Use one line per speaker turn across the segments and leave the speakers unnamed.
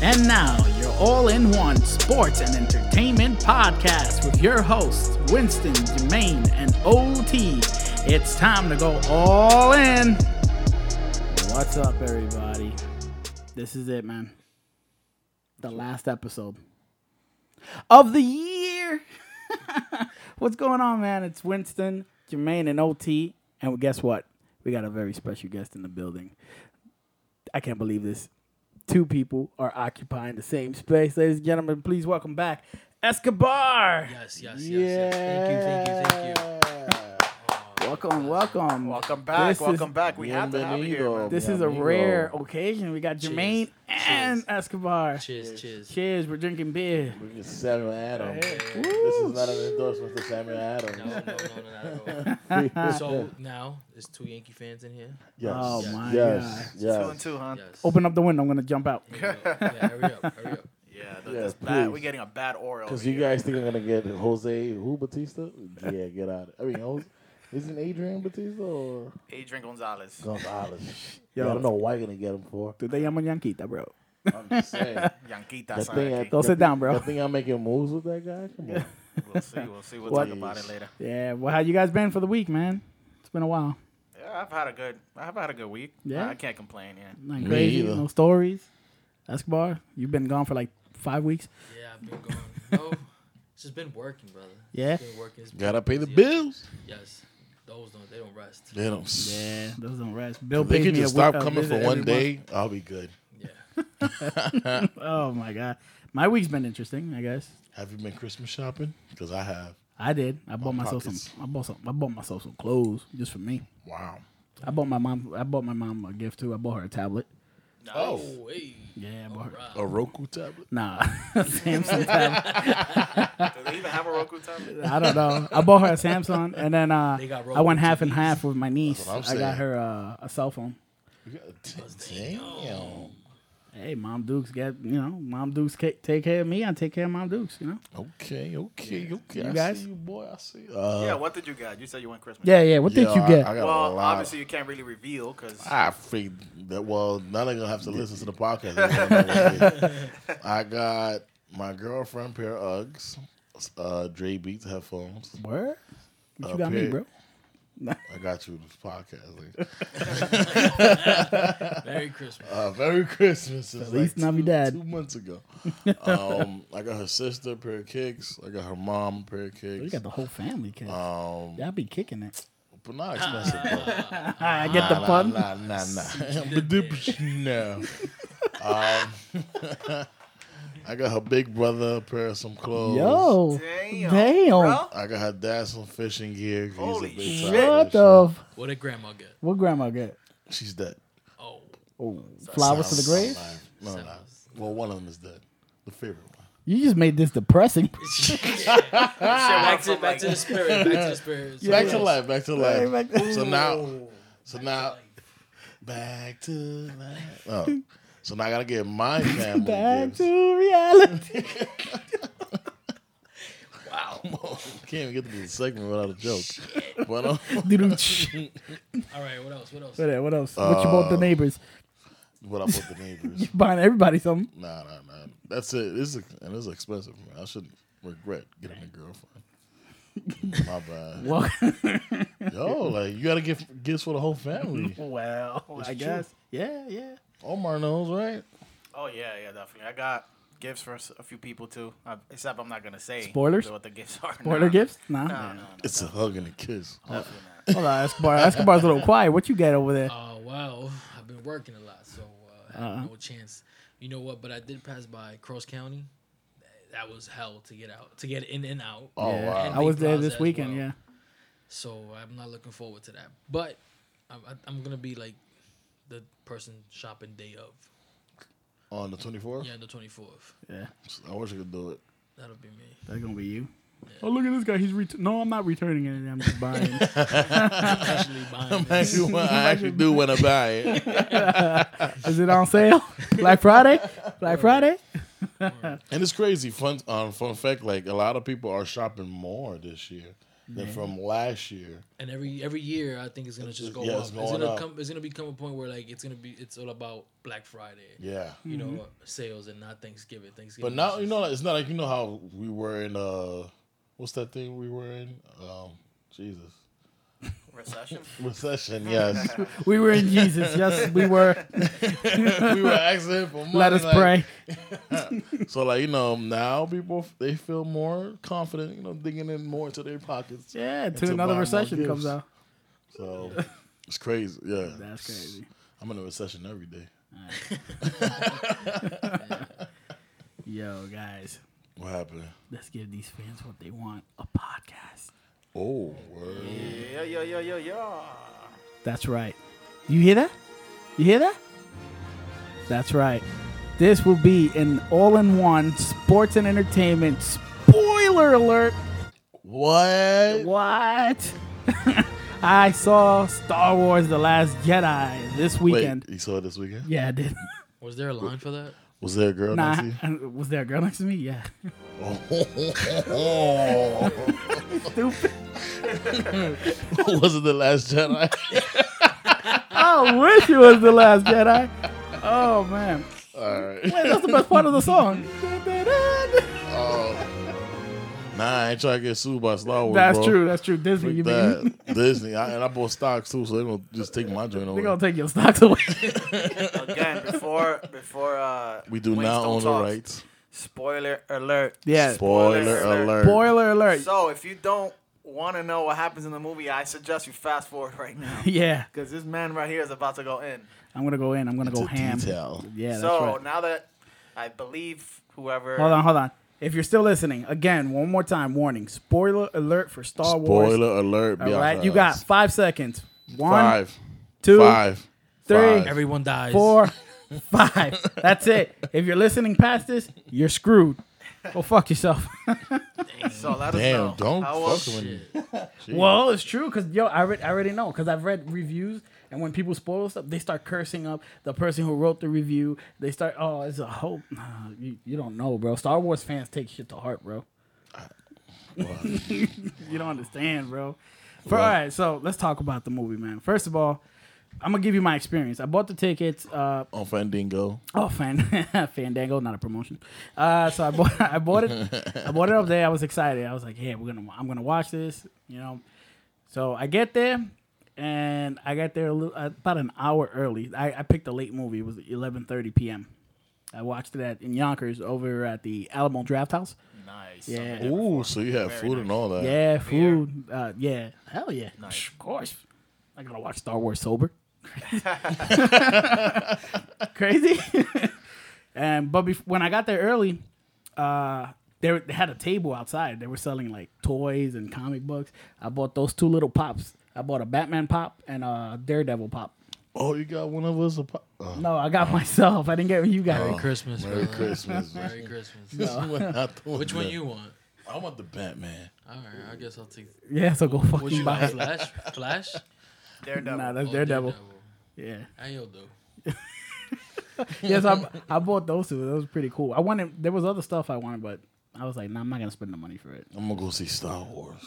And now, your all in one sports and entertainment podcast with your hosts, Winston, Jermaine, and OT. It's time to go all in. What's up, everybody? This is it, man. The last episode of the year. What's going on, man? It's Winston, Jermaine, and OT. And guess what? We got a very special guest in the building. I can't believe this. Two people are occupying the same space. Ladies and gentlemen, please welcome back Escobar.
Yes, yes, yes, yes. Thank you, thank you, thank you.
Welcome, welcome.
Welcome back.
This is-
welcome back. We have to have you here.
Bienvenido.
man.
This is a
Amigo.
rare occasion. We got Jermaine
Cheers.
and Escobar.
Cheers, cheers.
Cheers. We're drinking beer.
We can Samuel Adam.
Hey.
This is not an endorsement to Samuel
No, no,
Adam.
no, no, not at all. So now there's two Yankee fans in here.
yes.
Oh, my
yes.
Two and
Yes.
two, huh?
Yes.
Open up the window. I'm going to jump out.
Here we go. Yeah, hurry up, hurry up.
Yeah, th-
Yeah,
this bad.
please.
We're getting a bad aura.
Because
over
you
here.
guys think I'm gonna get Jose who Batista? Yeah, get out. I mean, Jose, isn't Adrian Batista or
Adrian Gonzalez.
Gonzalez?
Yo.
Yeah, I don't know why you're gonna get him for.
Tú te llamas Yanquita, bro.
I'm just saying.
Yanquita
That thing, I,
Don't
Saraki.
that
sit
thing-
down, bro.
That thing I'm making moves with that guy. Come on.
We'll see. We'll see. We'll
What?
talk about it later.
Yeah. Well, how you guys been for the week, man? It's been a while.
Yeah, I've had a good. I've had a good week.
Yeah?
I can't complain. Yeah.
Nothing
Me
crazy.
either.
No stories. Escobar, you've been gone for like five weeks.
Yeah, I've been gone. No, it's just been working, brother.
Yeah?
It's been working. It's been
Gotta pay the
busy.
bills.
Yes. Those don't, they don't rest.
They don't.
Yeah. Those don't rest. Bill
They
pays
could
me
just
a wi-
stop
a
coming for
visit
one
every
day. I'll be good.
Yeah.
month. oh my god. My week's been interesting. I guess
Have you been Christmas shopping? Because I have.
I did.
Oh,
I bought myself
pockets.
some. I bought some. I bought myself some clothes just for me.
Wow.
I bought my mom. I bought my mom a gift too. I bought her a tablet.
Nice.
Oh.
hey.
Yeah, I bought her.
Alright.
A Roku tablet.
Nah, Samsung tablet.
Do they even have a Roku tablet?
I don't know. I bought her a Samsung, and then uh,
They got
I went
Roku
half and
TVs.
half with my niece.
what I'm
I got
saying.
her uh, a cell phone.
Damn.
Hey, Mom Dukes got you know, Mom Dukes ca- take care of me. I take care of Mom Dukes. You know.
Okay, okay, okay.
You
I
guys?
see you, boy. I see. you. Uh,
Yeah. What did you get? You said you went Christmas.
Yeah, yeah. What
yo,
did you
I-
get?
I, got a
Well,
lot.
obviously you can't really reveal because
I freak that. Well, now they're gonna have to listen to the podcast. They're gonna know what it is. I got my girlfriend a pair of Uggs, uh, Dre Beats headphones.
Where? What you
Uh,
got me,
period.
bro?
I got you this podcast. Like,
Merry Christmas.
uh, Merry Christmas. At
least not me dad.
Two months ago. um, I got her sister a pair of kicks. I got her mom a pair of
Oh, You
kicks.
got the whole family, kid.
Um,
Y'all be kicking it.
but not expensive. though.
I get the
nah,
pun.
Nah, nah, nah. Ba-doop, no. Um, I got her big brother a pair of some clothes.
Yo,
damn,
Damn.
bro.
I got her dad some fishing gear. 'cause
Holy
he's a big time
what
fisher.
the? F-
What did grandma get?
what grandma get?
She's dead.
Oh.
Oh, flowers to the grave.
Alive. No, no.
Sounds-
Well, one of them is dead. The favorite one.
You just made this depressing.
back to, back to the spirit. Back to the spirit. So,
Back to life. Back to life.
back to-
so now, so now, back to life. Oh. So now I gotta get my family
Back
gifts.
to reality.
Wow.
Can't even get to the segment without a joke. But um,
Doo-doo.
All right, what else? What else?
what what else? What you bought the
Uh,
neighbors?
what I put the neighbors.
Buying everybody something.
Nah, nah, nah. That's it. This is and it's expensive. Man. I should regret getting a girlfriend. My bad.
Well,
Yo, like you gotta get gifts for the whole family.
well, I guess. Yeah, yeah.
Omar knows, right?
Oh yeah, yeah, definitely. I got gifts for s- a few people too. Uh, except I'm not gonna say
Spoilers?
what the gifts are.
Border
Nah.
gifts? Nah.
No, no, no.
It's a hug and a kiss.
Hold on, Escobar. Escobar's a little quiet. What you got over there?
Uh, well, I've been working a lot, so uh, I
Uh-huh.
had no chance. You know what? But I did pass by Cross County. That was hell to get out, to get in and out.
Oh
Yeah.
wow.
I was there
Plaza
this
as
weekend.
well.
Yeah.
So I'm not looking forward to that. But I'm, I- I'm gonna be like the person shopping day of.
On the twenty fourth?
Yeah, the 24th.
Yeah.
I wish I could do it.
That'll be me.
That's gonna be you. Oh look at this guy. He's ret- no, I'm not returning anything. I'm just buying.
Actually, buying
I
this.
actually, want- I actually do want to buy it.
Is it on sale? Black Friday? Black Friday?
And it's crazy. Fun um, fun fact, like a lot of people are shopping more this year. than from last year.
And every every year, I think it's gonna just go
Yeah,
up.
it's
It's,
going
gonna
up.
come. It's gonna become a point where like it's gonna be. It's all about Black Friday.
Yeah.
You know,
Mm-hmm.
sales and not Thanksgiving. Thanksgiving.
But now you know it's not like you know how we were in uh what's that thing we were in? Um Jesus.
Recession.
Recession, yes.
We were in Jesus. Yes, we were.
we were asking him for money.
Let us
like-
pray.
So like, you know, now people they feel more confident, you know, digging in more into their pockets.
Yeah, until
to buy
another
more
recession
gifts.
comes out.
So it's crazy. Yeah.
That's crazy.
I'm in a recession every day.
Yo, guys,
What happened?
let's give these fans what they want a podcast.
Oh, word.
yeah, yeah, yeah, yeah, yeah.
That's right. You hear that? You hear that? That's right. This will be an all in one sports and entertainment spoiler alert.
What?
What? I saw Star Wars The Last Jedi this weekend.
Wait, you saw it this weekend?
Yeah, I did.
was there a line for that?
Was there a girl
Nah,
next to you?
I- was there a girl next to me? Yeah.
Oh.
Stupid.
was it the last Jedi?
I wish it was The Last Jedi. Oh, man.
All right.
Wait, that's the best part of the song.
Oh. Nah, I ain't trying to get sued by Star Wars.
That's
bro.
true. That's true. Disney, you
Freak
mean?
that. Disney, I, and I bought stocks too, so they're gonna just take my joint
They're
over.
gonna take your stocks away.
Again, before before uh,
We do
Wayne
not
Stone
own the
talks,
rights.
Spoiler alert.
yeah.
Spoiler
Spoiler
alert.
alert.
Spoiler alert.
So if you don't want to know what happens in the movie, I suggest you fast forward right now
yeah.
because this man right here is about to go in.
I'm gonna go in. I'm gonna
It's
go
a
ham.
detail.
Yeah. That's
so
right.
now that I believe whoever
Hold on. Hold on. If you're still listening, again, one more time, warning: spoiler alert for Star Wars.
Spoiler alert.
All right, you got five seconds. One,
five,
two, five,
five,
three,
five.
Everyone dies.
four, five. That's it. If you're listening past this, you're screwed. Go fuck yourself.
So let us
Damn,
know.
don't
How
fuck
was-
with me.
Well, it's true because yo, I, re- I already know because I've read reviews, and when people spoil stuff, they start cursing up the person who wrote the review. They start, oh, it's a hope. Nah, you, you don't know, bro. Star Wars fans take shit to heart, bro. you don't understand, bro. For, all right, so let's talk about the movie, man. First of all, I'm gonna give you my experience. I bought the tickets. Uh,
On Fandango.
Oh, fan, Fandango, not a promotion. Uh, so I bought, I bought it, I bought it up there. I was excited. I was like, "Yeah, we're gonna, I'm gonna watch this," you know. So I get there, and I got there a little, uh, about an hour early. I, I picked a late movie. It was 11:30 p.m. I watched it at in Yonkers over at the Alamo Draft House.
Nice.
Yeah,
Ooh, so you had food and all that.
yeah, food. Uh, yeah, hell yeah. Of course. I gotta watch Star Wars sober. Crazy. and but bef- when I got there early, uh, they, were- they had a table outside. They were selling like toys and comic books. I bought those two little pops. I bought a Batman pop and a Daredevil pop.
Oh, you got one of us. A pop- oh,
No, I got myself. I didn't get you got.
Merry
it.
Christmas.
Merry
brother.
Christmas. man.
Merry Christmas.
We're not doing
Which one
that.
you want?
I want the Batman.
All right, I guess I'll take.
Yeah, so go
What
fucking
you
buy
want?
it.
Flash? Flash?
Daredevil.
Nah, that's
Oh,
Daredevil. Yeah.
I will do.
yes, I, I bought those two. That was pretty cool. I wanted there was other stuff I wanted, but I was like, nah, I'm not gonna spend the money for it.
I'm gonna go see Star Wars.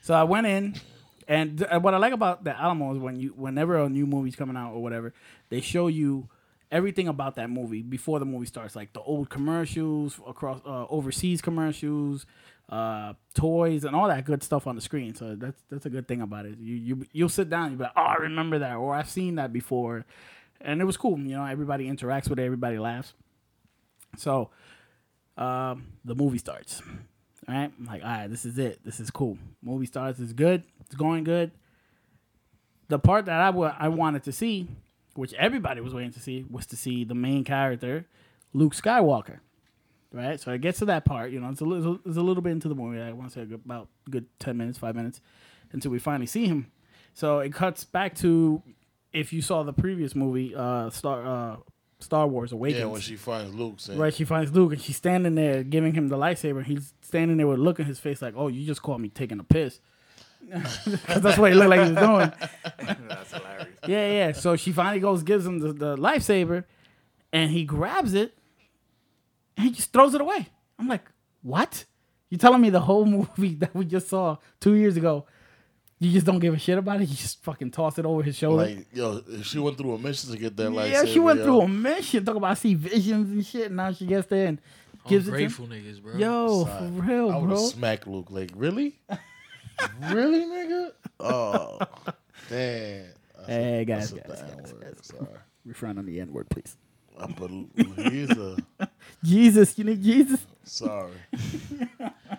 So I went in, and th- what I like about the Alamo is when you whenever a new movie's coming out or whatever, they show you everything about that movie before the movie starts, like the old commercials across uh, overseas commercials, uh, toys, and all that good stuff on the screen. So that's that's a good thing about it. You you you'll sit down, and you'll be like, oh, I remember that, or I've seen that before, and it was cool. You know, everybody interacts with it, everybody laughs. So um, the movie starts. All right, I'm like, all right, this is it. This is cool. Movie starts. It's good. It's going good. The part that I wa- I wanted to see, which everybody was waiting to see, was to see the main character, Luke Skywalker. Right. So it gets to that part. You know, it's a little it's a little bit into the movie. I want to say about good ten minutes, five minutes, until we finally see him. So it cuts back to if you saw the previous movie, uh, Star uh, Star Wars Awakens.
Yeah, when she finds Luke. Saying,
Right, she finds Luke and she's standing there giving him the lightsaber. and He's standing there with a look in his face like, oh, you just caught me taking a piss. 'Cause that's what he looked like he was doing.
That's hilarious.
Yeah, yeah. So she finally goes, gives him the, the lightsaber, and he grabs it and he just throws it away. I'm like, what? You telling me the whole movie that we just saw two years ago, you just don't give a shit about it? You just fucking toss it over his shoulder.
Like, yo, she went through a mission to get that license.
yeah, she went through a mission. Talk about I see visions and shit. Now she gets there and gives it to him.
Ungrateful niggas, bro.
Yo, for
I
real,
would have
bro.
smacked Luke. Like, really? really, nigga? Oh, damn. That's a-
Hey, guys,
that's a
guys,
bad
guys,
word.
guys.
Sorry.
Refrain on the N word, please.
I put he's a
Jesus, you need Jesus.
sorry.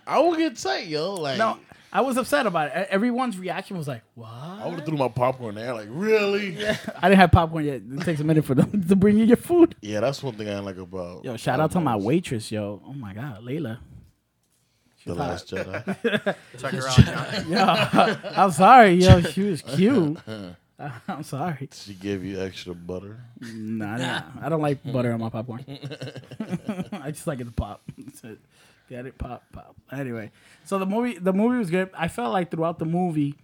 I would get tight, yo. Like,
No, I was upset about it. E- Everyone's reaction was like, "What?"
I would have threw my popcorn there. Like, really? Yeah.
I didn't have popcorn yet. It takes a minute for them to bring you your food.
that's one thing I like about.
Yo, shout out to my
Almost
waitress, yo. Oh my god, Layla.
The Last Jedi.
Turn around. John.
I'm sorry, yo. She was cute. I'm sorry.
She gave you extra butter.
Nah, nah. I don't like butter on my popcorn. I just like it to pop. That's it. Get it, pop, pop. Anyway, so the movie, the movie was good. I felt like throughout the movie,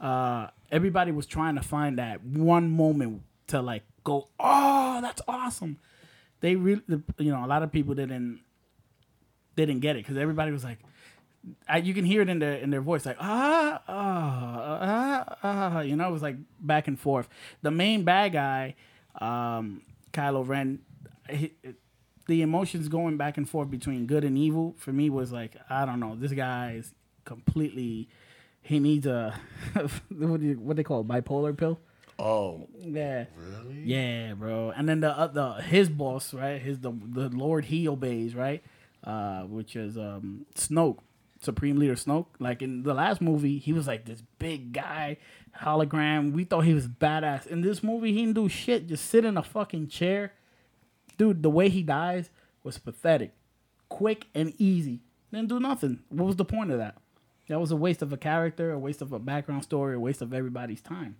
uh, everybody was trying to find that one moment to like go, oh, that's awesome. They really, the, you know, a lot of people didn't they didn't get it because everybody was like, I, you can hear it in their in their voice, like ah ah ah ah. You know, it was like back and forth. The main bad guy, um, Kylo Ren, he, the emotions going back and forth between good and evil for me was like, I don't know, this guy is completely. He needs a what do you, what they call it, bipolar pill.
Oh,
Yeah. Really? Yeah, bro. And then the uh, the his boss, right? His the the Lord he obeys, right? Uh, which is um Snoke, Supreme Leader Snoke. Like in the last movie, he was like this big guy, hologram. We thought he was badass. In this movie, he didn't do shit. Just sit in a fucking chair. Dude, the way he dies was pathetic. Quick and easy. Didn't do nothing. What was the point of that? That was a waste of a character, a waste of a background story, a waste of everybody's time.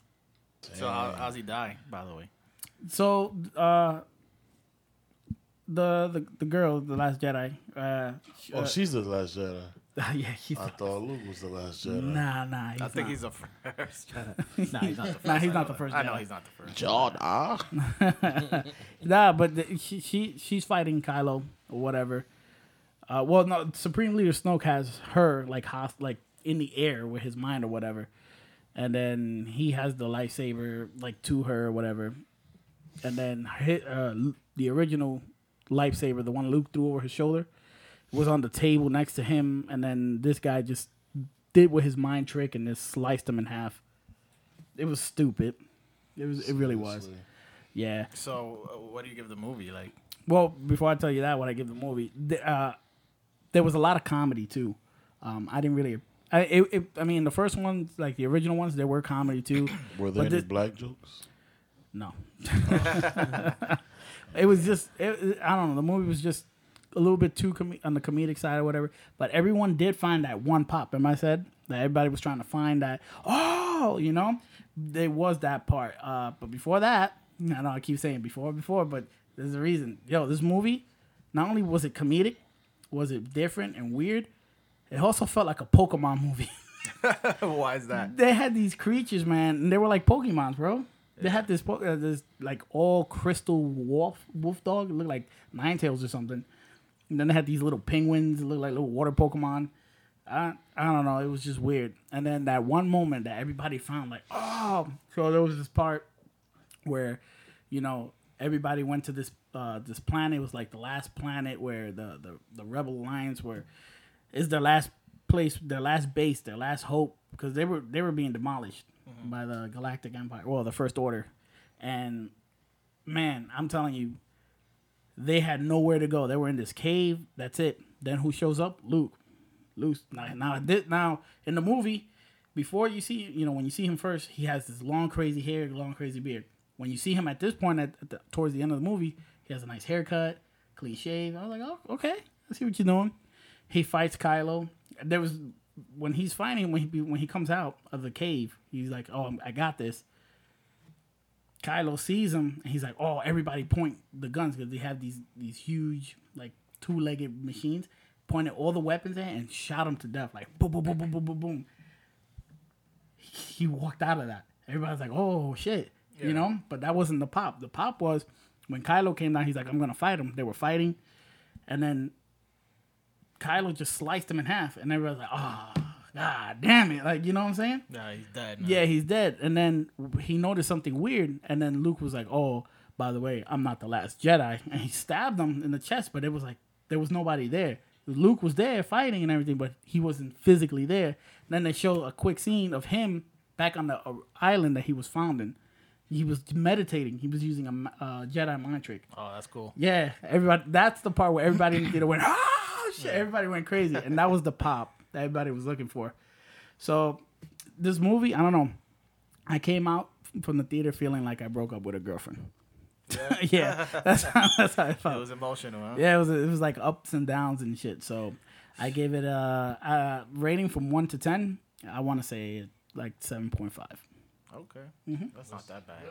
so how, how's he die? By the way,
So uh the the, the girl, the last Jedi, uh, sh-
oh,
uh,
she's the Last Jedi.
yeah, she's
I thought Luke was the Last Jedi.
nah, nah.
Uh, I think
not.
he's the first.
nah, he's not the first. nah, he's not the first.
I know
Jedi.
he's not the first.
Jedi.
Nah, but the, she, she she's fighting Kylo or whatever. Uh, well, no, Supreme Leader Snoke has her like host, like in the air with his mind or whatever, and then he has the lightsaber like to her or whatever, and then hit, uh, Lu- the original lightsaber, the one Luke threw over his shoulder, was on the table next to him, and then this guy just did with his mind trick and just sliced him in half. It was stupid. It was. It really was.
Seriously.
Yeah.
So uh, what do you give the movie? Like
Well, before I tell you that, what I give the movie, th- uh, there was a lot of comedy too. Um, I didn't really. I, it, it, I mean, the first ones, like the original ones, there were comedy too.
Were there
But
any
this-
black jokes?
No, it was just. It, it- I don't know. The movie was just a little bit too com- on the comedic side or whatever. But everyone did find that one pop. Am I said that everybody was trying to find that? Oh, you know, there was that part. Uh, but before that, I know I keep saying before, before, but there's a reason. Yo, this movie, not only was it comedic, was it different and weird, it also felt like a Pokemon movie.
why is that?
they had these creatures, man, and they were like Pokemons, bro. They had this, po- uh, this like all crystal wolf wolf dog. It looked like nine tails or something. And then they had these little penguins. It looked like little water Pokemon. I I don't know. It was just weird. And then that one moment that everybody found, like, oh, so there was this part where, you know, everybody went to this uh, this planet. It was like the last planet where the the, the Rebel Alliance were is their last place, their last base, their last hope because they were they were being demolished by the Galactic Empire, well, the First Order, and man, I'm telling you, they had nowhere to go. They were in this cave. That's it. Then who shows up? Luke. Luke. Now, now, this, now in the movie, before you see, you know, when you see him first, he has this long, crazy hair, long, crazy beard. When you see him at this point, at, at the, towards the end of the movie, he has a nice haircut, clean shave. I was like, oh, okay, I see what you're doing. He fights Kylo. There was when he's fighting when he be- when he comes out of the cave, he's like, oh, I got this. Kylo sees him and he's like, "Oh, everybody point the guns because they have these these huge like two legged machines." Pointed all the weapons at and shot him to death, like boom, boom, boom, boom, boom, boom, boom. He walked out of that. Everybody's like, "Oh shit," you know. But that wasn't the pop. The pop was when Kylo came down. He's like, "I'm gonna fight him." They were fighting, and then Kylo just sliced him in half, and everybody's like, "Ah, god damn it!" Like, you know what I'm saying?
Nah, he's dead.
Yeah, he's dead. And then he noticed something weird, and then Luke was like, "Oh, by the way, I'm not the last Jedi," and he stabbed him in the chest, but it was like there was nobody there. Luke was there fighting and everything, but he wasn't physically there. Then they show a quick scene of him back on the uh, island that he was found in. He was meditating. He was using a ma- uh, Jedi mind trick.
Oh, that's cool.
Yeah, everybody. That's the part where everybody in the theater went, "Ah, shit!" Everybody went crazy, and that was the pop that everybody was looking for. So, this movie, I don't know. I came out from the theater feeling like I broke up with a girlfriend. Yeah, that's how, that's how I felt.
It was uh, emotional, huh?
Yeah, it was it was like ups and downs and shit. So I gave it a, a rating from one to ten. I want to say like seven point five.
Okay. That's not that bad.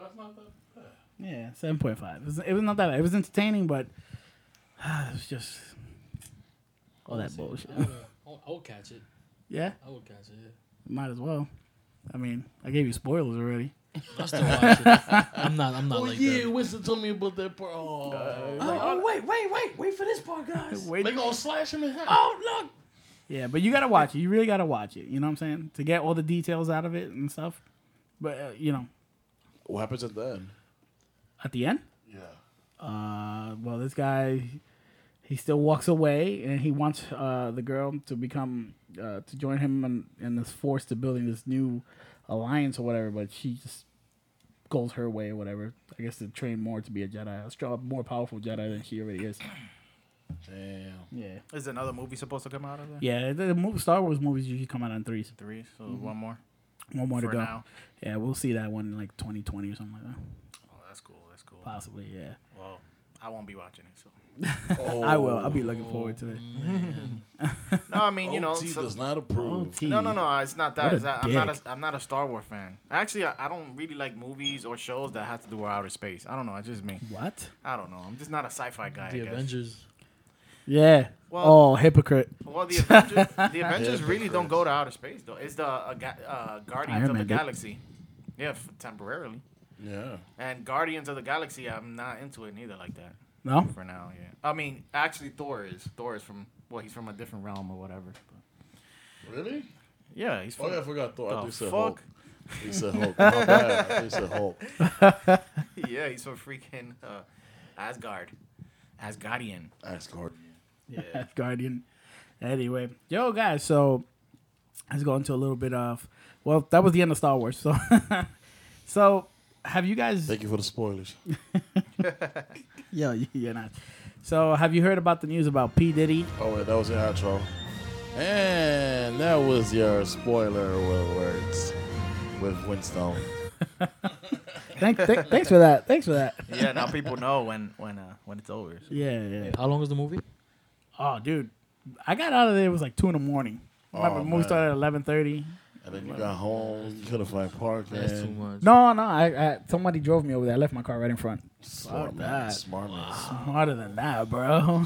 Yeah, seven point five. It was, it was not that bad. It was entertaining, but it was just all that bullshit.
I would, uh, I'll, I'll catch it.
Yeah,
I would catch it. Yeah.
might as well. I mean, I gave you spoilers already.
I still watch it. I'm not. I'm not
Oh
like
yeah,
that.
Winston told me about that part. Oh,
Oh, wait, wait, wait, wait for this part, guys.
Wait.
they gonna slash him in half.
Oh, look.
Yeah, but you gotta watch it. You really gotta watch it. You know what I'm saying? To get all the details out of it and stuff. But uh, you know,
What happens at the end?
at the end,
Yeah.
Uh, well, this guy, he still walks away, and he wants uh, the girl to become uh, to join him in, in this force to building this new alliance or whatever. But she just goes her way or whatever. I guess to train more to be a Jedi, a strong, more powerful Jedi than she already is.
Damn.
Yeah,
Is another movie supposed to come out of there?
yeah. The movie, Star Wars movies usually come out on threes.
Three, so one more.
One more
For
to go.
now.
Yeah, we'll see that one in like 2020 or something like that.
Oh, that's cool. That's cool.
Possibly, yeah.
Well, I won't be watching it. So.
I will. I'll be looking forward to it.
No, I mean, you know,
OT
so-
does not
Oh,
approve.
No, no, no. It's not
What
that.
a
It's that I'm not.
dick.
A, I'm not a Star Wars fan. Actually, I, I don't really like movies or shows that have to do with outer space. I don't know. It's just me.
What?
I don't know. I'm just not a sci-fi guy.
The
I guess.
Avengers.
Yeah.
Well-
oh, hypocrite.
Well, the Avengers. the Avengers really don't go to outer space though. It's the uh, ga- uh, Guardians
Iron
of the
Man did.
Galaxy. Yeah, f- temporarily.
Yeah.
And Guardians of the Galaxy, I'm not into it neither like that
No.
for now. Yeah. I mean, actually, Thor is. Thor is from. Well, he's from a different realm or whatever. But
Really?
yeah, he's
Oh
from.
yeah, I forgot. Thor. I
The
think said
fuck?
Hulk. He said Hulk. My bad. I think said Hulk.
yeah, he's from freaking uh, Asgard. Asgardian.
Ask Gordon.
yeah. Guardian. Anyway, yo guys, so let's go into a little bit of well, that was the end of Star Wars. So, so have you guys?
Thank you for the spoilers.
Yo, you're not. So, have you heard about the news about P Diddy?
Oh wait, that was your outro. And that was your spoiler words with Winston.
Thank, th- thanks for that. Thanks for that.
yeah, now people know when when uh, when it's over. so.
Yeah, yeah.
How long is the movie?
Oh, dude, I got out of there. It was like two in the morning. Remember,
Oh,
movie
man.
started at eleven thirty.
And then you got home. You couldn't find parking.
That's too much.
No, no, I, I somebody drove me over there. I left my car right in front.
Smart
Fuck
man.
that.
Smart man.
Smarter than that, bro.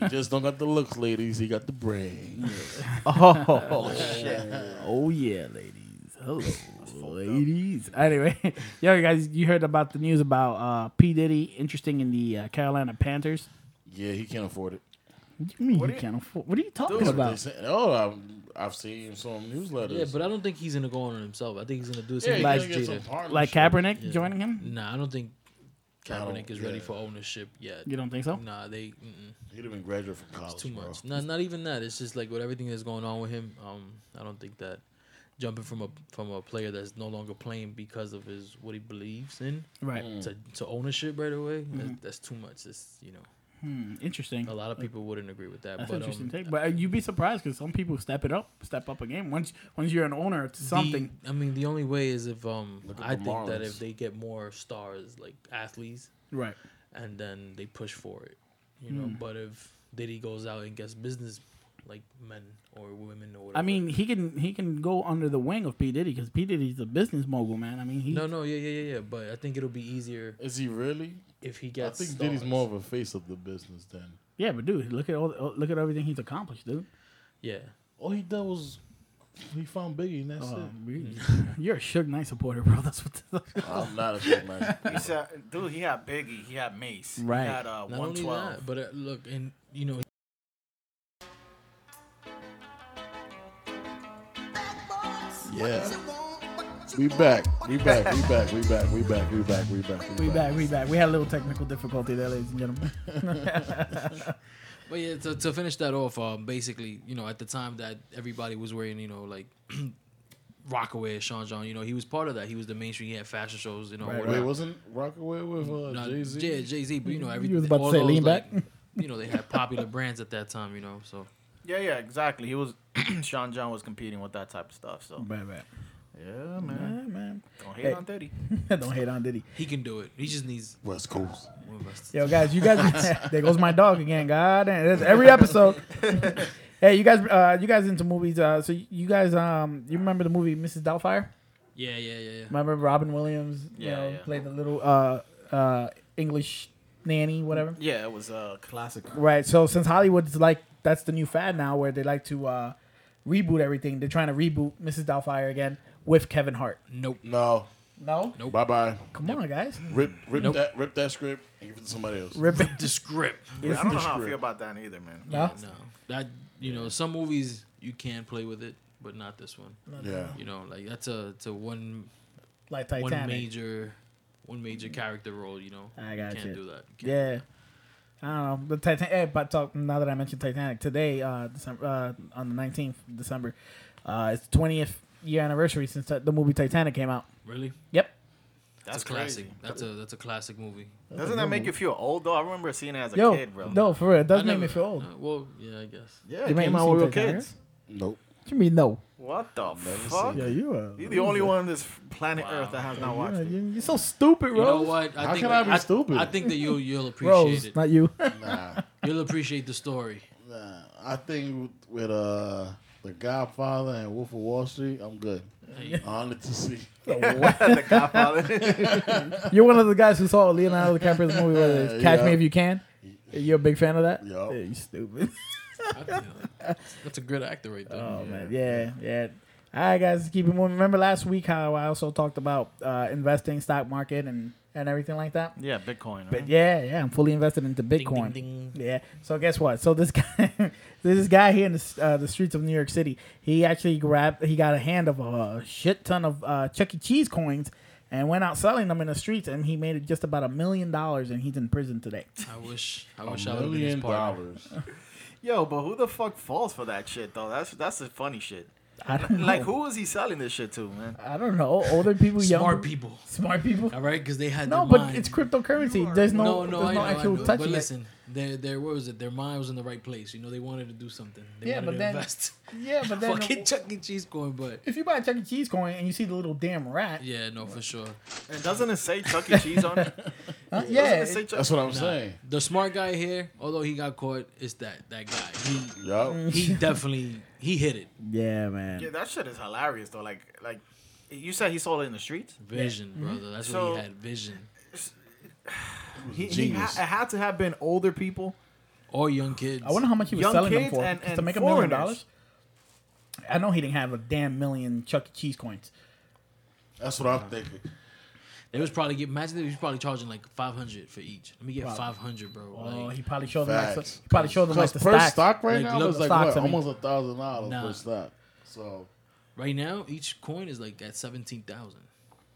He just don't got the looks, ladies. He got the brain.
Oh shit! Oh yeah, ladies. Hello, ladies. Anyway, yo, you guys, you heard about the news about uh, P Diddy interesting in the uh, Carolina Panthers?
Yeah, he can't afford it.
What do you mean
What
you
do you-
can't afford? What are you talking
That's what they
about?
say. Oh, I'm, I've seen some newsletters.
Yeah, but I don't think he's gonna go on himself. I think he's gonna do
yeah,
something
like,
like Jada.
Like Kaepernick joining him?
Nah, I don't think
I don't-
Kaepernick is ready
yeah.
for ownership yet.
You don't think so?
Nah, they mm-mm,
He'd have been graduate from college.
too
bro.
much. Not not even that. It's just like with everything that's going on with him. Um, I don't think that jumping from a from a player that's no longer playing because of his what he believes in
Right.
Mm.
to, to ownership right away.
Mm-hmm.
That, that's too much. That's you know
Hmm, interesting.
a lot of people wouldn't agree with that.
That's
but,
an interesting
um,
take. But uh, you'd be surprised because some people step it up, step up a game once once you're an owner to something.
The, I mean, the only way is if um,
Look at
I
the
think that
Marlins.
if they get more stars like athletes,
Right.
and then they push for it, you
Hmm.
know. But if Diddy goes out and gets business, like men or women or whatever.
I mean, he can he can go under the wing of P Diddy because P Diddy's a business mogul, man. I mean, he
no, no, yeah, yeah, yeah, yeah. But I think it'll be easier
Is he really?
if he gets.
I think Diddy's
stars.
more of a face of the business than.
yeah, but dude, look at all look at everything he's accomplished, dude.
Yeah,
All he did was he found Biggie, and that's
Oh, really? You're a Suge Knight supporter, bro. That's what.
it. I'm not a big man.
He said, uh, dude, he had Biggie, he had Mace,
Right.
he had uh,
not only
112.
that, but uh, look, and you know,
Yeah. We back. We back. We back. We back. We back. We back. We back.
We back, we back. We had a little technical difficulty there, ladies and gentlemen.
But yeah, to, to finish that off, um, basically, you know, at the time that everybody was wearing, you know, like Rockaway, Sean John, you know, he was part of that. He was the mainstream. He had fashion shows, you know. all
Wait,
that.
wasn't Rockaway with uh,
Not-
Jay Z?
Yeah, Jay Z. But you know, everything.
was about to
all
say
those,
lean
like,
back.
You know, they had popular brands at that time. You know, so
Yeah, yeah, exactly. He was Sean John was competing with that type of stuff. So
bad, bad.
yeah, man.
Yeah, man.
Don't hate
Mm-hmm. Hey.
on Diddy.
Don't hate on Diddy.
he can do it. He just needs
West Coast.
one of us.
Yo, guys, you guys. there goes my dog again. God damn, that's every episode. hey, you guys, uh, you guys into movies? Uh, so you guys, um, you remember the movie Mrs. Doubtfire?
Yeah, yeah, yeah, yeah.
Remember Robin Williams? you
Yeah,
know,
yeah.
played the little uh, uh, English nanny, whatever.
Yeah, it was uh, a classic.
Right. So since Hollywood's like that's the new fad now, where they like to uh, reboot everything, they're trying to reboot Mrs. Doubtfire again with Kevin Hart.
Nope.
No.
No,
Nope.
Bye bye.
come on, guys.
Rip, rip
Nope.
that, rip that script and give it to somebody else.
Rip it.
The script.
Yeah, I don't know how I
Descript.
feel about that either, man.
No?
No, that you know, some movies you can play with it, but not this one.
Yeah.
You know, like that's a to one
Like
one
Titanic.
major one major character role. You know,
I got
you can't
you.
do that. You can't-
Yeah. I don't know. The Titanic. eh, but talk, now that I mentioned Titanic today, uh, December, uh, on the nineteenth December, uh, it's twentieth year anniversary since that- the movie Titanic came out.
Really,
Yep.
that's,
That's
a classic.
crazy.
That's a that's a classic movie.
Doesn't that make you feel old though? I remember seeing it as a
Yo,
kid, bro.
no, for real, it does
I
make me
never-
feel old.
uh, well, yeah, I guess.
Yeah,
You
it
mean
came
you
out
seen
when we were
Titanic?
kids.
Nope.
What you mean no?
What the fuck?
seen
You're
it.
you are.
the only one on this planet Earth that has not watched it.
You're, you're so stupid, Rose.
You know what? I
How can I be stupid?
I think that you'll you'll appreciate
Rose,
it.
Oh, not you.
Nah.
You'll appreciate the story.
nah. I think with uh, The Godfather and Wolf of Wall Street, I'm good.
Hey,
Honored to see.
the Godfather.
you're one of the guys who saw Leonardo DiCaprio's movie. Where it's
Yeah,
Catch
yeah.
Me If You Can. You're a big fan of that.
Yup.
Yeah, you stupid.
I feel- that's a good actor right there.
Oh man, yeah, yeah. All right, guys, keep it moving. Remember last week how I also talked about uh, investing, stock market, and and everything like that.
yeah, Bitcoin.
But yeah, yeah, I'm fully invested into
Ding,
Bitcoin.
ding, ding.
Yeah. So guess what? So this guy, this guy here in the, s- uh, the streets of New York City, he actually grabbed, he got a hand of a shit ton of uh, Chuck E. Cheese coins and went out selling them in the streets, and he made just about a million dollars, and he's in prison today.
I wish I
A
wish I would have been his
million
partner.
dollars.
Yo, but who the fuck falls for that shit though? That's that's the funny shit.
I don't know.
Like, who is he selling this shit to, man?
I don't know. Older people, young
Smart people.
smart people.
All right, because they had
No,
their
but
mind.
it's cryptocurrency. There's no,
no, no,
there's
I
no
know, I
actual
know.
touching.
But
it.
listen, their their what was it? Their mind was in the right place. You know, they wanted to do something. They
Yeah,
wanted
but
to
then-
invest.
yeah, but then
Fucking Chuck E. Cheese coin, but
if you buy a Chuck E. Cheese coin and you see the little damn rat, yeah,
yeah, no, for sure.
And doesn't it say Chuck E. Cheese on it?
huh?
Doesn't
yeah
it say Chuck- E.
That's what I'm saying.
The smart guy here, although he got caught, is that that guy.
Mm.
Yup.
He he definitely he hit it.
yeah, man.
Yeah, that shit is hilarious though. Like, like you said, he sold it in the streets.
Vision,
Mm-hmm.
brother. That's
So-
what he had. Vision.
He, he ha-
Genius.
it had to have been older people.
Or young kids.
I wonder how much he was
Young
selling them
kids
for
and-
'cause to
and
make a million
foreigners.
dollars. I know he didn't have a damn million Chuck E. Cheese coins.
That's what I'm thinking.
They was probably get imagine they was probably charging like five hundred for each. Let me get
Probably.
five hundred, bro.
Oh,
like,
he probably showed them like so-
Facts.
he probably showed them like
Because
the
per
stocks.
stock right
Like,
now
look-
is like
stocks,
what,
I mean.
almost a thousand dollars
Nah.
per stock. So
right now, each coin is like at seventeen thousand.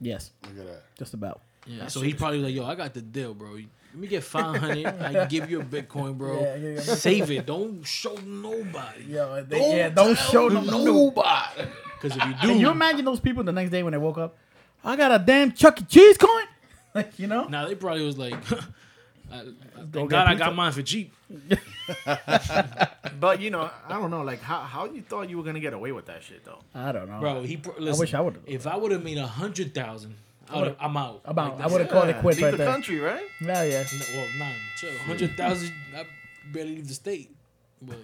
Yes,
look at that.
just about.
Yeah. So he's probably like, yo, I got the deal, bro. Let me get five hundred. I can give you a Bitcoin, bro.
Yeah, yeah, yeah.
Save it. Don't show nobody.
Yo, they, yeah, don't show them.
nobody.
Because if you do,
Can you imagine those people the next day when they woke up? I got a damn Chuck E. Cheese coin. Like you know,
now they probably was like, I, I-
Go
thank
get
God I
pizza.
got mine for cheap.
But you know, I don't know. Like, how how you thought you were gonna get away with that shit though?
I don't know,
Bro, he. pro- Listen,
wish I would've-
If I would have made a hundred thousand, I would've- I'm out.
I'm out.
Like,
I
that's-
would've called it quits
Leave
right
the
there.
country, right?
Yeah, yeah.
No, well, nah, chill. Hundred thousand. I barely leave the state. But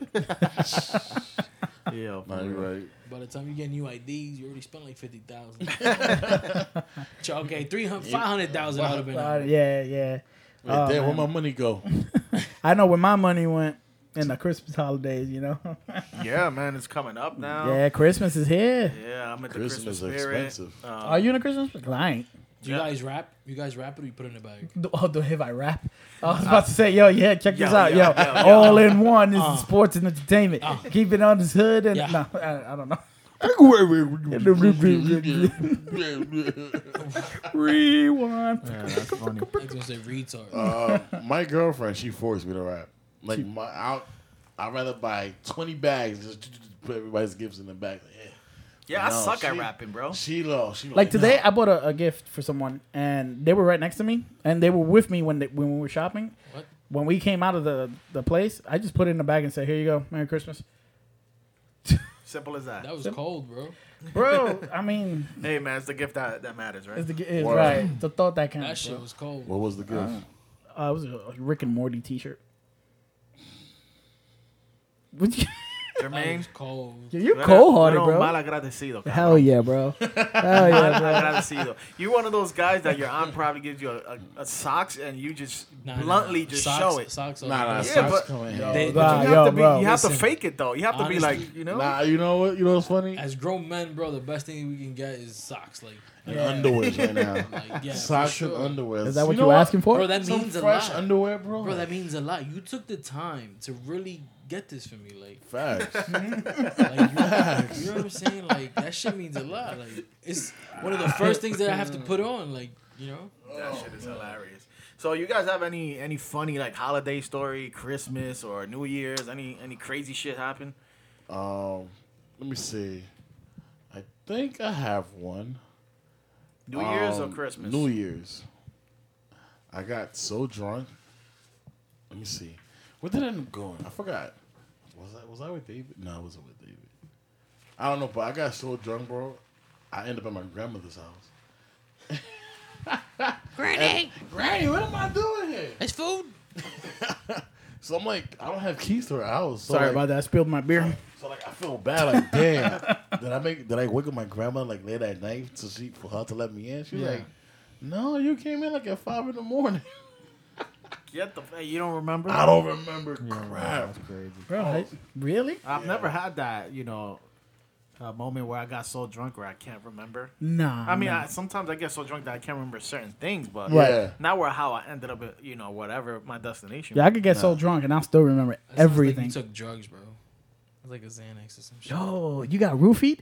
Yeah,
Nah, you're right.
by the time you get new IDs, you already spent like fifty thousand. okay, three hundred, five hundred thousand. I would have been.
Uh,
out.
yeah, yeah.
Wait,
Oh,
damn,
man.
where my money go?
I know where my money went in the Christmas holidays, you know.
Yeah, man, it's coming up now. Yeah,
yeah, Christmas is here.
I'm at the
Christmas
Christmas,
is
spirit.
expensive.
Um,
Are you in a Christmas? I ain't.
Do you guys rap? You guys rap or do you put it in the bag?
Do- Oh, do if I rap? I was about to say, yo, yeah, check
Yo,
this out, yo.
yo, yo, yo.
All in one is sports and entertainment. Keep it on this hood and
Yeah.
no, I, I don't know. Rewind.
that's funny.
I was gonna say retard.
Uh, my girlfriend, she forced me to rap. Like my, I, I'd rather buy twenty bags and just put everybody's gifts in the back. Like, yeah.
Yeah, I
No,
suck at
she-
rapping, bro.
She low. She
Like today, I bought a, a gift for someone, and they were right next to me, and they were with me when they, when we were shopping.
What?
When we came out of the, the place, I just put it in the bag and said, "Here you go, Merry Christmas,
Simple as that.
That was cold, bro.
bro." I mean,
Hey man, it's the gift that, that matters, right?
it's the it's
Word.
right. It's a thought that
That
counts.
shit was cold.
What was the gift?
bro. Uh, it was a Rick and Morty T-shirt. Would you-
That
Jermaine,
was cold.
You're cold hearted,
Pero mal
bro.
agradecido, cabrón.
Hell yeah, bro. Hell yeah,
Mal
bro.
agradecido. You're one of those guys that your aunt probably gives you a, a, a socks and you just
Nah, nah,
bluntly
nah.
just
Socks-
show it.
Socks are
Nah, nah,
Yeah,
socks
but-
coming.
They-
You
Nah,
have,
yo,
to, be,
bro,
you have to
listen.
fake it though. You have to be
Honestly,
like, you know,
Nah, you know what? You know what's funny?
As grown men, bro, the best thing we can get is socks. Like,
And underwear right now.
like yeah, for
Socks
sure.
and underwear.
Is that what
know
you were asking for?
Bro, that
Some
means a
fresh
lot.
underwear, bro.
Bro, that means a lot. You took the time to really get this for me. Like,
Facts.
like you, you know what I'm saying? Like, that shit means a lot. Like, it's one of the first things that I have to put on. Like, you know?
that shit is hilarious. So you guys have any any funny like holiday story, Christmas or New Year's, any any crazy shit happen?
um, let me see. I think I have one.
New Year's or
Um,
Christmas?
New Year's. I got so drunk. Let me see. Where did I end up going? I forgot. Was I was I with David? No, I wasn't with David. I don't know, but I got so drunk, bro. I ended up at my grandmother's house. Granny, Granny, what am I doing here?
It's food.
So I'm like, I don't have keys to her house. So
Sorry
like,
about that. I spilled my beer.
So like, I feel bad. Like, damn, did I make? Did I wake up my grandma like late at night to she for her to let me in? She was
Yeah.
like, no, you came in like at five in the morning.
Get the hey, you don't remember?
I don't remember crap.
crazy.
Bro, I-
Oh.
really?
I've never had that, you know, a moment where I got so drunk where I can't remember.
Nah.
I mean,
nah.
I, sometimes I get so drunk that I can't remember certain things, but
Mm-hmm. Right.
yeah, not where how I ended up, at, you know, whatever my destination.
yeah, I could get so drunk and I'll still remember everything.
Like you took drugs, bro. It's like a Xanax or some shit.
Yo, you got roofied?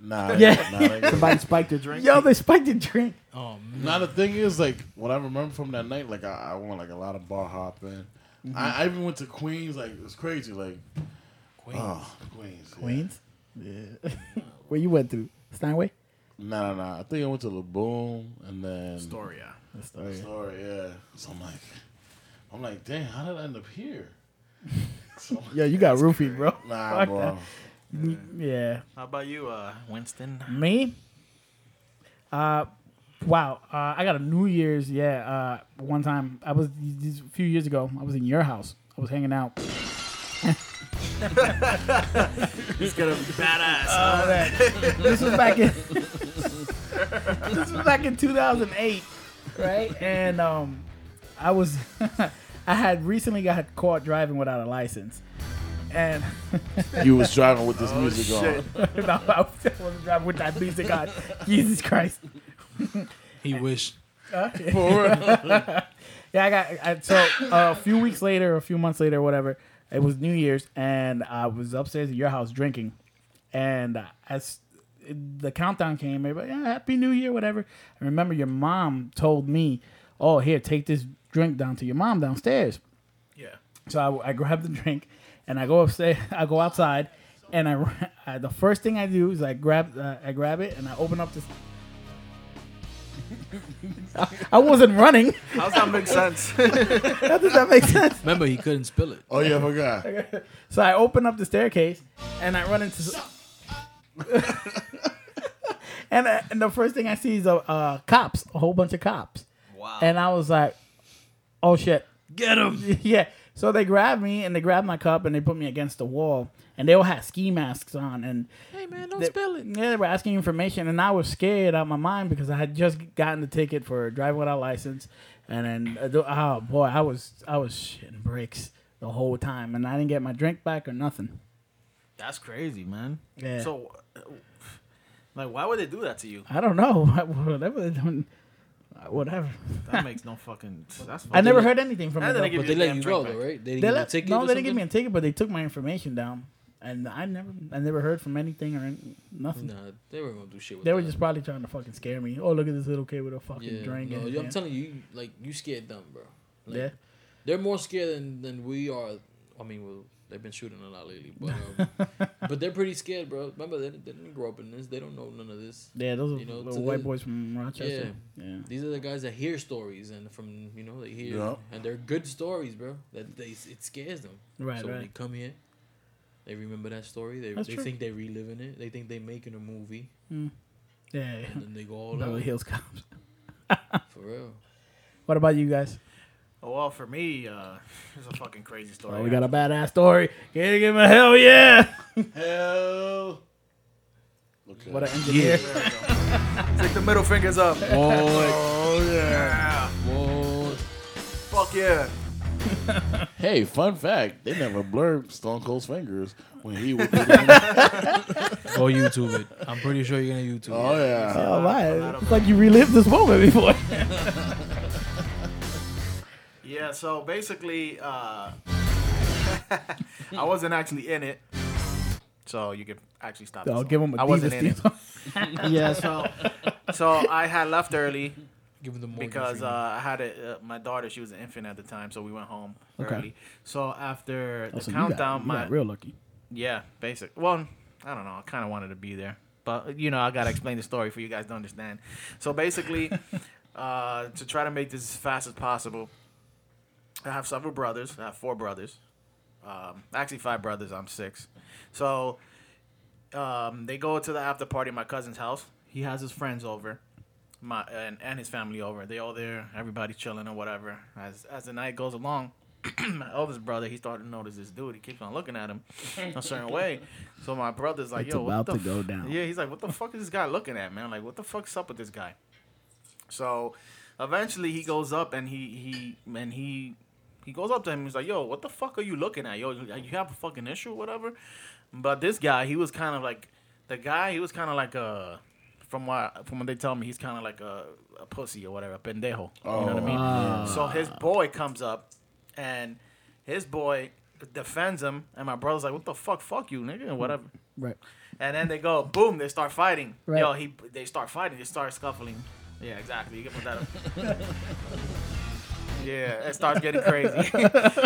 Nah,
Yeah.
nah, that ain't-
Somebody spiked your drink.
Yo, they spiked the drink.
Oh, man.
Now the thing is, like, what I remember from that night, like, I, I went like a lot of bar hopping. I, I even went to Queens. Like, it was crazy. Like,
Queen.
oh, Queens, yeah.
Queens? Yeah. Where you went through? Steinway?
Nah, nah, nah. I think I went to La Boom and then
Astoria.
Story, yeah. So I'm like, I'm like, dang, how did I end up here? So,
Yo, you got roofied, bro.
nah,
Fuck
bro.
that. Yeah.
How about you, uh, Winston?
Me? Uh, wow. Uh, I got a New Year's. Yeah. Uh, one time I was a few years ago. I was in your house. I was hanging out.
He's gonna be badass.
All
Uh,
right. this was back in this was back in 2008, right? And um, I was I had recently got caught driving without a license, and
You was driving with this
Oh,
music
shit.
on.
I was driving with that beast of God, Jesus Christ.
He wished.
Yeah, I got I, so a few weeks later, a few months later, whatever. It was New Year's, and I was upstairs at your house drinking, and uh, as the countdown came, everybody, yeah, Happy New Year, whatever. I remember your mom told me, "Oh, here, take this drink down to your mom downstairs."
Yeah.
So I, I grab the drink and I go upstairs. I go outside, and I, ru- I the first thing I do is I grab uh, I grab it and I open up this. I wasn't running.
How's that make sense?
How does that make sense?
Remember, he couldn't spill it.
Oh yeah, I forgot.
So I open up the staircase and I run into. and, I, and the first thing I see is a uh, cops, a whole bunch of cops,
wow.
and I was like, "Oh shit!"
Get him.
yeah. So they grabbed me and they grabbed my cup and they put me against the wall and they all had ski masks on and
Hey, man, don't
they,
spill it.
yeah, they were asking information, and I was scared out of my mind because I had just gotten the ticket for driving without license, and then uh, th- oh boy, I was I was shitting bricks the whole time, and I didn't get my drink back or nothing.
That's crazy, man.
Yeah.
So, uh, like, why would they do that to you?
I don't know, whatever, they done- whatever.
That makes no fucking. That's
I never
they-
heard anything from
Now that
them.
they
though.
give
But they
you a
let
damn
you
drink
go, though,
back.
right? They
They
didn't give you a
let,
ticket
no,
or
they didn't give me a
something?
ticket, but they took my information down.
and I never, I never heard from anything or any, nothing.
Nah, they were gonna do shit with
They were
that.
just probably trying to fucking scare me. Oh, look at this little kid with a fucking
yeah,
drink.
No,
in his
yo, I'm
hand.
telling you, you- like you scared them, bro. Like,
yeah,
they're more scared than, than we are. I mean, well, they've been shooting a lot lately, but um, but they're pretty scared, bro. Remember, they, they didn't grow up in this. They don't know none of this.
yeah, those are
you know,
little
to
white
the-
boys from Rochester. Yeah,
These are the guys that hear stories and from you know they hear
Yeah.
and they're good stories, bro. That they it scares them.
right,
so when they
right.
come here, they remember that story. They
That's
they
true.
think they're reliving it. They think they're making a movie,
Yeah,
and then they go all
Beverly
out
Hills Cops.
for real.
What about you guys?
Oh, well, for me, uh, it's a fucking crazy story.
Oh, we got a badass story. Can you give him a hell yeah?
Hell. Okay.
What an engineer.
Stick the middle fingers up.
oh yeah.
Yeah.
Whoa.
Fuck yeah.
Hey, fun fact: they never blurred Stone Cold's fingers when he was. oh
Go YouTube it. I'm pretty sure you're gonna YouTube it.
yeah.
Oh
lot
my!
of-
It's like you relived this moment before.
Yeah, so basically, uh, I wasn't actually in it. So you could actually stop. the
I'll
song.
give him a
I wasn't
Divas
in it.
theme song.
yeah, so so I had left early
Give them the Morgan
because
Freeman.
uh, I had a, uh, my daughter. She was an infant at the time, so we went home
Okay.
early. So after the
Oh, so you got-
countdown,
you
my
got real lucky.
yeah, basic. Well, I don't know. I kind of wanted to be there, but you know, I gotta explain the story for you guys to understand. So basically, uh, to try to make this as fast as possible, I have several brothers. I have four brothers. Um, actually, five brothers. I'm six. So um, they go to the after party at my cousin's house. He has his friends over, my and, and his family over. They all there. Everybody's chilling or whatever. As as the night goes along, my eldest brother he started to notice this dude. He keeps on looking at him a certain way. So my brother's like,
It's
"Yo,
about
what the
to go down.
Yeah, he's like, "What the fuck is this guy looking at, man? Like, what the fuck's up with this guy?" So eventually he goes up and he he and he he goes up to him. He's like, "Yo, what the fuck are you looking at? Yo, you you have a fucking issue, whatever." But this guy, he was kind of like the guy. He was kind of like a from what from what they tell me, he's kind of like a, a pussy or whatever, a pendejo. you know what I mean? So his boy comes up and his boy defends him, and my brother's like, "What the fuck? Fuck you, nigga, and whatever."
Right.
And then they go, boom, they start fighting.
Right.
Yo, he, they start fighting, they start scuffling. Yeah, exactly. You can put that up. yeah, it starts getting crazy.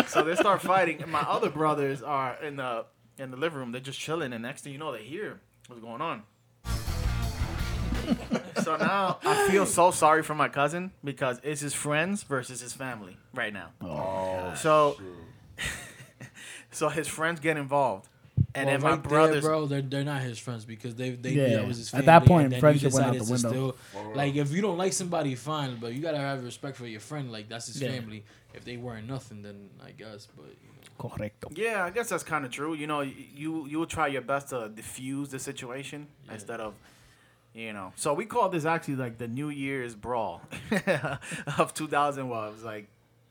so they start fighting, and my other brothers are in the in the living room. They're just chilling, and next thing you know, they hear what's going on. so now I feel so sorry for my cousin because it's his friends versus his family right now.
Oh,
So, so his friends get involved, and
Well,
then my
right there,
brothers
bro, they're, they're not his friends because they they
Yeah,
yeah. that was his
at
family.
that point,
and then you
friendship went out
decided
the
to
window.
Still, like if you don't like somebody, fine, but you gotta have respect for your friend. Like that's his
Yeah.
family. If they weren't nothing, then I guess. But you know,
Correcto.
Yeah, I guess that's kind of true. You know, y- you you will try your best to diffuse the situation
Yeah.
instead of, you know. So we call this actually like the New Year's brawl of 2000. Well, it was like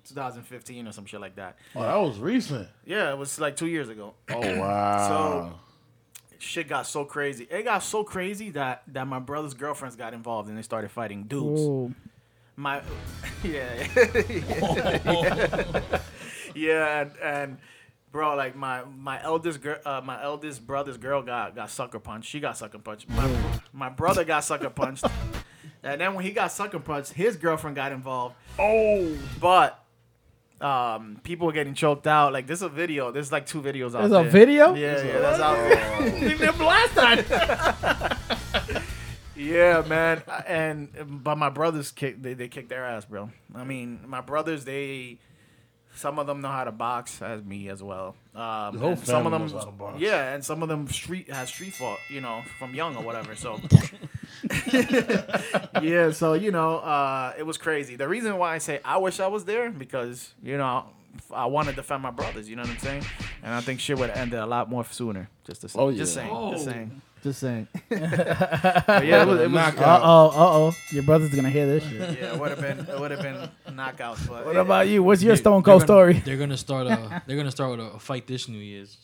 2015 or some shit like that.
oh, that was recent.
Yeah, it was like two years ago.
Oh wow.
Shit got so crazy. It got so crazy that that my brother's girlfriends got involved and they started fighting dudes. my yeah yeah and, and bro like my my eldest girl uh, my eldest brother's girl got got sucker punched she got sucker punched my, my brother got sucker punched and then when he got sucker punched his girlfriend got involved oh but um, people were getting choked out. Like, there's a video. There's like two videos out
There's
there.
a video?
Yeah, yeah, that's out there. Yeah, man. And but my brothers kick they, they kicked their ass, bro. I mean, my brothers they some of them know how to box as me as well. Um,
The whole
and some of
family
them,
knows how to box.
yeah, and some of them street has street fought, you know, from young or whatever. So yeah, so you know, uh, it was crazy. The reason why I say I wish I was there because you know I want to defend my brothers. You know what I'm saying? And I think shit would have ended a lot more sooner. Just to say,
Oh,
just
yeah.
saying, just
Oh.
saying, just saying. But yeah, it was, it was
Uh oh, uh oh. Your brother's gonna hear this shit.
yeah, it would have been it would have been knockouts. But
What about you? What's your
They-
Stone
they're
Cold
gonna-
story?
They're gonna start a they're gonna start with a, a fight this New Year's.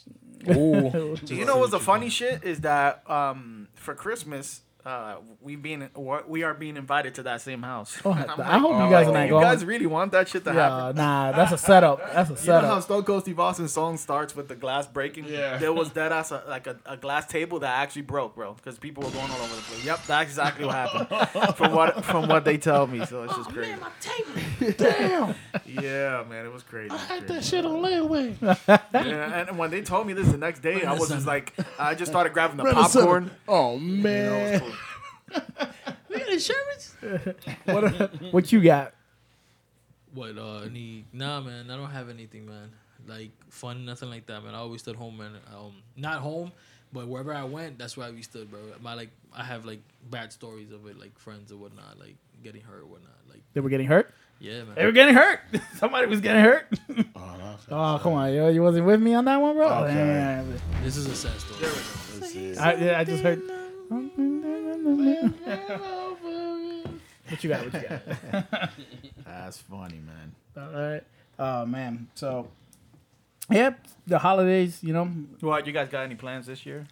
Oh,
you know what's the funny shit is that um, for Christmas uh, we being we are being invited to that same house.
Oh,
And I'm
I hope you guys
"Oh,
not
you
going."
guys really want that shit to
Yeah,
happen.
nah, that's a setup. That's a
You know how
setup.
Stone Cold Steve Austin's song starts with the glass breaking?
Yeah.
There was that ass a, like a, a glass table that actually broke, bro, because people were going all over the place. Yep, that's exactly what happened from what from what they tell me. So it's just crazy.
Man, my table.
Damn,
Yeah, man, it was crazy.
I had that shit on layaway.
Yeah, and when they told me this the next day, I was just like, I just started grabbing the
Renaissance.
popcorn.
Oh
You know, it
man.
was cool.
We got insurance.
What, uh, what you got?
What? Uh, any? Nah, man. I don't have anything, man. Like fun, nothing like that, man. I always stood home, man. Um, not home, but wherever I went, that's where I we stood, bro. My like, I have like bad stories of it, like friends or whatnot, like getting hurt or whatnot. Like,
They were getting hurt.
yeah, man.
They were getting hurt. Somebody was getting hurt.
Oh, that's-
Oh come on, yo, you wasn't with me on that one, bro.
Okay.
Man.
this is a sad story. bro.
that's it.
I, yeah, I just heard. What you got? What you got?
That's funny, man.
All right. Oh man. So, yep. The holidays, you know.
What you guys got any plans this year?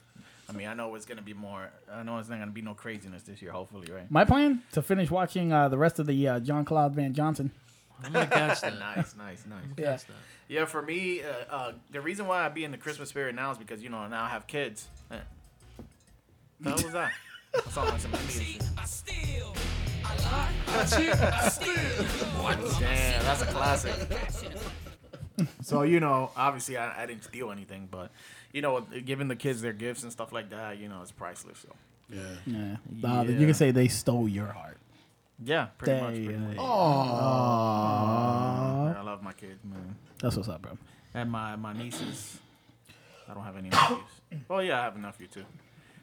I mean, I know it's gonna be more. I know it's not gonna be no craziness this year. Hopefully, right?
My plan to finish watching uh, the rest of the uh, John Claude Van Johnson.
I'm gonna catch that.
nice, nice, nice.
Yeah.
Catch that.
Yeah, for me, uh, uh, the reason why I be in the Christmas spirit now is because you know now I have kids. Eh. What was that? That sounded like some Indian shit. Damn, that's a classic. So you know, obviously I, I didn't steal anything, but you know, giving the kids their gifts and stuff like that, you know, it's priceless. So
Yeah.
Yeah.
Yeah.
You can say they stole your heart.
yeah, pretty much. Pretty
Damn.
much.
Aw.
I love my kids, man.
That's what's up, bro.
And my, my nieces. I don't have any nephews. Well, yeah, I have a nephew too.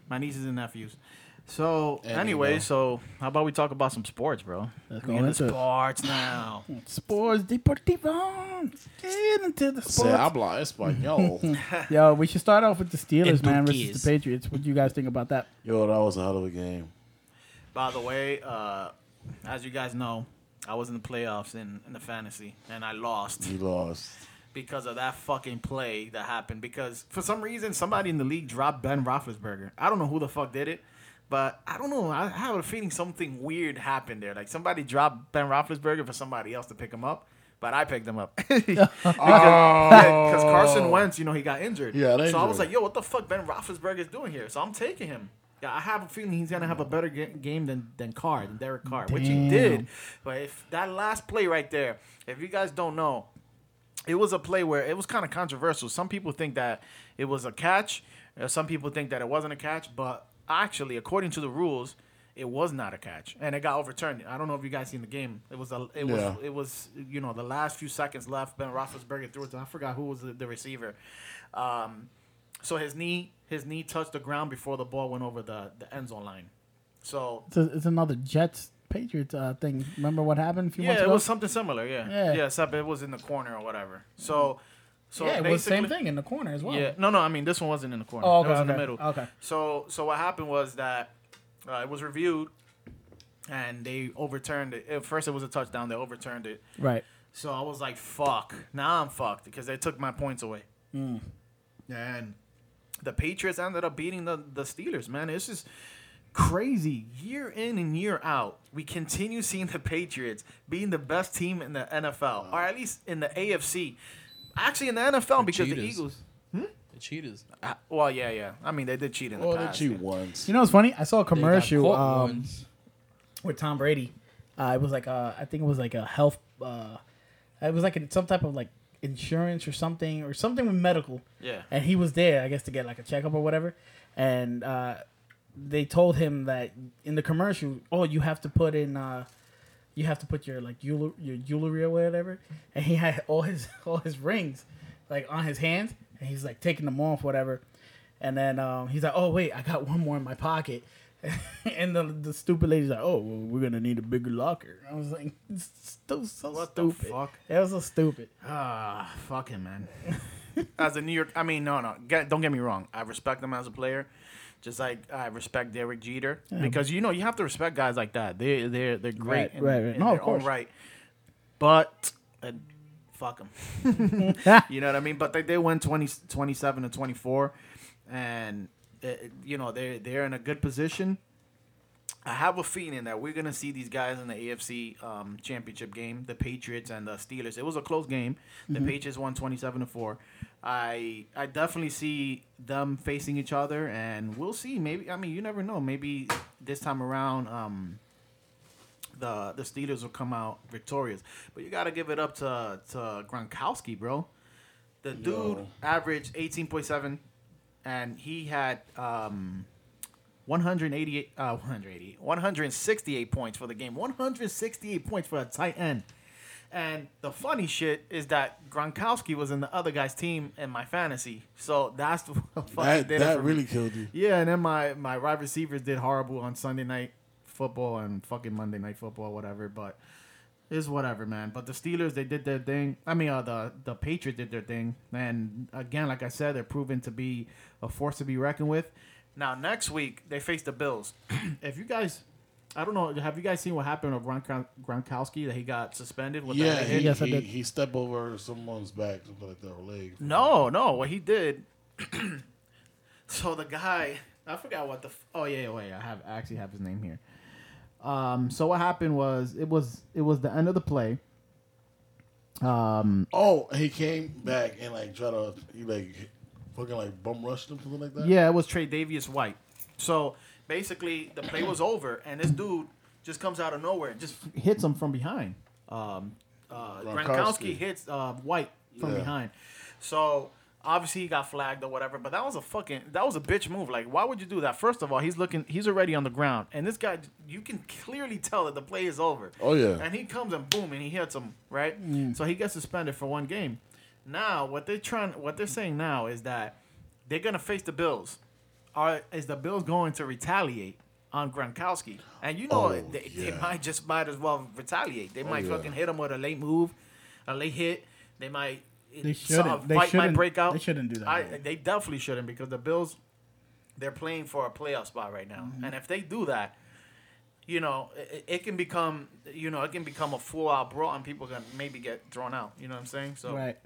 My nieces and nephews. So,
And
anyway,
Emo.
so how about we talk about some sports, bro?
Let's
We
go
into
into it.
sports now.
Sports Deportivo. Get into the
Se
sports.
habla español.
Yo, we should start off with the Steelers, man, versus
Dukies.
the Patriots. What do you guys think about that?
Yo, that was a hell of a game.
By the way, uh, as you guys know, I was in the playoffs in, in the fantasy, and I lost
You lost.
because of that fucking play that happened. Because for some reason, somebody in the league dropped Ben Roethlisberger. I don't know who the fuck did it, but I don't know. I, I have a feeling something weird happened there. Like somebody dropped Ben Roethlisberger for somebody else to pick him up. But I picked him up because
Oh.
Carson Wentz, you know, he got injured.
Yeah, that
so I was
injury.
like, "Yo, what the fuck, Ben Roethlisberger is doing here?" So I'm taking him. Yeah, I have a feeling he's gonna have a better ga- game than than Carr, than Derek Carr, which he
Damn.
did. But if that last play right there, if you guys don't know, it was a play where it was kind of controversial. Some people think that it was a catch, uh, some people think that it wasn't a catch, but actually, according to the rules, it was not a catch, and it got overturned. I don't know if you guys seen the game. It was a, it was,
Yeah.
it was, you know, the last few seconds left. Ben Roethlisberger threw it. To, I forgot who was the, the receiver. Um, so his knee, his knee touched the ground before the ball went over the the end zone line. So
It's, a, it's another Jets Patriots uh, thing. Remember what happened a few months
yeah, it
ago?
was something similar. Yeah,
Yeah.
yeah, except it was in the corner or whatever. So, so
yeah, it was the same
basically-
thing in the corner as well.
Yeah. No, no. I mean, this one wasn't in the corner.
Oh,
it
okay,
was in the
okay,
middle.
okay.
So, so what happened was that uh, it was reviewed, and they overturned it. At first, it was a touchdown. They overturned it.
Right.
So I was like, "Fuck!" Now I'm fucked because they took my points away.
Hmm.
And the Patriots ended up beating the the Steelers. Man, it's just crazy. Year in and year out, we continue seeing the Patriots being the best team in the NFL, or at least in the AFC. Actually, in the NFL, because the
cheaters.
Eagles.
The cheaters.
Uh, Well, yeah, yeah. I mean, they did cheat in the
Well,
past.
that you
yeah.
once.
You know what's funny? I saw a
They got
commercial
caught
um,
once.
with Tom Brady. Uh, it was like uh, I think it was like a health. Uh, it was like in some type of like insurance or something or something with medical.
Yeah.
And he was there, I guess, to get like a checkup or whatever. And uh, they told him that in the commercial, oh, you have to put in, uh, you have to put your like jewel- your jewelry or whatever. And he had all his all his rings, like on his hands, and he's like taking them off, whatever. And then um, he's like, oh wait, I got one more in my pocket. and the, the stupid lady's like, oh, well, we're gonna need a bigger locker. I was like, it's so, so
What the
stupid.
fuck?
That was so stupid.
Ah, fucking man. as a New York, I mean, no, no. Get, don't get me wrong. I respect them as a player, just like I respect Derek Jeter, because you know you have to respect guys like that. They they they're great,
Right,
in,
right, right.
in
No, of
their own
course.
right. But uh, fuck them. you know what I mean? But they they went 20, 27 to twenty four, and uh, you know they they're in a good position. I have a feeling that we're gonna see these guys in the AFC um, championship game, the Patriots and the Steelers. It was a close game. The Patriots won twenty seven to four. I I definitely see them facing each other, and we'll see. Maybe I mean you never know. Maybe this time around. Um, the the Steelers will come out victorious. But you got to give it up to to Gronkowski, bro. The dude
Yo.
averaged 18.7 and he had um 188 uh 188 168 points for the game. 168 points for a tight end. And the funny shit is that Gronkowski was in the other guy's team in my fantasy. So that's what fucking
That,
did it
that
for me.
really killed you.
Yeah, and then my my wide receivers did horrible on Sunday night football and fucking Monday night football, whatever. But it's whatever, man. But the Steelers they did their thing. I mean, uh, the the Patriots did their thing, and again, like I said, they're proven to be a force to be reckoned with. Now next week they face the Bills. if you guys. I don't know. Have you guys seen what happened with Gronk- Gronkowski that he got suspended? With
Yeah,
that
he,
hit?
Yes, I
he,
did.
he stepped over someone's back, something like that, or leg.
No, no. What he did. so the guy, I forgot what the. F- oh yeah, yeah, wait. I have I actually have his name here. Um. So what happened was it was it was the end of the play. Um.
Oh, he came back and like tried to he like fucking like bum rushed him, something like that.
Yeah, it was Trey Davius White. So basically, the play was over, and this dude just comes out of nowhere, and just hits him from behind. Um, uh,
Gronkowski.
Gronkowski hits uh, White from
Yeah.
behind. So obviously he got flagged or whatever. But that was a fucking that was a bitch move. Like, why would you do that? First of all, he's looking, he's already on the ground, and this guy, you can clearly tell that the play is over.
Oh, yeah. Mm.
And he comes and boom, and he hits him right. So he gets suspended for one game. Now what they're trying, what they're saying now is that they're gonna face the Bills. Are is the Bills going to retaliate on Gronkowski? And you know
Oh,
they, they
yeah. Oh,
might just might as well retaliate. They might
yeah.
fucking hit him with a late move, a late hit. They might.
They
some
shouldn't. They
fight might
shouldn't-
break out.
they shouldn't do that.
I, they definitely shouldn't because the Bills, they're playing for a playoff spot right now,
Mm-hmm.
and if they do that, you know, it, it can become, you know, it can become a full out brawl, and people can maybe get thrown out. You know what I'm saying? So,
Right.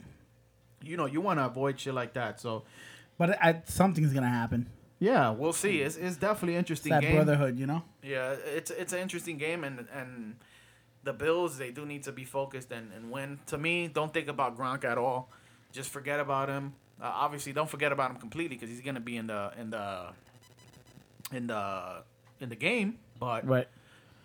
you know, you want to avoid shit like that. So,
But I, something's gonna happen.
yeah, we'll see. It's, it's definitely an
It's
interesting
that
game.
brotherhood, you know.
Yeah, it's it's an interesting game, and and the Bills they do need to be focused and, and win. To me, don't think about Gronk at all. Just forget about him. Uh, obviously, don't forget about him completely because he's gonna be in the in the in the in the game. But
Right.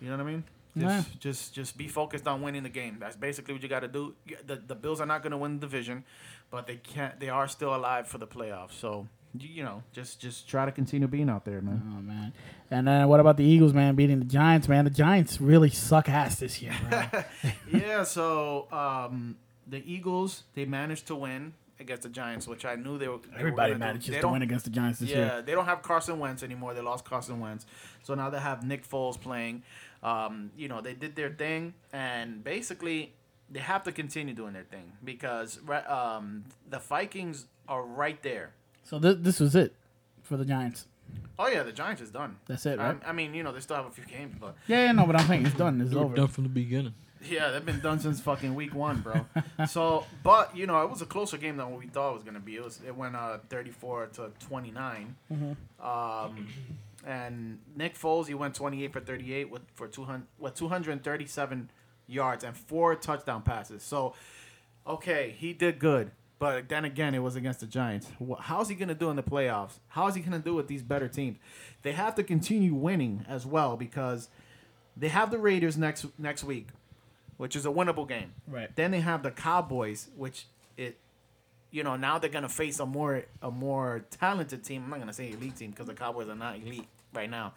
you know what I mean. Just,
Yeah.
just, just be focused on winning the game. That's basically what you got to do. Yeah, The, the Bills are not going to win the division, but they can't. They are still alive for the playoffs. So, you, you know, just, just try to continue being out there, man.
Oh man. And then what about the Eagles, man, beating the Giants, man? The Giants really suck ass this year, bro.
yeah, so um, the Eagles they managed to win against the Giants, which I knew they were. they were
Everybody
gonna do.
manages
They
to
don't-
win against the Giants this
Yeah,
year.
they don't have Carson Wentz anymore. They lost Carson Wentz, so now they have Nick Foles playing. Um, you know, they did their thing, and basically they have to continue doing their thing because ri- um, the Vikings are right there.
So this this was it for the Giants.
Oh yeah, the Giants is done.
That's it, right?
I, I mean, you know, they still have a few games, but
Yeah, yeah, no, but I'm saying it's done. It's
They were
over.
done from the beginning.
Yeah, they've been done since fucking week one, bro. So, but you know, it was a closer game than what we thought it was gonna be. It was it went uh 34 to 29. Um, and Nick Foles he went 28 for 38 with for 200 with 237 yards and four touchdown passes. So, okay, he did good. But then again, it was against the Giants. Wh- How's he gonna do in the playoffs? How's he gonna do with these better teams? They have to continue winning as well because they have the Raiders next next week, which is a winnable game.
Right.
Then they have the Cowboys, which it, you know, now they're gonna face a more a more talented team. I'm not gonna say elite team because the Cowboys are not elite right now.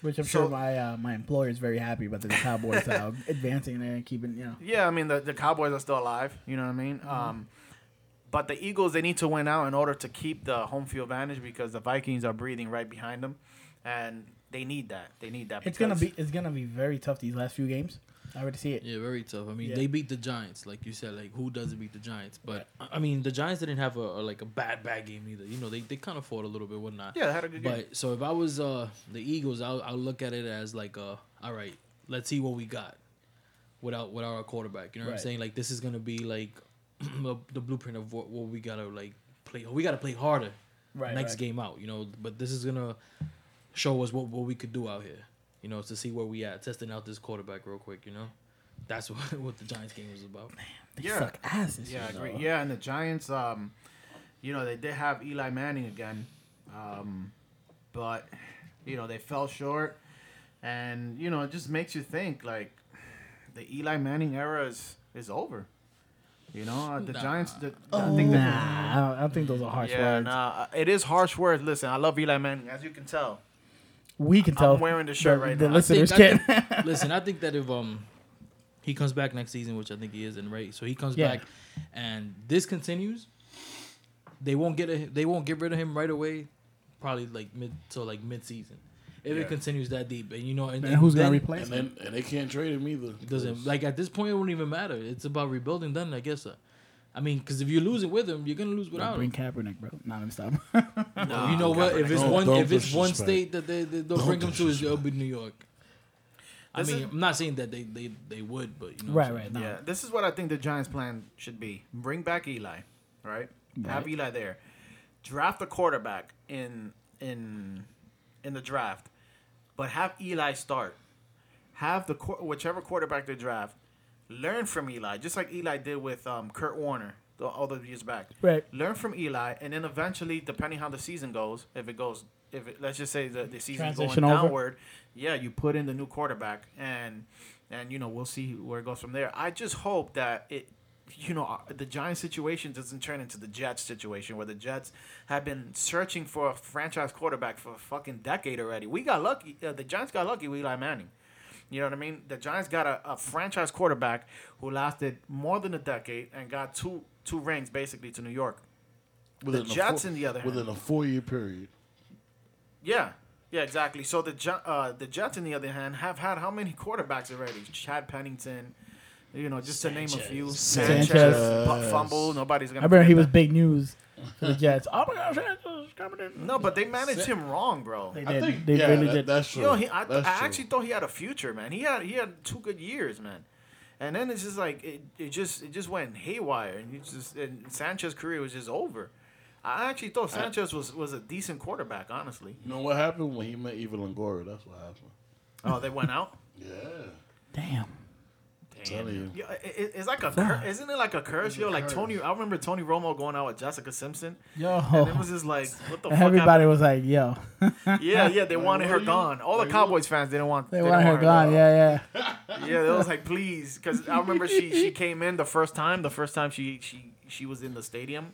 Which I'm
So-
sure my uh, my employer is very happy about the Cowboys uh, advancing there and keeping you know.
Yeah, I mean the, the Cowboys are still alive. You know what I mean?
Mm-hmm.
Um, but the Eagles they need to win out in order to keep the home field advantage because the Vikings are breathing right behind them, and they need that. They need that.
It's gonna
because-
be it's gonna be very tough these last few games. I already see it.
Yeah, very tough. I mean,
Yeah.
they beat the Giants, like you said. Like, who doesn't beat the Giants? But I I mean, the Giants didn't have a, a like a bad bad game either. You know, they, they kind of fought a little bit, whatnot.
Yeah, they had a good game.
But so if I was uh the Eagles, I'll I'll look at it as like uh all right, let's see what we got without without our quarterback. You know what
Right.
I'm saying? Like this is gonna be like the the blueprint of what, what we gotta like play. We gotta play harder
Right.
next
right.
game out. You know, but this is gonna show us what what we could do out here. You know, to see where we at, testing out this quarterback real quick. You know, that's what what the Giants game was about.
They
Yeah.
suck ass this
Yeah, I
year,
agree.
though.
Yeah, and the Giants, um, you know, they did have Eli Manning again, um, but you know they fell short, and you know it just makes you think like the Eli Manning era is is over. You know, uh, the
Nah.
Giants. The,
Nah,
I think the-
I, don't, I don't think those are harsh
yeah,
words.
nah, uh, it is harsh words. Listen, I love Eli Manning, as you can tell.
We can tell.
wearing the shirt
the,
right
the
now. I
listeners
think-
can.
Listen, I think that if um he comes back next season, which I think he is, and right, so he comes
Yeah.
back, and this continues, they won't get a, they won't get rid of him right away, probably like mid till like mid season, if
Yeah.
it continues that deep, and you know, and,
and who's
then
gonna replace
And
him?
then and they can't trade him either.
it doesn't like at this point it won't even matter. It's about rebuilding. Then I guess, uh, I mean, because if you lose it with him, you're gonna lose without
Bring
him.
Kaepernick, bro. Nah, let me stop.
Well, you know what? If it's
Don't-
one,
don't
if it's one
disrespect.
state that they, they don't,
Don't
bring him to, is
disrespect.
it'll be New York. I
This
mean,
is-
I'm not saying that they, they, they would, but you know,
right,
what I'm saying.
right. Nah.
Yeah, this is what I think the Giants' plan should be: bring back Eli, right? Have Eli there, draft a quarterback in in in the draft, but have Eli start. Have the quar- whichever quarterback they draft learn from Eli, just like Eli did with um, Kurt Warner the, all those years back.
Right.
Learn from Eli, and then eventually, depending how the season goes, if it goes, if it, let's just say the the season's going
Transition over.
downward, yeah, you put in the new quarterback, and and you know we'll see where it goes from there. I just hope that it. You know uh, the Giants situation doesn't turn into the Jets situation where the Jets have been searching for a franchise quarterback for a fucking decade already. We got lucky. Uh, the Giants got lucky with Eli Manning. You know what I mean? The Giants got a, a franchise quarterback who lasted more than a decade and got two two rings basically to New York.
Within
the
a
Jets,
four-
in the other hand.
within a four year period.
Yeah, yeah, exactly. So the Gi- uh, the Jets, on the other hand, have had how many quarterbacks already? Chad Pennington, you know, just to name a few.
Sanchez.
Sanchez,
Sanchez.
fu- fumble. Nobody's gonna.
I remember he was
forget
big news for the Jets. Oh my gosh, Sanchez coming
that.
in.
No, but they managed him wrong, bro.
They
I
did.
think
they
yeah,
really
that-
did.
That's true.
Yo, he, I, I
That's true.
actually thought he had a future, man. He had he had two good years, man. And then it's just like it, it just it just went haywire, and you just and Sanchez's career was just over. I actually thought Sanchez was, was a decent quarterback, honestly.
You know what happened when he met Eva Longoria? That's what happened.
Oh, they went out.
Yeah.
Damn.
Tell you.
Yeah, i- i- it's like a cur- isn't it like a curse, yo? Like
curse.
Tony, I remember Tony Romo going out with Jessica Simpson, and it
Yo.
was just like, what the fuck?
Oh. Everybody was like, yo.
happened? Yeah, yeah, they wanted her
what are you-
gone. All the
like, what-
Cowboys fans didn't want.
They
didn't
want her
want
gone. Yeah, yeah.
gone. Yeah, it was like please, because I remember she she came in the first time. The first time she she she was in the stadium.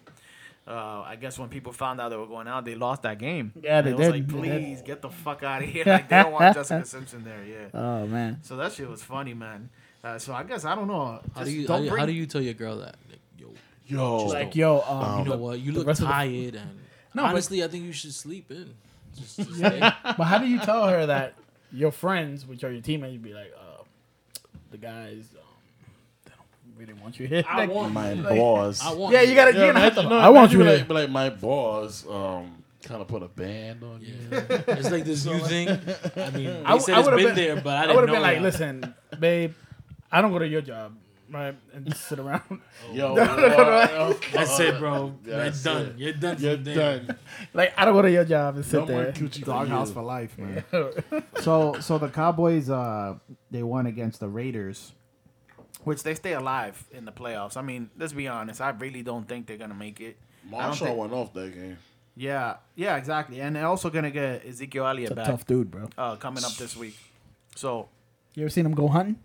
Uh, I guess when people found out they were going out, they lost that game.
Yeah, they
And it
did.
was Like,
They did.
please get the fuck out of here! Like they don't want Jessica Simpson there. Yeah.
Oh man.
So that shit was funny, man. Uh, so I guess I don't know.
How do
Just
you
don't
how, do you-
bring-
how do you tell your girl that? Like, yo,
Yo.
Like yo, um,
you know
the-
what? You
the
look
rest of the-
tired, and
No, but-
honestly, I think you should sleep in. Just, just stay.
But how do you tell her that your friends, which are your teammates, you'd be like, uh, the guys, um, they don't really want you here.
I want.
my
like-
boss.
I want.
yeah, you gotta.
Yeah,
you gotta have
imagine,
to,
no,
I want
imagine
you
be
here.
like, be like my boss um kind of put a band on you.
Yeah. It's like this new thing. I mean, they
I w-
said
I
it's
would've
been,
been-
there, but I
I,
didn't
would have
know.
been like,
that.
listen, babe, I don't go to your job, right, and just sit around.
Yo,
That's it, bro.
That's
You're done.
it.
You're done.
You're
from there.
done.
like I don't go to your job and sit
No more
there.
coochie
Doghouse
for
for
you.
life, man.
Yo,
so, so the Cowboys, uh, they won against the Raiders, which they stay alive in the playoffs. I mean, let's be honest. I really don't think they're gonna make it. I don't
Marshall
think-
went off that game.
Yeah, yeah, exactly. And they're also gonna get Ezekiel Elliott back
dude, bro.
uh, coming up this week. So,
You ever seen him go hunting?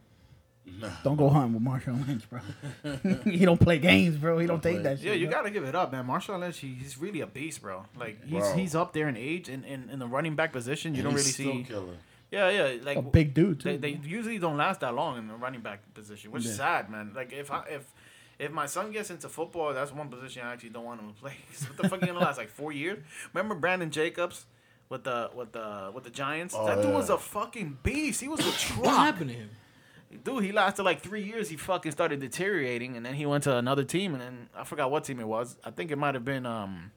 Nah.
Don't go hunting with Marshawn Lynch, bro. he don't play games, bro. He don't,
Don't
take
play.
that shit.
yeah, you
bro.
gotta give it up, man. Marshall Lynch, he, he's really a beast, bro. Like he's
Bro.
he's up there in age and in, in the running back position. You
And
don't really
he's still
see.
Killing.
Yeah, yeah, like
a big dude too.
They, they usually don't last that long in the running back position, which is sad, man. Like if I, if if my son gets into football, that's one position I actually don't want him to play. 'Cause what the fuck you gonna last like four years? Remember Brandon Jacobs with the with the with the Giants?
Oh,
that dude
yeah.
was a fucking beast. He was a
What
truck,
happened to him?
dude. He lasted like three years. He fucking started deteriorating, and then he went to another team, and then I forgot what team it was. I think it might have been um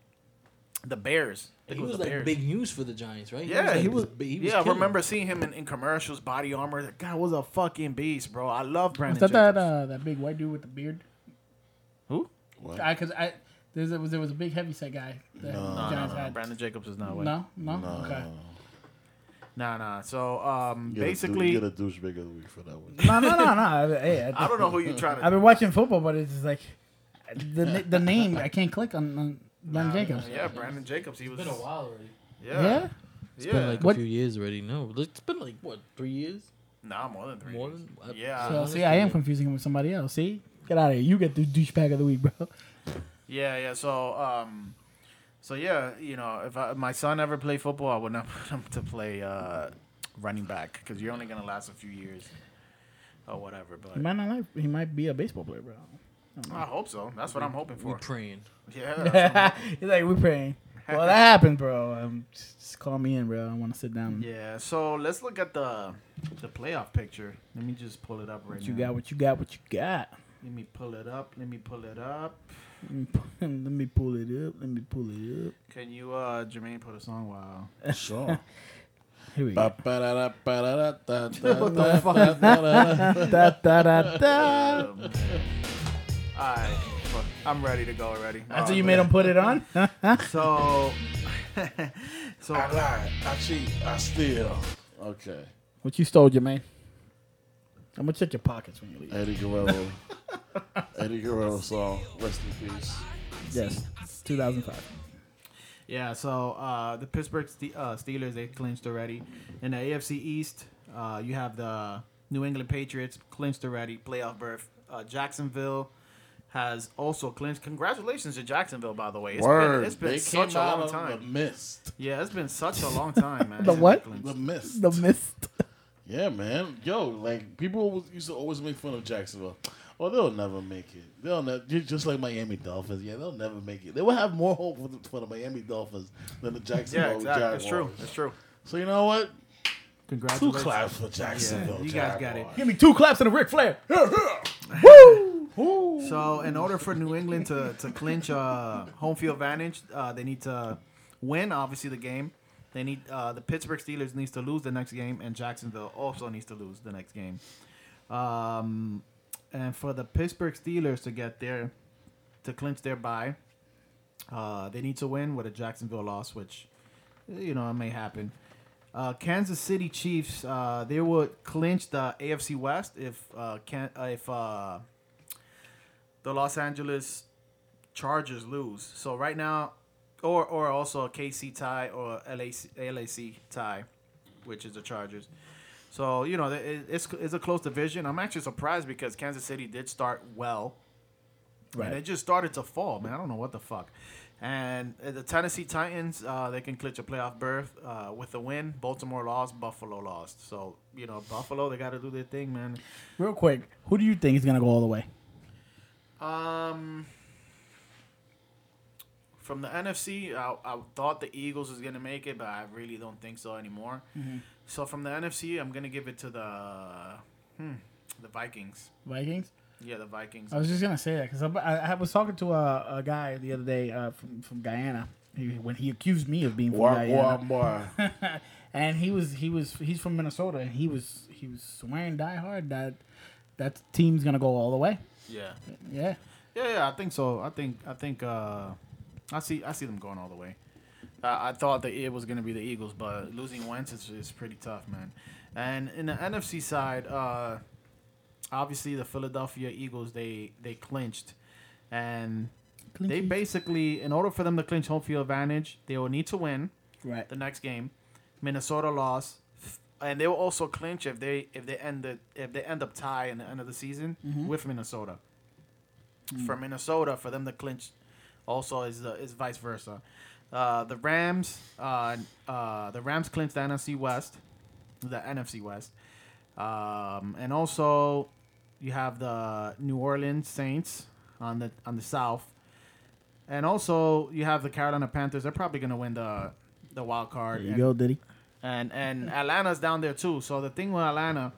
the Bears. I think
He
it
was
the
like
Bears.
big news for the Giants, right?
Yeah,
like
he was.
this big- he was
yeah, I
killing.
remember seeing him in, in commercials, body armor. That guy was a fucking beast, bro. I love Brandon.
Was that that
Jacobs.
uh, that big white dude with the beard?
Who?
What?
I because I there's a, was there was a big heavy set guy that the
No, no,
Giants
no, no.
had.
Brandon Jacobs is not white.
No, no,
No,
okay.
Nah, nah. So um,
You get a dou-
basically,
you get a douchebag of the week for that one.
No, no, no, no. Hey,
I don't know who you're trying to.
I've been watching football, but it's just like the na- the name. I can't click on, on Len Jacobs.
yeah, Brandon Jacobs. He was.
It's been a while already.
Yeah.
Yeah. Yeah.
It's been like
What-
a few years already. No, it's been like what three years?
nah, more than three.
More
years.
than- I-
yeah.
So see, I am confusing him with somebody else. See, get out of here. You get the douchebag of the week, bro.
Yeah, yeah. So, um, so yeah, you know, if I, my son ever played football, I would not put him to play uh, running back because you're only gonna last a few years or whatever.
He
But
might not like. He might be a baseball player, bro.
I hope so. That's what I'm hoping
We're
for.
praying.
Yeah. that's what I'm hoping-
He's like, we're praying. Well, that happened, bro. Um, just just call me in, bro. I want to sit down.
yeah. So let's look at the the playoff picture. Let me just pull it up right
What you
now.
got? What you got? What you got?
Let me pull it up. Let me pull it up.
Let me pu- Let me pull it up. Let me pull it up.
Can you, uh, Jermaine, put a song? Wow.
Sure.
Here we go.
Ba-ba-da-da-ba-da-da-da-da-da-da-da.
Da, da, da, da.
Um, all right. Fuck, I'm ready to go already.
After
Oh,
you made him put it on?
So, so
I lied. I cheat. I steal. Okay.
what you stole, Jermaine? I'm gonna check your pockets when you leave.
Eddie Guerrero. Eddie Guerrero song. Rest in peace.
Yes, 2005.
yeah, so uh, the Pittsburgh Ste- uh, Steelers they clinched already. In the AFC East, uh, you have the New England Patriots clinched already, playoff berth. Uh, Jacksonville has also clinched. Congratulations to Jacksonville, by the way. It's
Word.
been, it's been
they
such
came
a
out
long
of the
time.
mist.
Yeah, it's been such a long time, man.
The
since
what?
they clinched.
The mist.
The mist.
yeah, man. Yo, like people was, used to always make fun of Jacksonville. Oh, they'll never make it. They'll never. Just like Miami Dolphins. Yeah, they'll never make it. They will have more hope for the, for the Miami Dolphins than the Jacksonville
Yeah, exactly.
Jaguars.
It's true. It's true.
So you know what? Two
Congratulations.
claps for Jacksonville.
Yeah, you guys got
Jaguars.
Give me two claps and a Ric Flair.
So, in order for New England to, to clinch uh, home field advantage, uh, they need to win, obviously, the game. They need uh, the Pittsburgh Steelers needs to lose the next game, and Jacksonville also needs to lose the next game. Um, and for the Pittsburgh Steelers to get there, to clinch their bye, uh, they need to win with a Jacksonville loss, which you know it may happen. Uh, Kansas City Chiefs, uh, they would clinch the AFC West if uh, can uh, if uh, the Los Angeles Chargers lose. So right now, or or also a KC tie or LAC, LAC tie, which is the Chargers. So you know it- it's it's a close division. I'm actually surprised because Kansas City did start well,
Right.
and it just started to fall, man. I don't know what the fuck. And uh, the Tennessee Titans, uh, they can clinch a playoff berth uh, with a win. Baltimore lost, Buffalo lost. So you know Buffalo, they got to do their thing, man.
Real quick, who do you think is gonna go all the way?
Um, from the NFC, I, I thought the Eagles was gonna make it, but I really don't think so anymore. So from the NFC, I'm gonna give it to the hmm, the Vikings.
Vikings.
Yeah, the Vikings.
I was just gonna say that because I, I was talking to a, a guy the other day uh, from from Guyana. He, when he accused me of being from
Wah,
Guyana,
wah, wah.
and he was he was he's from Minnesota, and he was he was swearing die hard that that team's gonna go all the way.
yeah,
Yeah,
yeah, yeah. I think so. I think I think uh, I see I see them going all the way. I I thought that it was going to be the Eagles, but losing Wentz is, is pretty tough, man. And in the NFC side, uh, obviously the Philadelphia Eagles they they clinched, and they
Clinky.
basically in order for them to clinch home field advantage, they will need to win
right.
the next game. Minnesota lost, and they will also clinch if they if they end the, if they end up tie in the end of the season with Minnesota. For Minnesota, for them to clinch, also is uh, is vice versa. Uh, the Rams, uh, uh, the Rams clinched the NFC West, the NFC West, um, and also you have the New Orleans Saints on the on the South. And also, you have the Carolina Panthers. They're probably going to win the the wild card.
There you
and,
go, Diddy.
and and Atlanta's down there too. So the thing with Atlanta,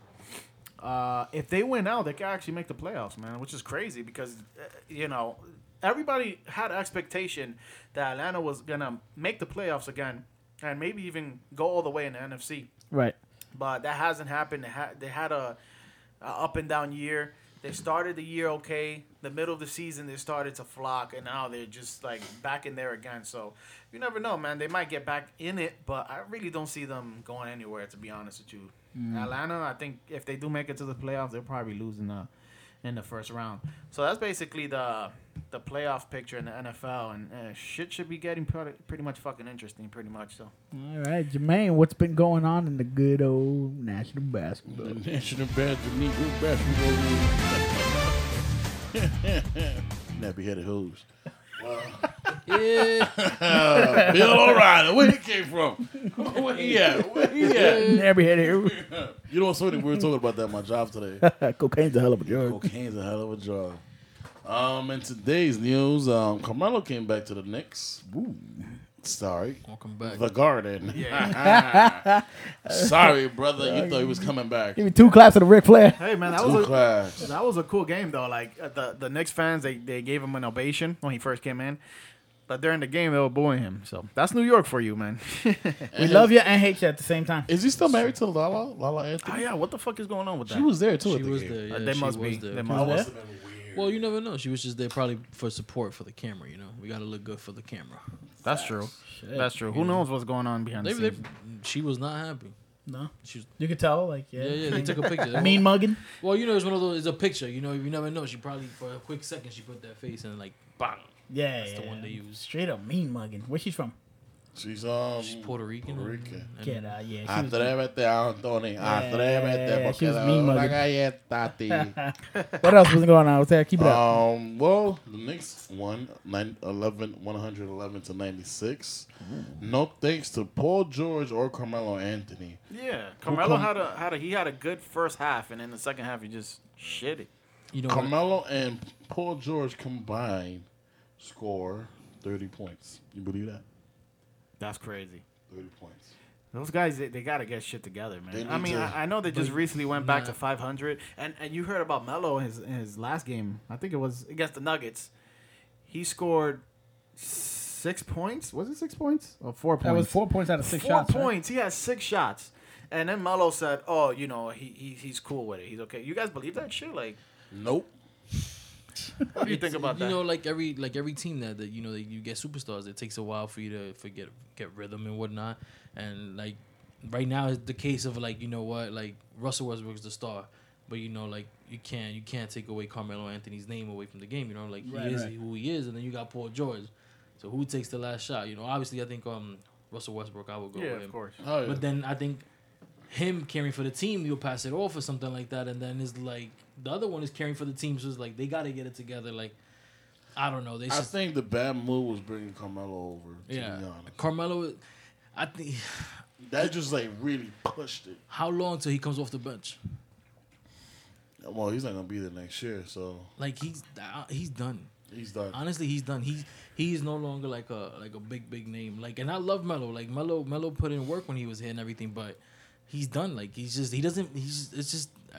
uh, if they win out, they can actually make the playoffs, man, which is crazy because uh, you know everybody had expectation that Atlanta was gonna make the playoffs again and maybe even go all the way in the NFC
Right.
but that hasn't happened. They had, they had a, a up and down year. They started the year okay. The middle of the season, they started to flock, and now they're just like back in there again. So you never know, man. They might get back in it, but I really don't see them going anywhere. To be honest with you, Atlanta. I think if they do make it to the playoffs, they'll probably lose in the in the first round. So that's basically the the playoff picture in the NFL, and uh, shit should be getting pretty, pretty much fucking interesting, pretty much. So.
All right, Jermaine, what's been going on in the good old National Basketball?
The National Basketball League Group Basketball League. Nappy headed hoes.
Yeah.
Bill O'Reilly, where he came from? Where he at? Where he at?
Mm. Every head here.
You know, it's funny. We were talking about that at my job today.
Cocaine's a hell of a drug.
Cocaine's a hell of a drug. Um, in today's news, um, Carmelo came back to the Knicks. Ooh. Sorry.
Welcome back.
The Garden. Sorry, brother. You thought he was coming back.
Give me two claps of the Ric Flair.
Hey man, that
Two
was a,
class.
That was a cool game though. Like uh, the the Knicks fans, they, they gave him an ovation when he first came in, but during the game they were booing him. So that's New York for you, man. oh
We love you and hate you at the same time.
Is he still married to Lala? Lala Anthony?
Oh, yeah, what the fuck is going on with that?
She was there too. at
Oh, She
the
was
game.
there. Yeah,
Uh, they
she
must
was
be.
there.
They must.
Must have been weird.
Well, you never know. She was just there probably for support for the camera. You know, we gotta look good for the camera.
That's true. That's true. Who knows what's going on behind
They,
the
they,
scenes?
she was not happy.
No,
She was,
you could tell. Like yeah,
yeah, yeah. They took a picture. They
mean mugging.
Well, you know, it's one of those. It's a picture. You know, you never know. She probably for a quick second she put that face and like bang.
Yeah,
That's the
yeah.
one they use.
Straight up mean mugging. Where she's from?
She's um.
Mm.
She's Puerto Rican.
Puerto
and-
Rican.
and-
Get out. Yeah, she was-
After that, right there, Anthony. After that, right there,
yeah, she was
porque
mean
la
mugging.
galleta, tati.
what else was going on with that? Keep it up.
Um, well, the Knicks won nine, 11, 111 to 96. No thanks to Paul George or Carmelo Anthony.
Yeah, Carmelo
come-
had a had a he had a good first half, and in the second half he just shit it.
You know, what?
Carmelo and Paul George combined score 30 points. You believe that?
That's crazy.
30 points.
Those guys, they, they gotta get shit together,
They
man. I
need
mean,
to.
I, I know they just recently went back
nah.
to 500, and, and you heard about Melo in his in his last game. I think it was against the Nuggets. He scored six points. Was it six points or four points?
That was four points out of six
Four
shots. right?
points. He had six shots, and then Melo said, "Oh, you know, he, he he's cool with it. He's okay." You guys believe that shit? Like,
Nope.
what do you
it's-
think about
you
that?
know, like every like every team that that you know that you get superstars, it takes a while for you to forget get rhythm and whatnot. And like right now, it's the case of like you know what, like Russell Westbrook's the star, but you know like you can't you can't take away Carmelo Anthony's name away from the game. You know, like
Right,
he is
right.
who he is, and then you got Paul George. So who takes the last shot? You know, obviously I think um Russell Westbrook, I would go
yeah,
with him.
of course.
Oh, yeah.
But then I think him caring for the team, you'll pass it off or something like that. And then it's like the other one is caring for the team, so it's like they got to get it together. Like I don't know, they
I
should,
think the bad move was bringing Carmelo over, to
yeah.
be honest.
Carmelo, I think
That just, like, really pushed it.
how long till he comes off the bench?
Well, he's not going to be there next year, so
Like he's uh, he's done.
he's done.
Honestly, he's done. He's he is no longer like a like a big big name. Like and I love Melo. Like Melo Melo put in work when he was here and everything, but he's done. Like he's just he doesn't. He's it's just uh,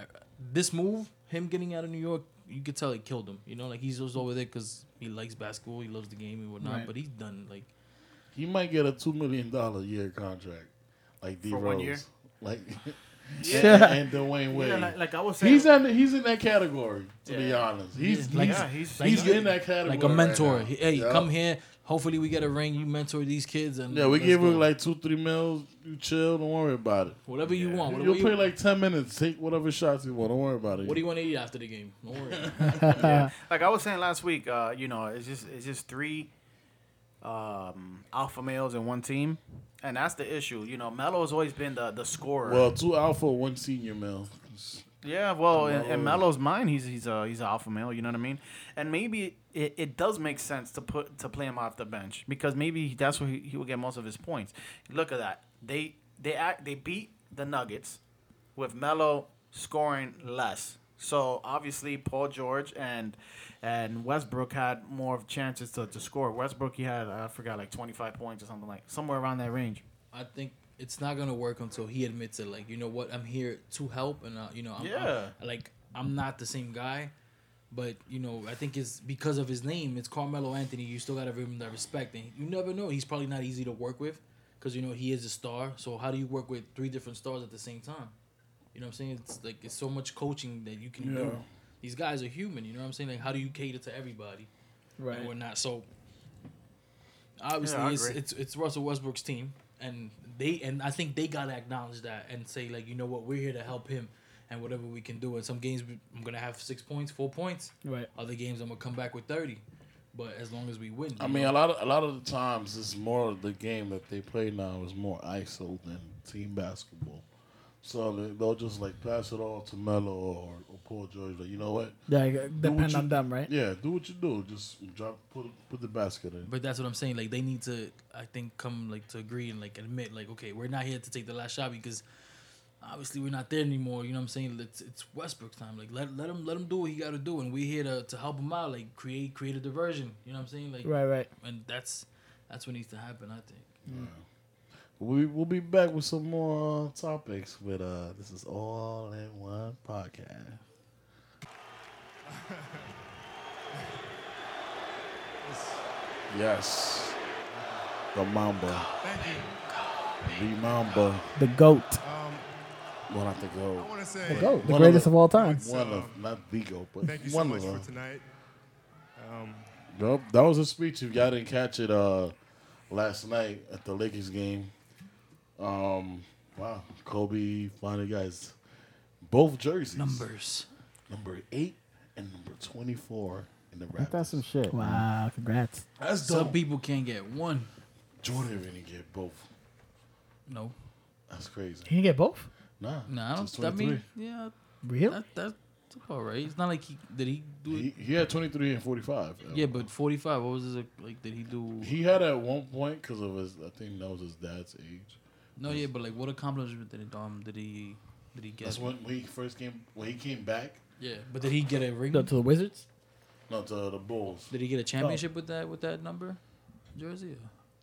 this move. Him getting out of New York, you could tell it killed him. You know, like he's just over there because he likes basketball, he loves the game and whatnot.
Right.
But he's done. Like
He might get a two million dollar year contract, like D
For
Rose,
one year?
like and, and Dwayne Wade.
Yeah, like, like I was saying,
he's in he's in that category. To be
Yeah.
honest, he's
like-
he's,
yeah, he's,
he's
like-
in that category.
like a mentor.
Right now.
He- hey,
Yeah.
come here. Hopefully we get a ring. You mentor these kids and
Yeah, we
let's
give
go.
him like two three mils. You chill. Don't worry about it.
whatever you want. Whatever
You'll
you,
play like ten minutes. Take whatever shots you want. Don't worry about it.
what do you want to eat after the game? Don't worry.
like I was saying last week, uh, you know, it's just it's just three um, alpha males in one team, and that's the issue. You know, Melo has always been the the scorer.
well, two alpha, one senior male.
yeah, well, in, in
Melo-
Melo's mind, he's he's a he's an alpha male. You know what I mean? And maybe it, it does make sense to put to play him off the bench because maybe that's where he, he will get most of his points. Look at that. They they act, they beat the Nuggets with Melo scoring less. So obviously Paul George and and Westbrook had more of chances to, to score. Westbrook he had I forgot like 25 points or something like somewhere around that range.
I think it's not gonna work until he admits it. Like, you know what? I'm here to help, and uh, you know, I'm, I'm-
Yeah.
like I'm not the same guy, but you know, I think it's because of his name. It's Carmelo Anthony. You still gotta give him that respect, and you never know. He's probably not easy to work with, because you know he is a star. So how do you work with three different stars at the same time? You know what I'm saying? It's like it's so much coaching that you can do. these guys are human. You know what I'm saying? Like, how do you cater to everybody
Right.
and whatnot? So obviously,
Yeah, I
it's,
agree.
it's it's Russell Westbrook's team, and they and I think they gotta acknowledge that and say like, you know what, we're here to help him, and whatever we can do. And some games we- I'm gonna have six points, four points.
Right.
Other games I'm gonna come back with thirty. But as long as we win,
I
you
mean,
know?
a lot of a lot of the times, it's more the game that they play now is more ISO than team basketball. So they- they'll just like pass it all to Melo or, or Paul George. Like, you know what?
Like, uh,
Do what
depend
you-
on them, right?
Yeah, do what you do. Just drop, put put the basket in.
But that's what I'm saying. Like they need to, I think, come like to agree and like admit, like, okay, we're not here to take the last shot because obviously we're not there anymore. You know what I'm saying? It's it's Westbrook's time. Like let let him let him do what he got to do, and we're here to, to help him out. Like create create a diversion. You know what I'm saying? Like
Right, right.
and that's that's what needs to happen. I think.
We we'll be back with some more uh, topics. But uh, this is all in one podcast. yes, the Mamba,
Thank you.
the Mamba.
The GOAT.
Um,
One of the
I
go.
want to say
The GOAT. The
One
greatest
of
of all time.
One of not the go, but
thank you so
one
much
of
for
them.
tonight. Um,
Yup, that was a speech. If y'all didn't catch it uh, last night at the Lakers game, um, wow, Kobe finally got his both jerseys,
Numbers.
number eight and number twenty-four in the Raptors.
That's some shit. man.
Wow, congrats.
That's
Some
dope.
people can't get one.
Jordan didn't get both.
No,
That's crazy.
He can get both?
Nah,
no, I
just
don't. I mean,
23.
yeah,
Really?
that that's all right. It's not like he did he do. It?
he, he had twenty-three and forty-five.
Yeah, but 45. What was his like? Did he do?
he had at one point because of his. I think that was his dad's age.
No, yeah, but like, what accomplishment did he um did he did he get?
That's when when he first came when he came back.
yeah, but did he get a ring?
Go to the Wizards? Oh.
No, to the Bulls.
Did he get a championship with that with that number jersey?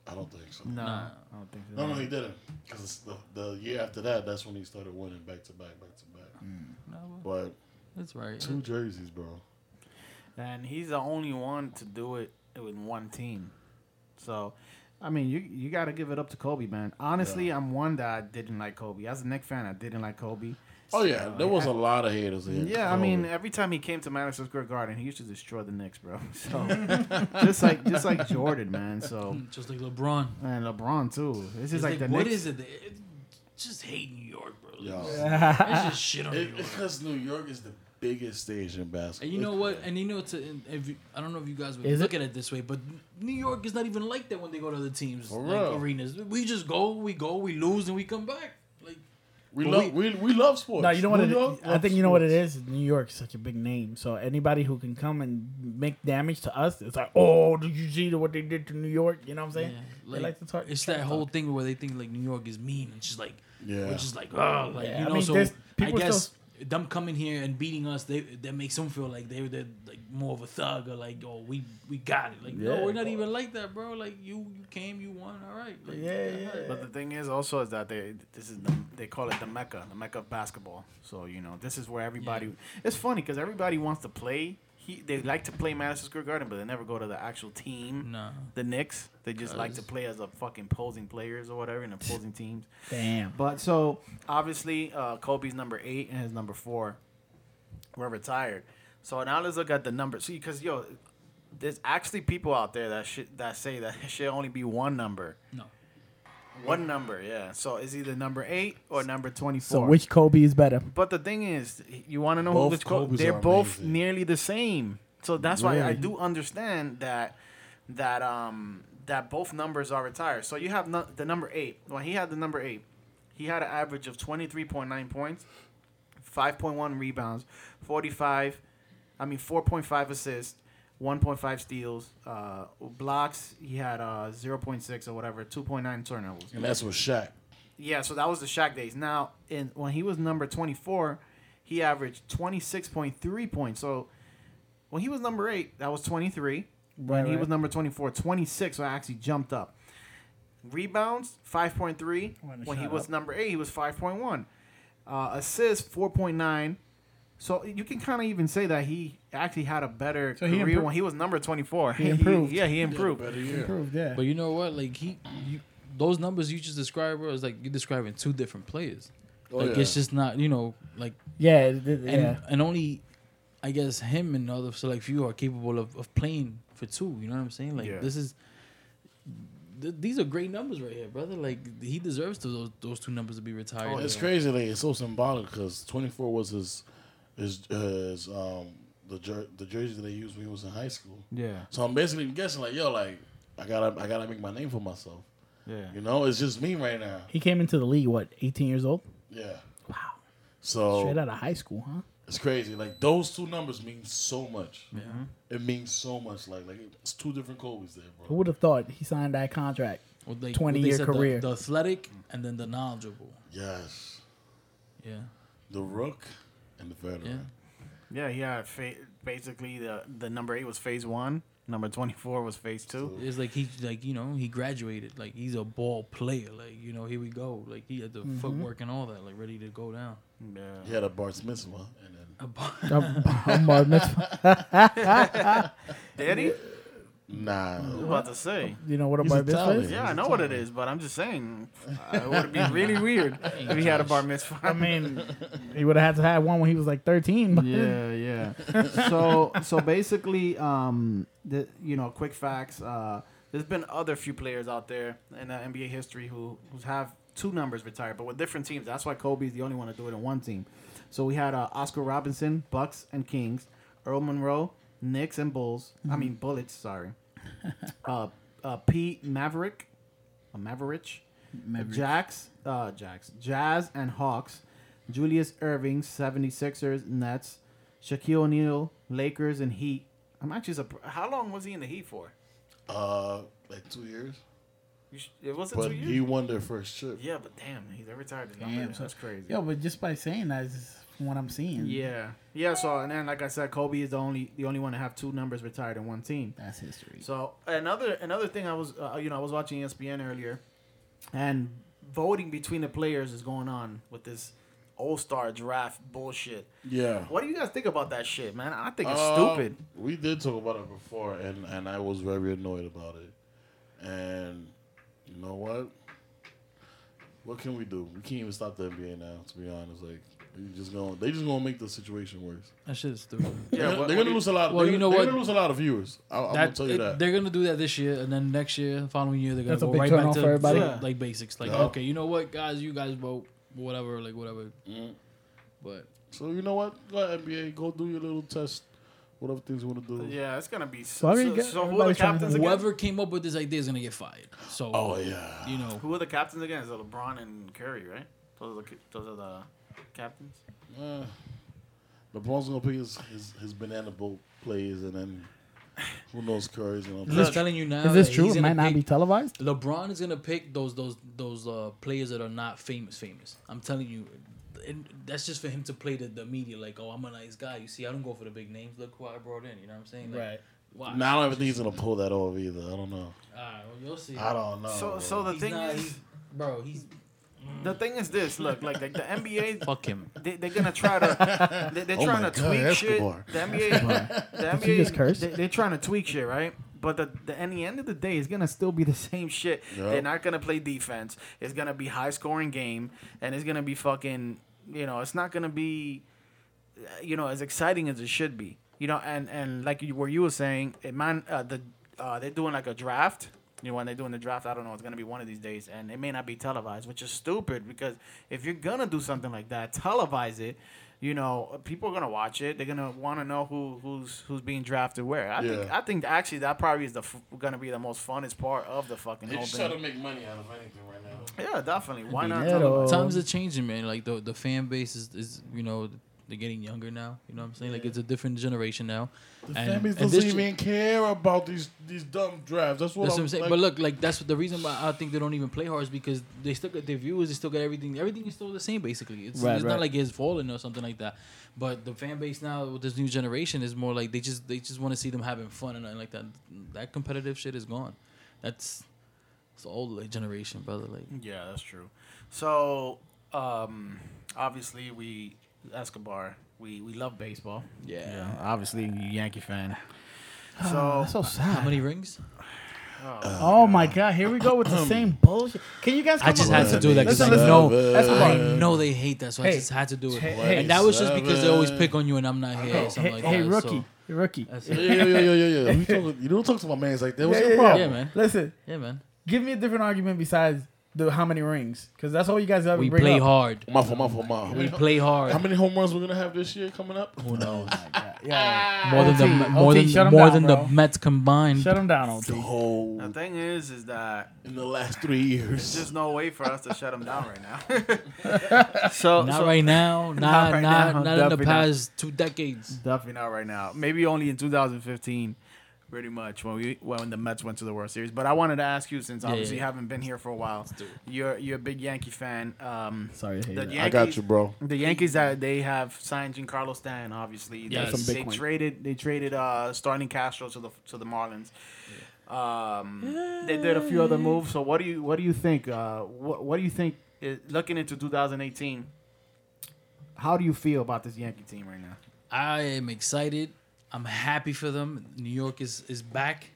I don't think so.
No,
Nah.
I don't think so.
No, no, he didn't. Because the, the year after that, that's when he started winning back to back, back to back.
No, well,
But
that's right.
two jerseys, bro.
And he's the only one to do it with one team. So, I mean, you you got to give it up to Kobe, man. Honestly, I'm one that I didn't like Kobe. As a Knicks fan, I didn't like Kobe.
Oh yeah, there was a lot of haters in.
Yeah, I mean, every time he came to Madison Square Garden, he used to destroy the Knicks, bro. So, just like just like Jordan, man. So
Just like LeBron.
and LeBron too. This
It's
is like,
like,
the
what
Knicks.
is it? It- Just hate New York, bro.
Yo.
It's just shit on
It-
New York.
it's because New York is the biggest stage in basketball.
And you know what? And you know, to, and if you, I don't know if you guys were
Is it?
looking at it this way, but New York is not even like that when they go to other teams,
For
like
real.
arenas. We just go, we go, we lose, and we come back. Like,
we
but
love we, we love sports.
No, you know what?
New
It,
York
I
loves
think you know what it
sports.
is. New York's such a big name, so anybody who can come and make damage to us, it's like, oh, did you see what they did to New York? You know what I'm saying?
Yeah,
they like to talk.
It's
trash
that whole
talk.
thing where they think like New York is mean and just like
Yeah.
we're just like oh like
Yeah,
you
I
know
mean,
so
there's-
I
people
guess
still-
them coming here and beating us they that makes them feel like they they're like more of a thug or like oh we we got it like
Yeah.
no we're not even like that bro like you you came you won all right like,
Yeah, yeah.
But the thing is also is that they this is the, they call it the mecca, the mecca of basketball. So you know this is where everybody. It's funny because everybody wants to play. He they like to play Madison Square Garden, but they never go to the actual team.
nah
The Knicks, they just like to
Because-
play as a fucking posing players or whatever in opposing teams.
Damn.
But so obviously, uh, Kobe's number eight and his number four were retired. So now let's look at the number. See, because yo, there's actually people out there that should that say that it should only be one number.
no
One number, yeah. So it's either number eight or number twenty-four.
So which Kobe is better?
But the thing is, you want to know
Both
which co-
Kobe's
they're
are
both
amazing.
nearly the same. So that's why I
Really?
do understand that that um that both numbers are retired. So you have no- the number eight. When he had the number eight, he had an average of twenty-three point nine points, five point one rebounds, forty-five. I mean, four point five assists, one point five steals, uh, blocks. He had uh, zero point six or whatever, two point nine turnovers.
and that's what Shaq.
Yeah, so that was the Shaq days. Now, in when he was number 24, he averaged 26.3 points. So when he was number 8, that was 23. When
Right,
he
right.
was number 24, 26, so I actually jumped up. Rebounds, 5.3.
Wanna
When he
shut
was
up.
number 8, he was 5.1. Uh, assists, 4.9. So you can kind of even say that he actually had a better
So he
career
improved.
when he was number 24.
He improved.
yeah, he improved.
Better year.
Proved, yeah.
but you know what like he you those numbers you just described bro is like you're describing two different players
Oh,
like
yeah.
it's just not you know like
yeah, it- it-
and
yeah.
and only I guess him and other select few are capable of, of playing for two. You know what I'm saying? Like
Yeah.
this is. Th- these are great numbers right here, brother. Like he deserves to, those those two numbers to be retired.
Oh, it's
you know?
crazy. Like it's so symbolic because 24 was his, his, his um the jer- the jersey that they used when he was in high school.
Yeah,
So I'm basically guessing like, yo, like I gotta I gotta make my name for myself.
yeah.
You know, it's just me right now.
He came into the league what, 18 years old?
Yeah.
Wow. Straight
So
out of high school, huh?
it's crazy. Like those two numbers mean so much. Yeah.
Mm-hmm.
It means so much. Like like it's two different Kobe's there,
Who
bro.
would have thought he signed that contract?
What they- what
20
they
year
said, the-
career.
The, athletic and then the knowledgeable.
Yes.
Yeah.
The Rook and the Veteran.
Yeah, yeah. Fa- basically, the the number eight was phase one. Number twenty four was phase two.
It's like he like you know he graduated like he's a ball player like you know here we go like he had the
Mm-hmm.
footwork and all that like ready to go down.
Yeah.
He had a Bart Smith one and then
Um, um, bar mitzvah.
Daddy, I
Nah.
was about to say.
you know what a
He's
bar mitzvah
Italian.
is?
Yeah, I know what it is, but I'm just saying uh, it would be really weird if he had a bar mitzvah.
I mean, he would have had to have one when he was like 13. But
yeah, yeah. so so basically, um, the you know, quick facts. Uh,
There's been other few players out there in uh, NBA history who who have two numbers retired, but with different teams. That's why Kobe's the only one to do it in one team.
so we had uh, Oscar Robinson, Bucks and Kings, Earl Monroe, Knicks and Bulls. I mean Bullets. Sorry. uh, uh, Pete Maverick, a Maverick, Jacks, uh, Jacks, Jazz and Hawks, Julius Irving, 76ers, Nets, Shaquille O'Neal, Lakers and Heat.
I'm actually surprised. How long was he in the Heat for?
Uh like two years.
You sh- it wasn't
But
two years.
he won their first trip.
yeah, but damn, he's retired. The
Damn,
number.
so-
That's crazy.
Yo, but just by saying that is from what I'm seeing.
Yeah, yeah. So and then, like I said, Kobe is the only the only one to have two numbers retired in one team.
That's history.
So another another thing I was uh, you know I was watching ESPN earlier, and voting between the players is going on with this All Star draft bullshit.
Yeah.
What do you guys think about that shit, man? I think it's
Uh,
stupid.
We did talk about it before, and and I was very annoyed about it. And you know what? What can we do? We can't even stop the NBA now. To be honest, like we just going they just gonna make the situation worse.
That shit is stupid.
Yeah,
they're,
what-
they're
what
gonna
do
lose a lot.
Well,
they're,
you know
they're
what?
gonna lose a lot of viewers. I, I'm gonna
That,
tell you
it-
that.
they're gonna do that this year, and then next year, following year, they're gonna
That's a
go
big
right
turn
back
off
to
for everybody.
like, like basics. Like,
Yeah.
okay, you know what, guys, you guys vote whatever, like whatever.
Mm-hmm.
But
so you know what? Go ahead, NBA, go do your little test. Whatever things you want to do.
Yeah, it's gonna be so.
Sorry,
So,
guy-
so who are the
everybody's trying to-
captains again?
whoever came up with this idea is gonna get fired. So
Oh yeah.
you know,
Who are the captains again? Is it LeBron and Curry, right? Those are the, those are the captains.
Uh, LeBron's gonna pick his, his his banana boat plays, and then who knows Curry's gonna.
I'm just telling you now.
Is this
that
true?
he's
It
gonna
might not
pick-
be televised.
LeBron is gonna pick those those those uh, players that are not famous famous. I'm telling you, and that's just for him to play the, the media. Like, oh, I'm a nice guy. You see, I don't go for the big names. Look who I brought in. You know what I'm saying? Like, Watch.
Now I don't even think he's gonna pull that off either. I don't know.
All right, well, you'll see.
I don't know.
so
bro.
so the
He's
thing
not-
is,
he's- bro, he's
the thing is this. Look, like like the NBA
fuck him.
they, they're gonna try to they, they're
Oh
trying
my
to
God,
tweak
Escobar.
shit. The NBA, the
Did you just curse?
NBA, they, they're trying to tweak shit, right? But the, the in the end of the day, it's gonna still be the same shit.
Yup.
They're not gonna play defense. It's gonna be high scoring game, and it's gonna be fucking. You know, it's not gonna be, uh, you know, as exciting as it should be. You know, and and like you, where you were saying, it man, uh, the uh, they're doing like a draft. You know, when they're doing the draft, I don't know. It's gonna be one of these days, and it may not be televised, which is stupid because if you're gonna do something like that, televise it. You know, people are gonna watch it. They're gonna want to know who who's who's being drafted where. I think
Yeah.
I think actually that probably is the f- gonna be the most funnest part of the fucking
They
whole
just trying to
thing.
make money out of anything right now.
Yeah, definitely. Why not?
Dinero.
televise?
Times are changing, man. Like the the fan base is, is you know they're getting younger now. You know what I'm saying? Like it's a different generation now.
The
And-
families
and
doesn't
this ge-
even care about these these dumb drafts. That's what
That's what
I'm,
I'm saying.
like-
but look, like that's the reason why I think they don't even play hard is because they still got their viewers, they still got everything. Everything is still the same basically. It's,
Right,
it's
right.
not like it's falling or something like that. But the fan base now with this new generation is more like they just they just want to see them having fun and nothing like that. That competitive shit is gone. That's it's the old like, generation, brother. Like
Yeah, that's true. So, um, obviously, we Escobar, we we love baseball.
yeah.
obviously, Yankee fan. So
so
How
sad.
many rings?
Oh my god, here we go with the same bullshit. Can you guys? Come
Um, I just
up
had
with
to do that because
Listen,
I
listen.
know
That's a
I
bar.
know they hate that, so I
Um, Hey.
just had to do it.
Hey, hey.
and that was just because they always pick on you, and I'm not here. Or
Hey,
something like
hey,
that,
rookie,
so-
rookie.
That's
Yo,
it.
yo, yo, yo, yo, yo. You, talk, you don't talk to my man's like that. What's
Yeah,
your
yeah,
problem?
Yeah, man.
Listen,
Yeah, man.
give me a different argument besides the how many rings, because that's all you guys ever
We
bring
play
up.
hard.
My fault, my fault, my fault. How
We
many,
play hard.
how many home runs we're gonna have this year coming up?
Who knows?
Yeah,
More than the
OT,
more than
shut 'em
more
down,
than
bro.
the Mets combined.
shut him down, OT.
Oh,
The thing is, is that
in the last three years.
there's no way for us to shut him down right now. so
Not
so-
right now. Not not not,
right now,
in the
definitely not.
past two decades.
Definitely not right now. Maybe only in 2015, pretty much when we when the Mets went to the World Series. But I wanted to ask you since
Yeah,
obviously
yeah.
you haven't been here for a while. You're you're a big Yankee fan. Um,
Sorry,
the Yankees,
I got you, bro.
The Yankees that they have signed Giancarlo Stanton. Obviously,
Yeah,
they,
that's
a big
they
one.
traded they traded uh, Starling Castro to the to the Marlins. Um, they did a few other moves. So what do you what do you think? Uh, what what do you think? Is, looking into 2018, how do you feel about this Yankee team right now?
I am excited. I'm happy for them. New York is is back,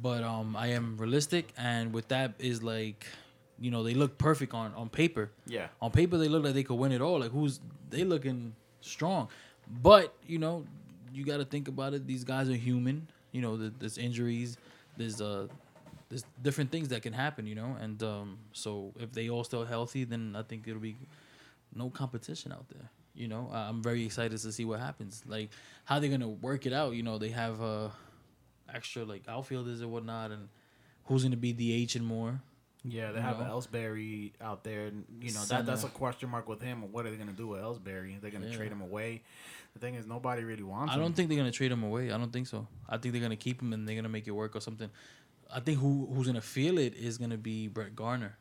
but um, I am realistic, and with that is like, you know, they look perfect on on paper.
Yeah.
On paper, they look like they could win it all. Like who's they looking strong, but you know, you got to think about it. These guys are human. You know, th- there's injuries. There's uh, there's different things that can happen. You know, and um, so if they all still healthy, then I think it'll be no competition out there. You know, I- I'm very excited to see what happens. Like how they're gonna work it out. You know, they have uh, extra like outfielders and whatnot, and who's gonna be DH and more.
Yeah, they have
know?
Ellsbury out there, and you know that,
Center.
that's a question mark with him. What are they going to do with Ellsbury? They're going to
Yeah.
trade him away. The thing is, nobody really wants.
I don't
him.
think they're gonna trade him away. I don't think so. I think they're gonna keep him and they're gonna make it work or something. I think who who's gonna feel it is gonna be Brett Garner.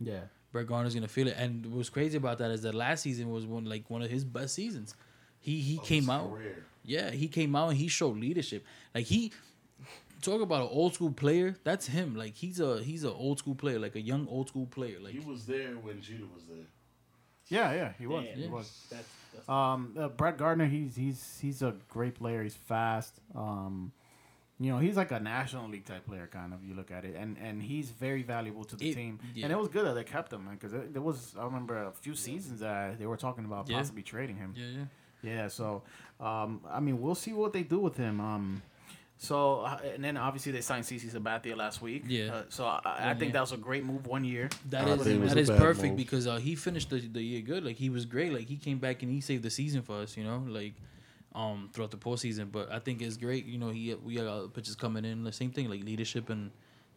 Yeah,
Brett Garner's gonna feel it. And what's crazy about that is that last season was one like one of his best seasons. He he came out. Yeah, he came out and he showed leadership. Like he talk about an old school player. That's him. Like he's a he's an old school player, like a young old school player. Like
He was there when Jeter was there.
yeah, yeah. He was. He
Yeah.
was. Um, uh, Brett Gardner, he's he's he's a great player. He's fast. Um, you know, he's like a National League type player, kind of. You look at it, and and he's very valuable to the
It-
team.
yeah.
And it was good that they kept him because there was I remember a few seasons that they were talking about
Yeah.
possibly trading him.
yeah, yeah.
Yeah, so um, I mean, we'll see what they do with him. Um, so uh, and then obviously they signed CC Sabathia last week.
Yeah.
uh, so I, I
One
think
year.
that was a great move. One year.
That
I
is
think it was
that
a
is
bad
perfect
move.
because uh, he finished the, the year good. Like he was great. Like he came back and he saved the season for us. You know, like um throughout the postseason. But I think it's great. You know, he we got other pitchers coming in. The same thing, like leadership and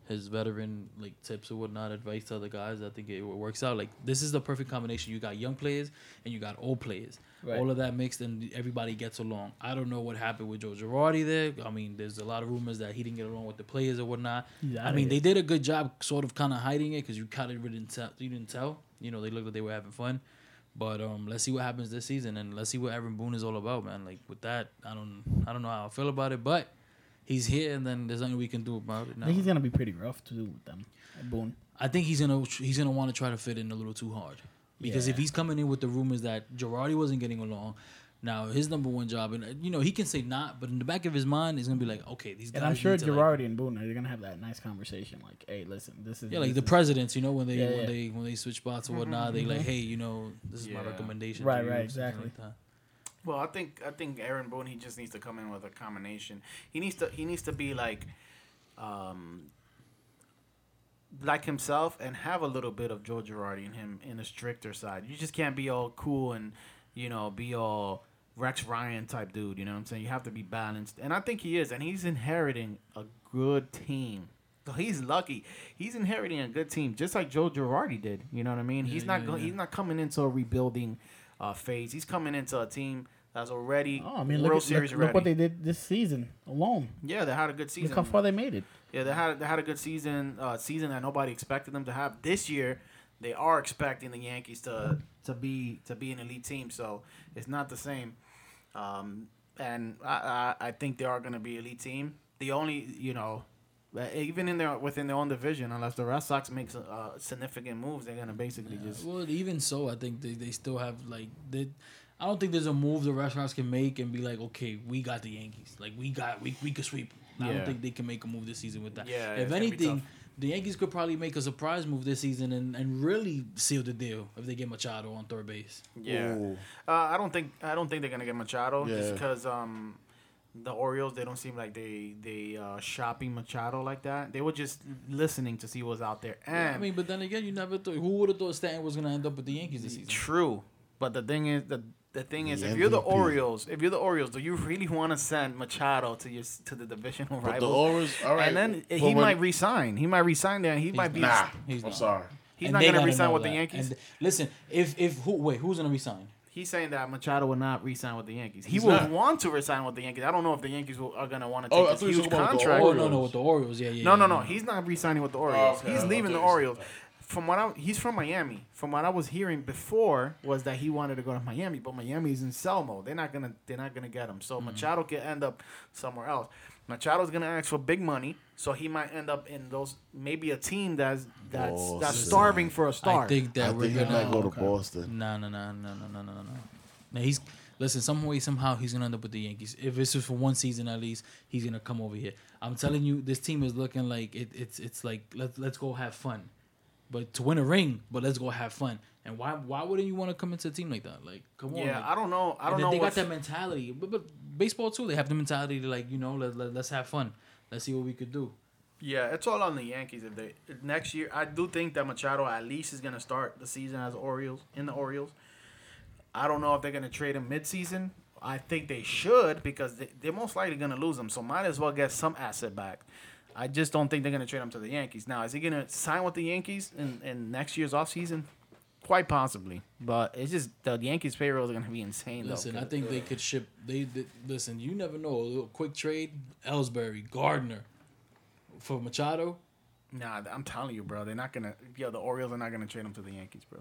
his veteran like tips or whatnot, advice to other guys. I think it works out. Like this is the perfect combination. You got young players and you got old players. All of that mixed and everybody gets along. I don't know what happened with Joe Girardi there. I mean, there's a lot of rumors that he didn't get along with the players or whatnot.
He's
I
outta
mean,
here.
they did a good job, sort of, kind of hiding it because you kind of didn't tell. You didn't tell. You know, they looked like they were having fun. But um, let's see what happens this season, and let's see what Aaron Boone is all about, man. Like with that, I don't, I don't know how I feel about it, but he's here, and then there's nothing we can do about it.
I
Now.
think he's gonna be pretty rough to do with them. Boone.
I think he's gonna, he's gonna want to try to fit in a little too hard, because if
Yeah.
he's coming in with the rumors that Girardi wasn't getting along, now his number one job, and uh, you know he can say not, but in the back of his mind, it's gonna be like, okay, these guys.
And I'm sure
need to, like-
Girardi and Boone are gonna have that nice conversation. Like, hey, listen, this is
Yeah, like
this
the
is-
presidents, you know, when they
Yeah,
when
yeah.
they when they switch spots or whatnot, they like, hey, you know, this is my
Yeah.
recommendation.
Right,
to you,"
right,
or something
exactly.
that.
Well, I think I think Aaron Boone he just needs to come in with a combination. He needs to he needs to be like, um, like himself and have a little bit of Joe Girardi in him in a stricter side. You just can't be all cool and you know be all Rex Ryan type dude. You know what I'm saying? You have to be balanced, and I think he is, and he's inheriting a good team. So he's lucky. He's inheriting a good team, just like Joe Girardi did. You know what I mean? he's not
yeah,
go-
yeah.
he's not coming into a rebuilding uh, phase. He's coming into a team that's already
Oh, I mean, look,
World
at,
Series
look, look what
ready.
they did this season alone.
yeah, they had a good season.
Look how far they made it.
Yeah, they had they had a good season. Uh, season that nobody expected them to have this year. They are expecting the Yankees to to be to be an elite team, so it's not the same. Um, and I, I I think they are going to be elite team. The only you know. uh, Even in their within their own division, unless the Red Sox makes uh, significant moves, they're gonna basically just
Well, even so, I think they, they still have like they. I don't think there's a move the restaurants can make and be like, okay, we got the Yankees, like we got we we could sweep. 'em." I
Yeah.
don't think they can make a move this season with that.
Yeah, it's
if
gonna be
anything,
tough.
the Yankees could probably make a surprise move this season and, and really seal the deal if they get Machado on third base.
Yeah.
Ooh.
Uh, I don't think I don't think they're gonna get Machado just
Yeah.
because um, the Orioles they don't seem like they they uh, shopping Machado like that. They were just listening to see what's out there. And
I mean, but then again, you never thought who would have thought Stanton was gonna end up with the Yankees this season.
true, but the thing is the the thing is
The
if you're the
MVP.
Orioles, if you're the Orioles, do you really want to send Machado to your to the divisional
But the
rival?
Orioles, all right.
and then
but
he
when-
might resign. He might resign there. And he might be.
Nah,
He's
I'm
not.
sorry.
He's
And
not
they
gonna
gotta
resign
know
with the
that.
Yankees.
And listen, if if who wait who's gonna resign?
He's saying that Machado would not resign with the Yankees. He
He's
will
not.
want to resign with the Yankees. I don't know if the Yankees will, are going to want to take
Oh, I
this
thought you were
huge
talking about the
contract.
Oh
Orioles.
no no with the Orioles yeah yeah
No,
yeah,
no, no.
yeah.
He's not resigning with the Orioles.
Oh, okay.
He's
I
leaving the
thought you said
Orioles.
that.
From what I, he's from Miami. From what I was hearing before was that he wanted to go to Miami, but Miami's in sell mode. They're not gonna they're not gonna get him.
Mm-hmm.
So Machado could end up somewhere else. Machado's gonna ask for big money, so he might end up in those maybe a team that's that's
Balls.
that's starving for a star.
I think that
I
we're
think he
gonna
might go to
okay.
Boston.
No, no, no, no, no, no, no, no. Now he's listen. Some way, somehow, he's gonna end up with the Yankees. If it's just for one season at least, he's gonna come over here. I'm telling you, this team is looking like it, it's it's like let's let's go have fun, but to win a ring, but let's go have fun. And why why wouldn't you want to come into a team like that? Like come on.
yeah,
like,
I don't know. I don't
and
know.
then They
what's-
got that mentality, but, but baseball too. They have the mentality to like you know let, let let's have fun. Let's see what we could do.
Yeah, it's all on the Yankees if they next year. I do think that Machado at least is gonna start the season as Orioles in the Orioles. I don't know if they're gonna trade him midseason. I think they should because they, they're most likely gonna lose him, so might as well get some asset back. I just don't think they're gonna trade him to the Yankees. Now, is he gonna sign with the Yankees in, in next year's offseason? Quite possibly, but it's just the Yankees payroll is gonna be insane.
Listen,
though.
I think they could ship. They, they listen. You never know. A little quick trade: Ellsbury, Gardner, for Machado.
Nah, th- I'm telling you, bro. They're not gonna. Yo, the Orioles are not gonna trade him to the Yankees, bro.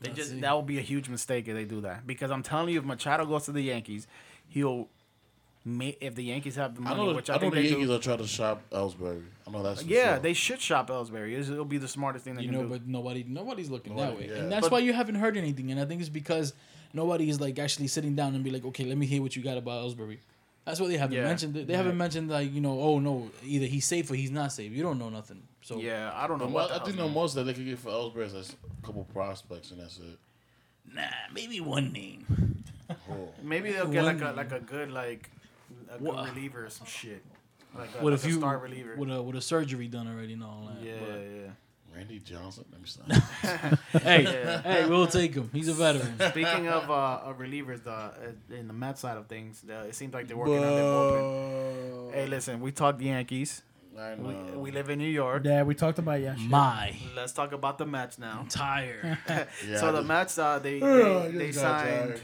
They
I
just
see.
that would be a huge mistake if they do that because I'm telling you, if Machado goes to the Yankees, he'll. ma- If the Yankees have the
I
money,
know.
which
I,
I,
know
think
the
they
Yankees
do.
are trying to shop Ellsbury. I know that's for
Yeah,
sure.
they should shop Ellsbury. It's- It'll be the smartest thing they
You
can
know,
do.
but nobody, nobody's looking
Nobody,
that way,
yeah.
and that's
But-
why you haven't heard anything. And I think it's because nobody is like actually sitting down and be like, okay, let me hear what you got about Ellsbury. That's what they haven't
Yeah.
mentioned. They, they haven't mentioned like you know, oh no, either he's safe or he's not safe. You don't know nothing. So
yeah, I don't know.
The
What
mo-
the
I think the most that they could get for Ellsbury is that's a couple prospects, and that's it.
nah, maybe one name.
Oh.
maybe they'll get like a
One-
like a good like a good
What-
reliever or some shit. Like a,
What
like
if
a
you
star reliever?
with a with a surgery done already and all that?
yeah,
but-
yeah.
Randy Johnson. Let me stop.
Hey,
Yeah.
hey, we'll take him. He's a veteran.
Speaking of uh, uh, relievers, the uh, in the Met side of things, uh, it seems like they're working on their bullpen. Hey, listen, we talked Yankees.
I
We,
know.
we live in New York.
Yeah, we talked about it yesterday.
My
Let's talk about the Mets now.
tire.
Yeah,
so
I
the
just-
Mets, uh, they they,
Yeah, I just
they
got
signed.
tired.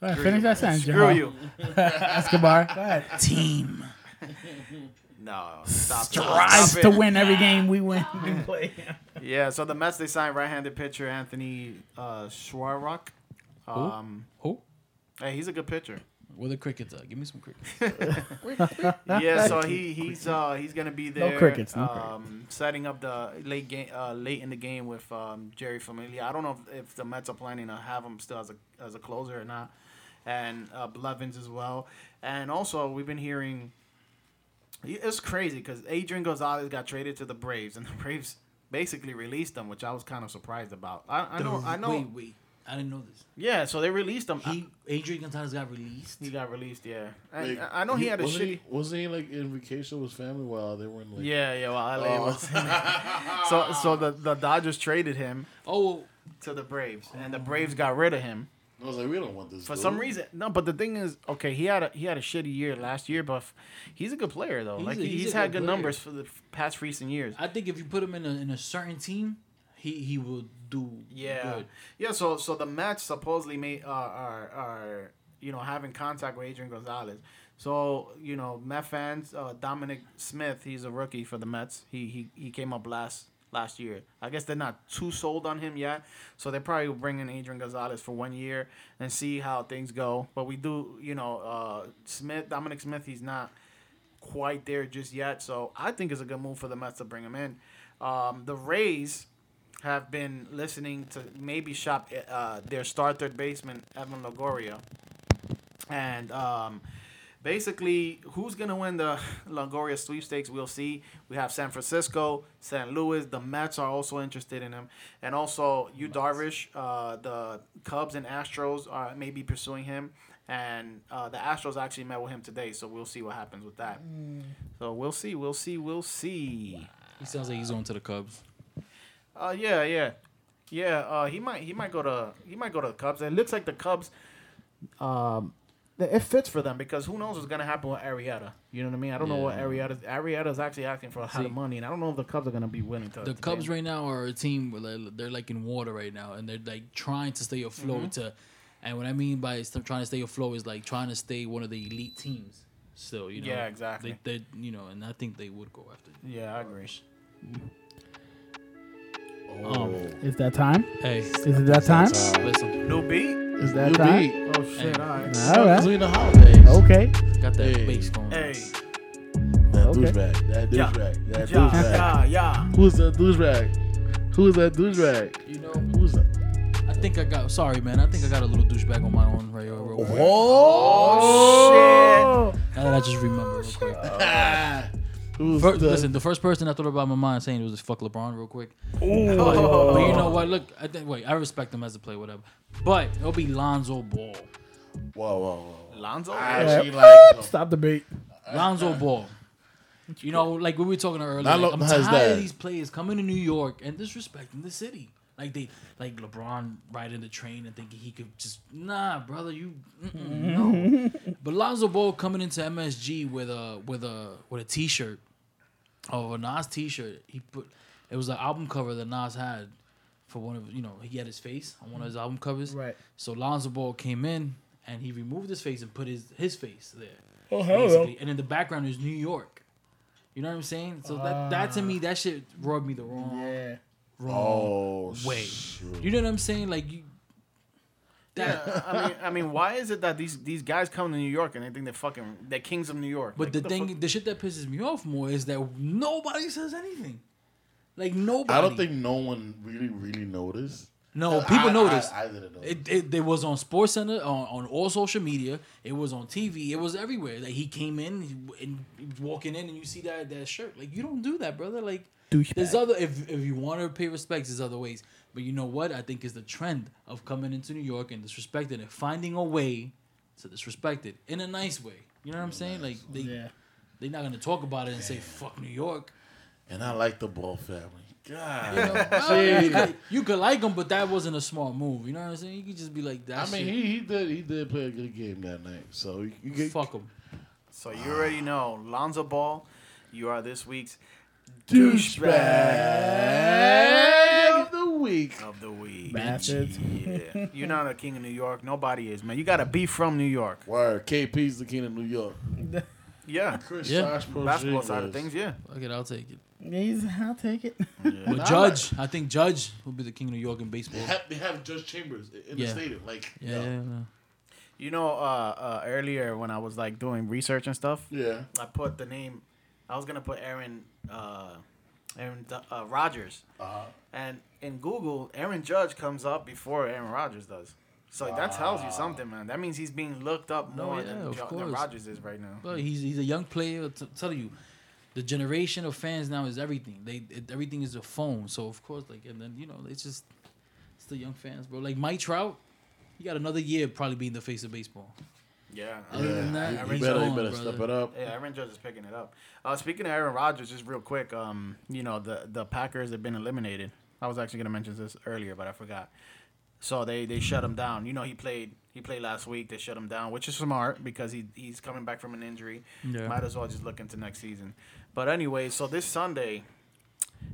All right, finish that sentence.
Screw
Jamal.
you.
Escobar. Go ahead.
Team.
No, stop it.
Strives
Stop
to
it.
win every game we win. We play.
Yeah, so the Mets they signed right-handed pitcher Anthony uh, Schwarrock. Um,
Who?
hey, he's a good pitcher.
Where the crickets at? Give me some crickets.
yeah, so he he's uh he's gonna be there.
crickets, no crickets.
um, setting up the late game uh, late in the game with um, Jerry Familia. I don't know if, if the Mets are planning to have him still as a as a closer or not, and uh, Blevins as well. And also we've been hearing it's crazy because Adrian Gonzalez got traded to the Braves, and the Braves basically released him, which I was kind of surprised about. I, I know I know.
Wait, wait. I didn't know this.
Yeah, so they released him.
He Adrian Gonzalez got released.
he got released, yeah. And
Like,
I I know he, had a
wasn't
shitty.
He, wasn't he like in vacation with his family while they were in like?
Yeah, yeah. Well,
oh.
LA was. so, so the, the Dodgers traded him
Oh,
to the Braves, and the Braves got rid of him
I was like, we don't want this.
for
dude.
some reason. No, but the thing is, okay, he had a he had a shitty year last year, but f- he's a good player though.
He's
like
a-
he-
he's
he's,
a
had
good
good
player.
numbers for the f- past recent years.
I think if you put him in a, in a certain team, he he will do
Yeah,
good.
yeah. So, so the Mets supposedly made uh, are are you know having contact with Adrian Gonzalez. So you know, Met fans, uh, Dominic Smith, he's a rookie for the Mets. He he he came up last last year. I guess they're not too sold on him yet, so they're probably bringing Adrian Gonzalez for one year and see how things go. But we do, you know, uh, Smith, Dominic Smith, he's not quite there just yet. So I think it's a good move for the Mets to bring him in. Um, the Rays have been listening to maybe shop uh, their star third baseman Evan Longoria, and um, Basically, who's gonna win the Longoria sweepstakes? We'll see. We have San Francisco, St. Louis. The Mets are also interested in him, and also you Darvish. Uh, the Cubs and Astros are may be pursuing him, and uh, the Astros actually met with him today. So we'll see what happens with that. So we'll see. We'll see. We'll see.
He sounds like he's going to the Cubs.
Uh, yeah, yeah, yeah. Uh, he might, he might go to, he might go to the Cubs. It looks like the Cubs, um, th- it fits for them because who knows what's gonna happen with Arietta. You know what I mean? I don't know what
Yeah.
Arietta. Arietta's actually acting for a lot
See-
of money, and I don't know if the Cubs are gonna be willing to.
The
to
Cubs
pay him.
right now are a team where they're- they're like in water right now, and they're like trying to stay afloat.
Mm-hmm.
To, and what I mean by st- trying to stay afloat is like trying to stay one of the elite teams. Still, you know.
Yeah, exactly.
They, they, you know, and I think they would go after.
Yeah, I agree.
Oh.
Is that time?
Hey,
Is it that time?
listen,
New beat.
Is
You
that time?
beat.
Oh shit!
Hey.
All right.
All
Because
right.
we in the holidays.
Okay.
got that
Hey.
bass going.
Hey,
That
Okay.
douchebag. That
Yeah.
douchebag. That
yeah,
douchebag.
yeah, yeah.
Who's that douchebag? Who's that douchebag?
You know,
Who's that?
I think I got. Sorry, man. I think I got a little douchebag on my own right over. Real quick.
Oh
Now that I just remember real quick.
Ah. Who's
First,
the-
listen, the first person I thought about in my mind saying was fuck LeBron real quick.
shit!
But,
Oh.
but you know what? Look, I think, wait, I respect him as a player, whatever. But it'll be Lonzo Ball.
Whoa, whoa, whoa.
Lonzo.
I actually like him.
Stop the beat.
Lonzo Ball. You know, like we were talking earlier.
Not
like,
lo-
I'm
how's
tired
that?
of these players coming to New York and disrespecting the city. Like they, like LeBron riding the train and thinking he could just nah, brother, you mm-mm, no. but Lonzo Ball coming into MSG with a with a with a T-shirt, oh a Nas T-shirt. He put it was an album cover that Nas had for one of you know he had his face on one of his album covers.
Mm-hmm. Right.
So Lonzo Ball came in and he removed his face and put his his face there
Oh
basically. And in the background is New York. You know what I'm saying? So that that to me, that shit rubbed me the wrong
Ah. Yeah.
wrong
Oh,
way.
shoot.
You know what I'm saying? Like you, that.
Yeah, I mean, I mean, why is it that these these guys come to New York and they think they're fucking they're kings of New York?
But
Like,
the
what
thing,
fuck-
the shit that pisses me off more is that nobody says anything. Like nobody.
I don't think no one really, really noticed.
no
I-
people
I-
notice.
I, I didn't know.
It, it, it was on Sports Center, on, on all social media. It was on TV. It was everywhere. Like he came in he- and he was walking in, and you see that that shirt. Like you don't do that, brother. Like there's other if if you want to pay respects, there's other ways. But you know what? I think is the trend of coming into New York and disrespecting and finding a way to disrespect it in a nice way. You know what I'm saying? Like they
Yeah.
they're not gonna talk about it and say fuck New York.
and I like the Ball family. God.
You, know? Well, you could, you could like him, but that wasn't a smart move. You know what I'm saying? You could just be like that.
I mean,
shit,
he, he did he did play a good game that night. So you, you get
fuck him.
So you already know, Lonzo Ball, you are this week's
douchebag of the week.
of the week.
Bastards.
Yeah, you're not a king of New York. Nobody is, man. You gotta be from New York.
Word. KP's the king of New York.
Yeah,
Chris
Yeah.
Josh Prochink
basketball side of
was-
things. Yeah,
Fuck it, I'll take it.
He's, I'll take it.
But Judge, I think Judge will be the king of New York in baseball.
They have, they have Judge Chambers in
Yeah.
the stadium. Like
Yeah, yeah, yeah.
you know, uh, uh, earlier when I was like doing research and stuff,
yeah.
I put the name. I was gonna put Aaron, uh, Aaron Du- uh, Rodgers,
Uh-huh.
and in Google, Aaron Judge comes up before Aaron Rodgers does. So that tells you something, man. That means he's being looked up
No,
more
yeah,
than,
of
Jo- than
course.
Rodgers is right now.
But he's he's a young player. T- tell you, the generation of fans now is everything. They it, everything is a phone. So of course, like and then you know it's just it's the young fans, bro. Like Mike Trout, he got another year probably being the face of baseball.
Yeah.
Other than that,
You,
he's
better, you
gone,
better
brother.
step it up.
Yeah, Aaron Judge is picking it up. Uh, speaking of Aaron Rodgers, just real quick, um, you know the the Packers have been eliminated. I was actually gonna mention this earlier, but I forgot. So they they shut him down. You know he played he played last week. They shut him down, which is smart because he he's coming back from an injury.
Yeah.
Might as well just look into next season. But anyway, so this Sunday,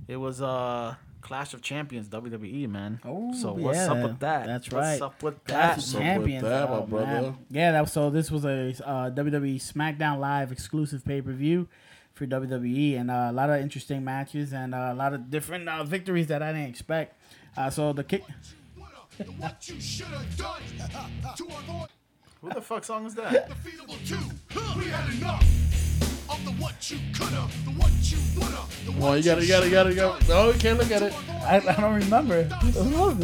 it was uh Clash of Champions WWE man.
Oh,
so what's up
yeah,
with that?
that's
What's
right.
up with that?
Clash
up with
Champions.
that, my
oh,
brother?
man. Yeah, that was, so this was a uh, WWE SmackDown Live exclusive pay per view for WWE, and uh, a lot of interesting matches and uh, a lot of different uh, victories that I didn't expect. Uh, so the kick.
What you should have done to avoid
Who the fuck song is that?
defeatable two. We had enough of the what you coulda, the what you woulda, the
Come on, you gotta, you gotta, you gotta, you gotta. No, you can't look at it.
I, I don't remember.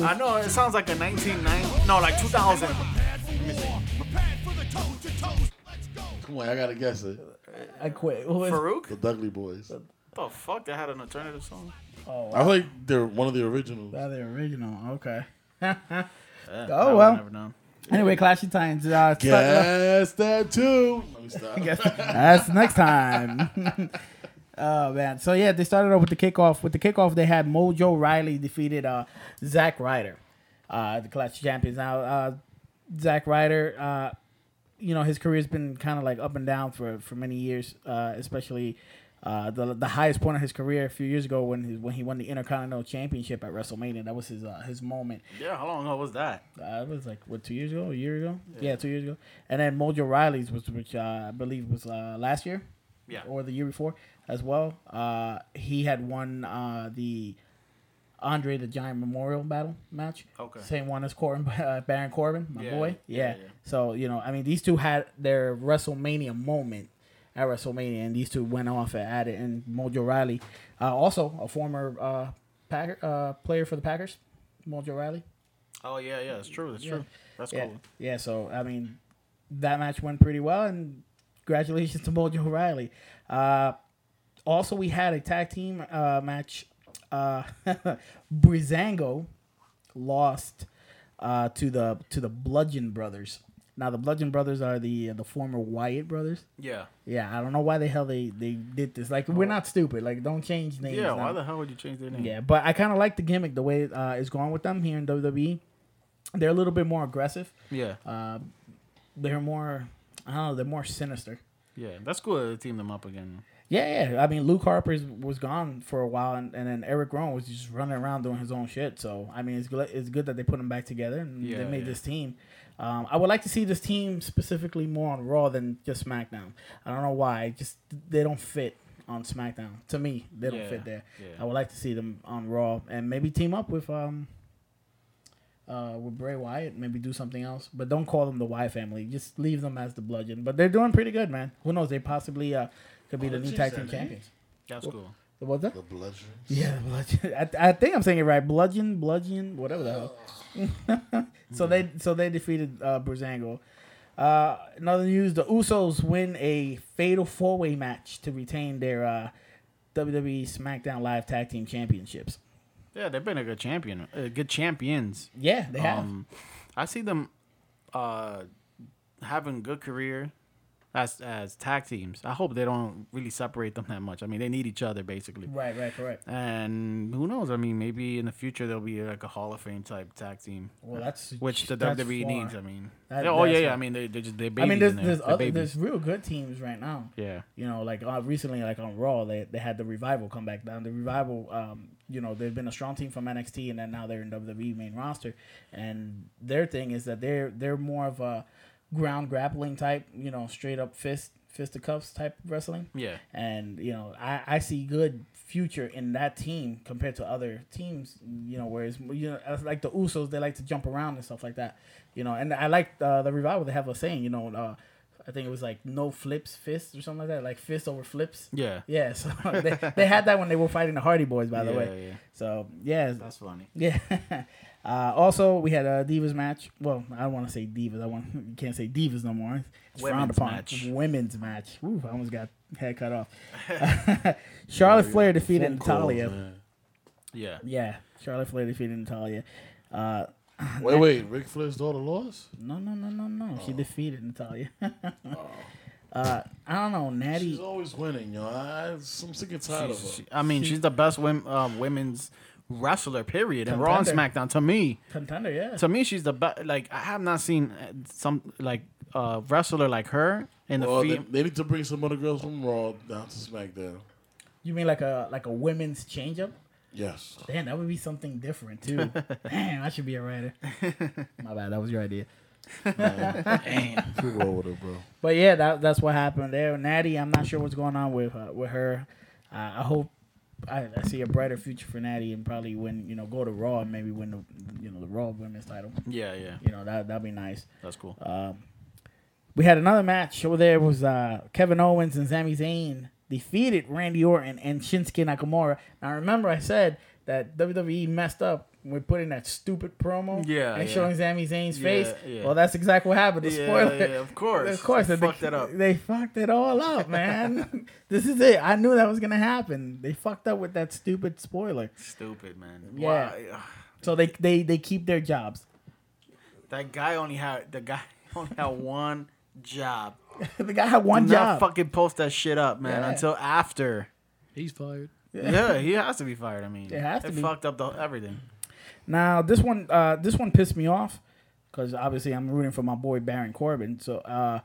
I know it sounds like a 1990, no, like 2000.
Prepared for war, prepared for the toe to toe. Let's go.
Come on, I gotta guess it.
I quit. Who is-
The
Farouk?
Dudley Boys.
The fuck? They had an alternative song.
Oh,
I think they're one of the originals.
wow, the original. Okay.
Yeah,
Oh,
I would
well.
Never known.
Anyway, Clash of Titans. Uh, start-
Guess that too. Let me stop.
That's next time. oh man. So yeah, they started off with the kickoff. With the kickoff, they had Mojo Riley defeated uh Zack Ryder, uh the Clash of Champions. Now uh Zack Ryder, uh you know, his career's been kind of like up and down for for many years, uh especially uh, the the highest point of his career a few years ago when he, when he won the Intercontinental Championship at WrestleMania that was his uh, his moment
Yeah, how long ago was that?
uh, it was like what two years ago, a year ago, yeah, two years ago, and then Mojo Riley's was which uh, I believe was uh, last year,
Yeah.
or the year before as well. Uh, he had won uh, the Andre the Giant Memorial Battle match,
Okay.
same one as Corbin uh, Baron Corbin, my
Yeah,
boy,
yeah,
yeah.
yeah.
So you know, I mean, these two had their WrestleMania moment at WrestleMania, and these two went off at it, and Mojo Riley, uh, also a former uh, Packer uh, player for the Packers, Mojo Riley.
Oh yeah, yeah, it's true. That's true. That's
Yeah.
cool.
Yeah, so I mean that match went pretty well and congratulations to Mojo Riley. Uh also we had a tag team uh match uh Brizango lost uh to the to the Bludgeon Brothers. Now the Bludgeon Brothers are the the former Wyatt brothers.
Yeah.
Yeah, I don't know why the hell they they did this. Like we're not stupid. Like don't change names.
Oh. Yeah. Why
now.
the hell would you change their name?
Yeah, but I kind of like the gimmick the way uh, it's going with them here in WWE. They're a little bit more aggressive.
Yeah.
Uh, they're more, I don't know, they're more sinister.
Yeah. That's cool. That they teamed them up again.
Yeah, yeah. I mean, Luke Harper is- was gone for a while, and, and then Eric Rowan was just running around doing his own shit. So I mean, it's good. It's good that they put them back together and
Yeah,
they made
yeah.
this team. Um, I would like to see this team specifically more on Raw than just SmackDown. I don't know why. I Just they don't fit on SmackDown to me. They don't
Yeah,
fit there.
yeah.
I would like to see them on Raw and maybe team up with um. Uh, with Bray Wyatt, maybe do something else, but don't call them the Wyatt family. Just leave them as the Bludgeon. But they're doing pretty good, man. Who knows? They possibly uh could be
Oh,
the
the
new
Chiefs
tag
had
team
that,
champions.
That's cool.
What's that?
The Bludgeons.
Yeah, bludgeon. I, I think I'm saying it right. Bludgeon, bludgeon, whatever the hell. so they so they defeated uh, Brizango. Uh, in other news, the Usos win a fatal four way match to retain their uh, WWE SmackDown Live Tag Team Championships.
Yeah, they've been a good champion. Uh, good champions.
Yeah, they have.
Um, I see them uh, having good career as as tag teams. I hope they don't really separate them that much. I mean, they need each other basically.
right, right, correct.
And who knows? I mean, maybe in the future there'll be like a Hall of Fame type tag team,
Well, that's
which the
that's
WWE
far.
needs. I mean,
That-
oh yeah,
that's
yeah.
far.
I mean, they they just they
I
babies.
mean, there's
in there.
there's
They're
other,
babies.
there's real good teams right now.
yeah.
You know, like uh, recently, like on Raw, they, they had the revival come back down. The revival, um, you know, they've been a strong team from NXT, and then now they're in WWE main roster. And their thing is that they're they're more of a ground grappling type, you know, straight up fist fist to cuffs type wrestling.
Yeah.
And you know, I I see good future in that team compared to other teams. You know, whereas you know, as like the Usos, they like to jump around and stuff like that. You know, and I like uh, the revival. They have a saying, you know. Uh, I think it was like no flips fists or something like that, like fist over flips.
Yeah.
Yeah, so they, they had that when they were fighting the Hardy Boys, by the
Yeah,
way.
yeah.
So yeah,
That's funny.
yeah. Uh, also, we had a divas match. Well, I don't want to say divas. I want you can't say divas no more. It's frowned
Women's
upon.
match.
Women's match. Ooh, I almost got head cut off. Charlotte Flair defeated
Phone calls,
Natalia.
man.
Yeah.
yeah, Charlotte Flair defeated Natalia. Uh,
Wait, wait. Ric Flair's daughter lost.
no, no, no, no, no.
Oh.
She defeated Natalia. uh, I don't know, Natty.
She's always winning, yo. I, I'm sick and tired of her.
She's- she- I mean, she's the best wom- um, women's wrestler, period, and Raw and
Contender.
SmackDown. To me,
contender, yeah.
to me, she's the best. Like I have not seen uh, some like uh, wrestler like her in the
Well, they,
fem-
they need to bring some other girls from Raw down to SmackDown.
You mean like a like a women's changeup?
Yes.
Damn, that would be something different too. Damn, I should be a writer. My bad, that was your idea.
You roll with her, bro.
But yeah, that, that's what happened there. Natty, I'm not sure what's going on with uh, with her. Uh, I hope I, I see a brighter future for Natty and probably win, you know, go to Raw and maybe win the you know the Raw Women's title.
Yeah, yeah,
You know that that'd be nice.
that's cool.
Uh, We had another match over there. It was uh, Kevin Owens and Sami Zayn defeated Randy Orton and Shinsuke Nakamura. Now remember, I said that WWE E messed up we put in that stupid promo
Yeah,
and
yeah.
showing Sami Zayn's
Yeah,
face.
yeah.
Well, that's exactly what happened. The
Yeah,
spoiler.
yeah, of course.
of course,
They
and they
fucked that up.
They fucked it all up, man. this is it. I knew that was gonna happen. They fucked up with that stupid spoiler.
Stupid man.
Yeah.
Why?
So they they they keep their jobs.
That guy only had the guy only had one job.
the guy had one
Do
job.
Not fucking post that shit up, man.
Yeah.
Until after.
He's fired.
Yeah. he has to be fired. I mean,
It has to be.
fucked up the, everything.
Now this one, uh, this one pissed me off because obviously I'm rooting for my boy Baron Corbin. So uh,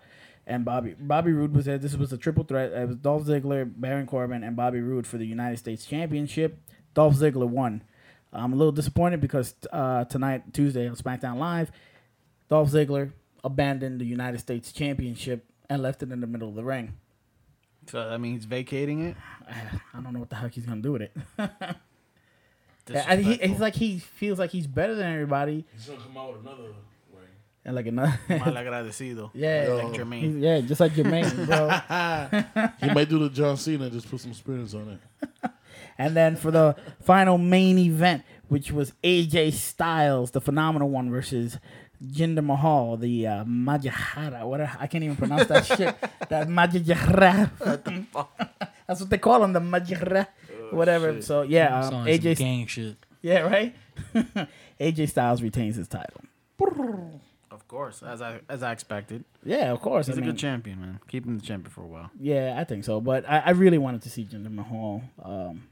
and Bobby Bobby Roode was there. This was a triple threat. It was Dolph Ziggler, Baron Corbin, and Bobby Roode for the United States Championship. Dolph Ziggler won. I'm a little disappointed because uh, tonight Tuesday on SmackDown Live, Dolph Ziggler abandoned the United States Championship and left it in the middle of the ring.
So that means vacating it.
I don't know what the heck he's gonna do with it. I think he, he's like he feels like he's better than everybody
He's gonna come out with another ring.
and like another.
Mal agradecido.
Yeah.
like Jermaine.
Yeah, just like Jermaine, bro.
He might do the John Cena and just put some spirits on it.
And then for the final main event, which was AJ Styles, the phenomenal one, versus Jinder Mahal, the uh, Majahara. What a, I can't even pronounce that shit. That Majahara. That's what they call him, the Majahara.
Oh,
Whatever. So yeah,
Sound
um,
like some
AJ.
gang shit.
Yeah, right. AJ Styles retains his title.
Of course, as I as I expected.
Yeah, of course.
He's
I
a
mean,
good champion, man. Keep him the champion for a while.
yeah, I think so. But I, I really wanted to see Jinder Mahal. Um,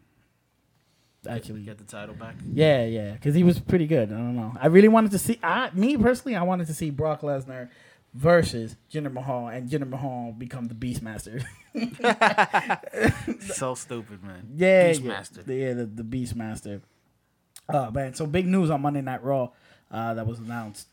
actually,
Get the title back.
Yeah, yeah, because he was pretty good. I don't know. I really wanted to see. I, me personally, I wanted to see Brock Lesnar versus Jinder Mahal, and Jinder Mahal become the Beastmaster.
so stupid, man.
yeah,
Beastmaster.
Yeah, yeah the, the Beastmaster. Oh man, so big news on Monday Night Raw uh, that was announced.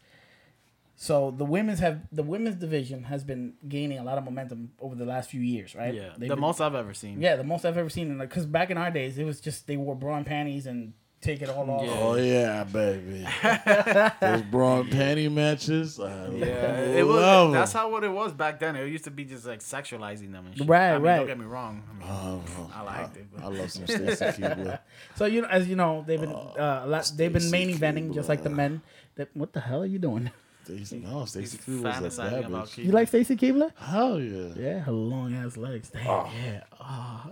So the women's have the women's division has been gaining a lot of momentum over the last few years, right?
Yeah,
They've
the
been-
most I've ever seen.
Yeah, the most I've ever seen, because back in our days, it was just they wore bra and panties and take it all off.
Yeah.
Oh yeah, baby. Those brawn panty matches. I
Yeah,
love
Uh, it was.
'em.
That's how what it was back then. It used to be just like sexualizing them and shit.
Right,
I mean,
right.
Don't get me wrong. I mean,
Oh,
I liked it, but-
I love some Stacey Keebler.
So you know, as you know, they've been uh, a lot, they've been main eventing just like the men. That what the hell are you doing?
Stacey, no, Stacey
he's
Keebler was a
fantasizing
bad
about
bitch.
Keith.
You like Stacy Keebler?
Hell yeah.
Yeah, her long ass legs. Damn, yeah.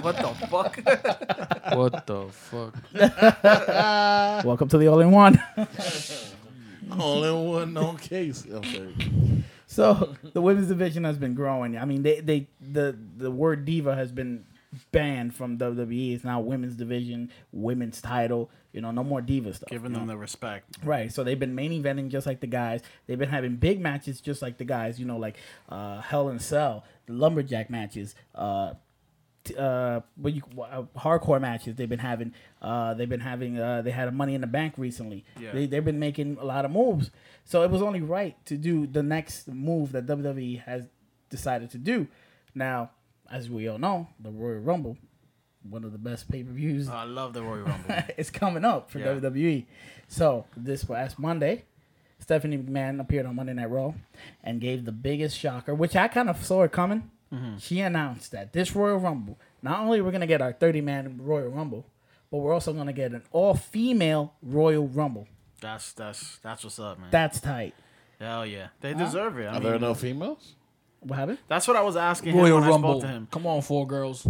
what the fuck?
What the fuck?
Oh. Welcome to the all in one.
Only one known case. I'm sorry.
so the women's division has been growing. I mean, they they the the word diva has been banned from WWE. It's now women's division, women's title. You know, no more diva stuff.
Giving them the respect.
Right. So they've been main eventing just like the guys. They've been having big matches just like the guys. You know, like uh, Hell in a Cell, the lumberjack matches, uh, t- uh, what you uh, hardcore matches. They've been having. Uh, they've been having. Uh, they had a Money in the Bank recently.
Yeah.
They they've been making a lot of moves. So it was only right to do the next move that WWE has decided to do. Now, as we all know, the Royal Rumble, one of the best pay per views
Oh, I love the Royal Rumble.
it's coming up for
Yeah.
WWE. So this past Monday, Stephanie McMahon appeared on Monday Night Raw and gave the biggest shocker, which I kind of saw it coming. She announced that this Royal Rumble, not only we're gonna get our thirty man Royal Rumble, but we're also gonna get an all female Royal Rumble.
that's that's that's what's up, man.
That's tight.
Hell yeah, they deserve it. I
Are there
mean,
no females?
What happened?
that's what I was asking
Royal
him when I
Rumble.
spoke to him.
Come on, four girls.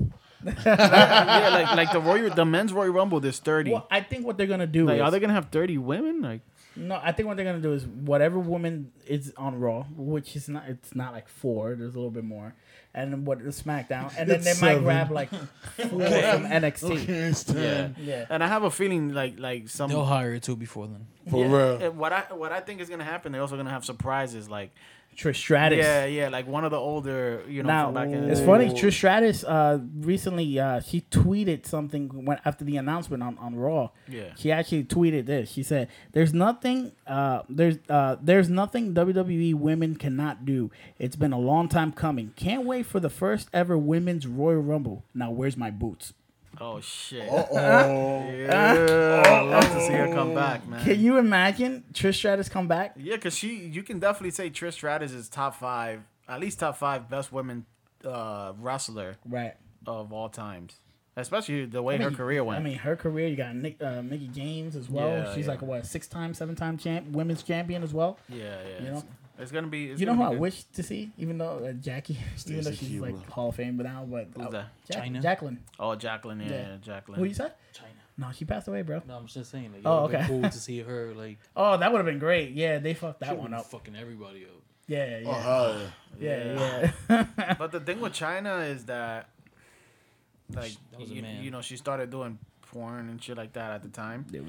yeah, like like the Royal, the men's Royal Rumble. There's thirty.
Well, I think what they're gonna do
Like,
is
are they gonna have thirty women? Like,
No, I think what they're gonna do is whatever woman is on Raw, which is not, it's not like four. There's a little bit more, and then what is SmackDown, and then
It's
they might
seven.
grab like four from NXT.
Okay, it's time.
Yeah,
and I have a feeling like like some
They'll hire it too before then.
For real.
And what I what I think is gonna happen, they're also gonna have surprises. Like
Trish Stratus.
yeah, yeah, like one of the older, you know,
Now
from back in the
it's
day.
funny. Trish Stratus uh, recently uh, she tweeted something when after the announcement on, on Raw.
Yeah.
she actually tweeted this. She said, "There's nothing. Uh, there's uh, there's nothing WWE women cannot do. It's been a long time coming. Can't wait for the first ever women's Royal Rumble. Now where's my boots?
Oh shit!
Oh,
Yeah, I'd love to see her come back, man.
Can you imagine Trish Stratus come back?
Yeah, cause she, you can definitely say Trish Stratus is top five, at least top five best women uh, wrestler
Right.
of all times. especially the way
I mean,
her career went.
I mean, her career. You got Nick, uh, Mickey James as well.
Yeah,
She's
yeah.
like what six time, seven time champ, women's champion as well.
yeah, yeah.
you know-
it's, it's gonna be. It's
you know who
gonna
I
be good.
wish to see, even though uh, Jackie, even though
Stacey
she's
Keibler.
like Hall of Fame, but now, but oh,
Who's that?
Jack-
China?
Jacqueline.
Oh, Jacqueline. Yeah,
Yeah.
yeah Jacqueline.
Who you said?
China.
No, she passed away, bro.
No, I'm just saying. Like, it
Oh,
would've been
okay.
Cool to see her like
Oh, that would have been great. Yeah, they fucked that
she
one
would've
up.
fucking everybody up.
Yeah,
Oh,
yeah,
hell yeah.
yeah, yeah.
But the thing with China is that, like,
That was a
you,
man.
you know, she started doing porn and shit like that at the time,
yeah.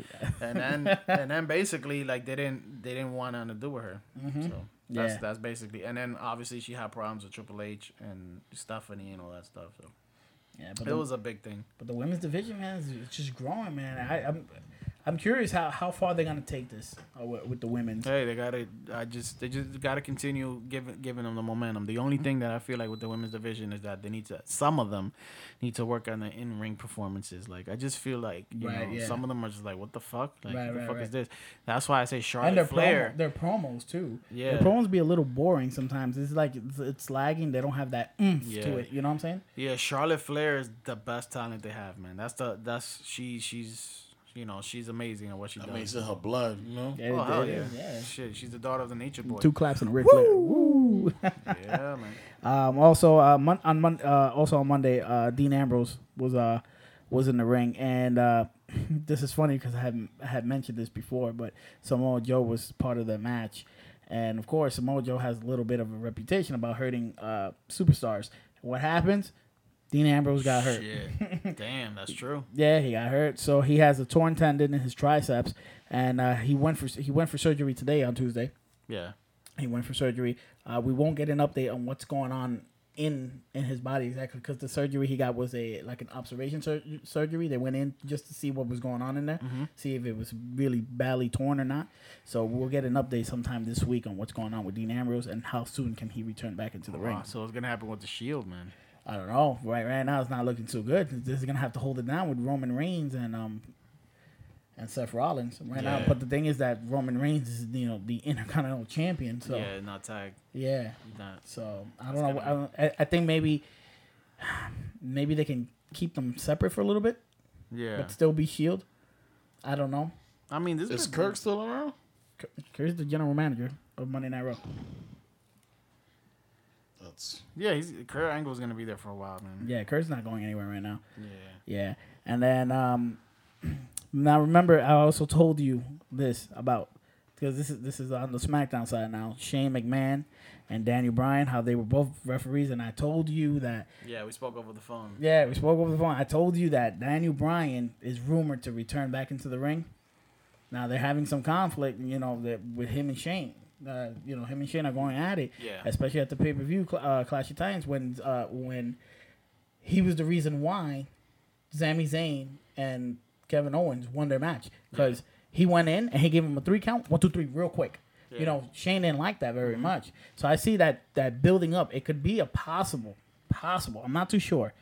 and then and then basically like they didn't they didn't want nothing to do with her. So that's
Mm-hmm. Yeah.
that's basically. And then obviously she had problems with Triple H and Stephanie and all that stuff. So
but,
it
the,
was a big thing.
but the women's division, man, is it's just growing, man. I, I'm, I'm curious how, how far they're gonna take this uh, with, with the women.
Hey, they gotta. I just they just gotta continue giving giving them the momentum. The
Mm-hmm.
only thing that I feel like with the women's division is that they need to. Some of them need to work on their in ring performances. Like I just feel like you
Right,
know
yeah.
some of them are just like what the fuck. Like
Right,
what the
right,
fuck
right.
is this? That's why I
and
say
their
Charlotte
promo,
Flair.
their promos too.
Yeah.
their promos be a little boring sometimes. It's like it's, it's lagging. They don't have that oomph
Yeah.
to it. You know what I'm saying?
Yeah, Charlotte Flair is the best talent they have, man. That's the that's she she's you know she's amazing at what she
I
does.
mean, it's in her blood, you know?
Yeah,
Oh hell
it
yeah.
is, yeah.
Shit, she's the daughter of the nature boy.
Two claps and a Ric Flair. Woo!
yeah, man.
Um, also, uh, mon- on mon- uh, also on Monday, uh, Dean Ambrose was uh, was in the ring, and uh, this is funny because I had I had mentioned this before, but Samoa Joe was part of the match, and of course Samoa Joe has a little bit of a reputation about hurting uh, superstars. What happens? Dean Ambrose got hurt.
Shit. Damn, that's true.
Yeah, he got hurt. So he has a torn tendon in his triceps, and uh, he went for he went for surgery today on Tuesday.
Yeah.
He went for surgery. Uh, we won't get an update on what's going on in in his body exactly because the surgery he got was a like an observation sur- surgery. They went in just to see what was going on in there,
Mm-hmm.
see if it was really badly torn or not. So we'll get an update sometime this week on what's going on with Dean Ambrose and how soon can he return back into the ring.
Wow, so it's gonna happen with the Shield, man.
I don't know. Right right now it's not looking too good. This is gonna have to hold it down with Roman Reigns and um and Seth Rollins right now.
Yeah.
But the thing is that Roman Reigns is you know the Intercontinental Champion. So
Yeah, not tag.
yeah.
Not.
So I don't know. I, don't, I, I think maybe maybe they can keep them separate for a little bit,
Yeah.
but still be Shield. I don't know.
I mean, this
Is
been-
Kirk still around?
Here's the general manager of Monday Night Raw.
That's
Yeah, he's, Kurt Angle's gonna be there for a while, man.
Yeah, Kurt's not going anywhere right now.
Yeah.
Yeah, and then um, now remember I also told you this about because this is this is on the SmackDown side now. Shane McMahon and Daniel Bryan, how they were both referees, and I told you that
Yeah, we spoke over the phone.
Yeah, we spoke over the phone. I told you that Daniel Bryan is rumored to return back into the ring. Now they're having some conflict, you know, that with him and Shane. Uh, you know, him and Shane are going at it,
Yeah.
especially at the pay per view cl- uh, Clash of Titans when uh, when he was the reason why Sami Zayn and Kevin Owens won their match because he went in and he gave him a three count, one, two, three, real quick. You know, Shane didn't like that very much. So I see that that building up. It could be a possible, possible. I'm not too sure.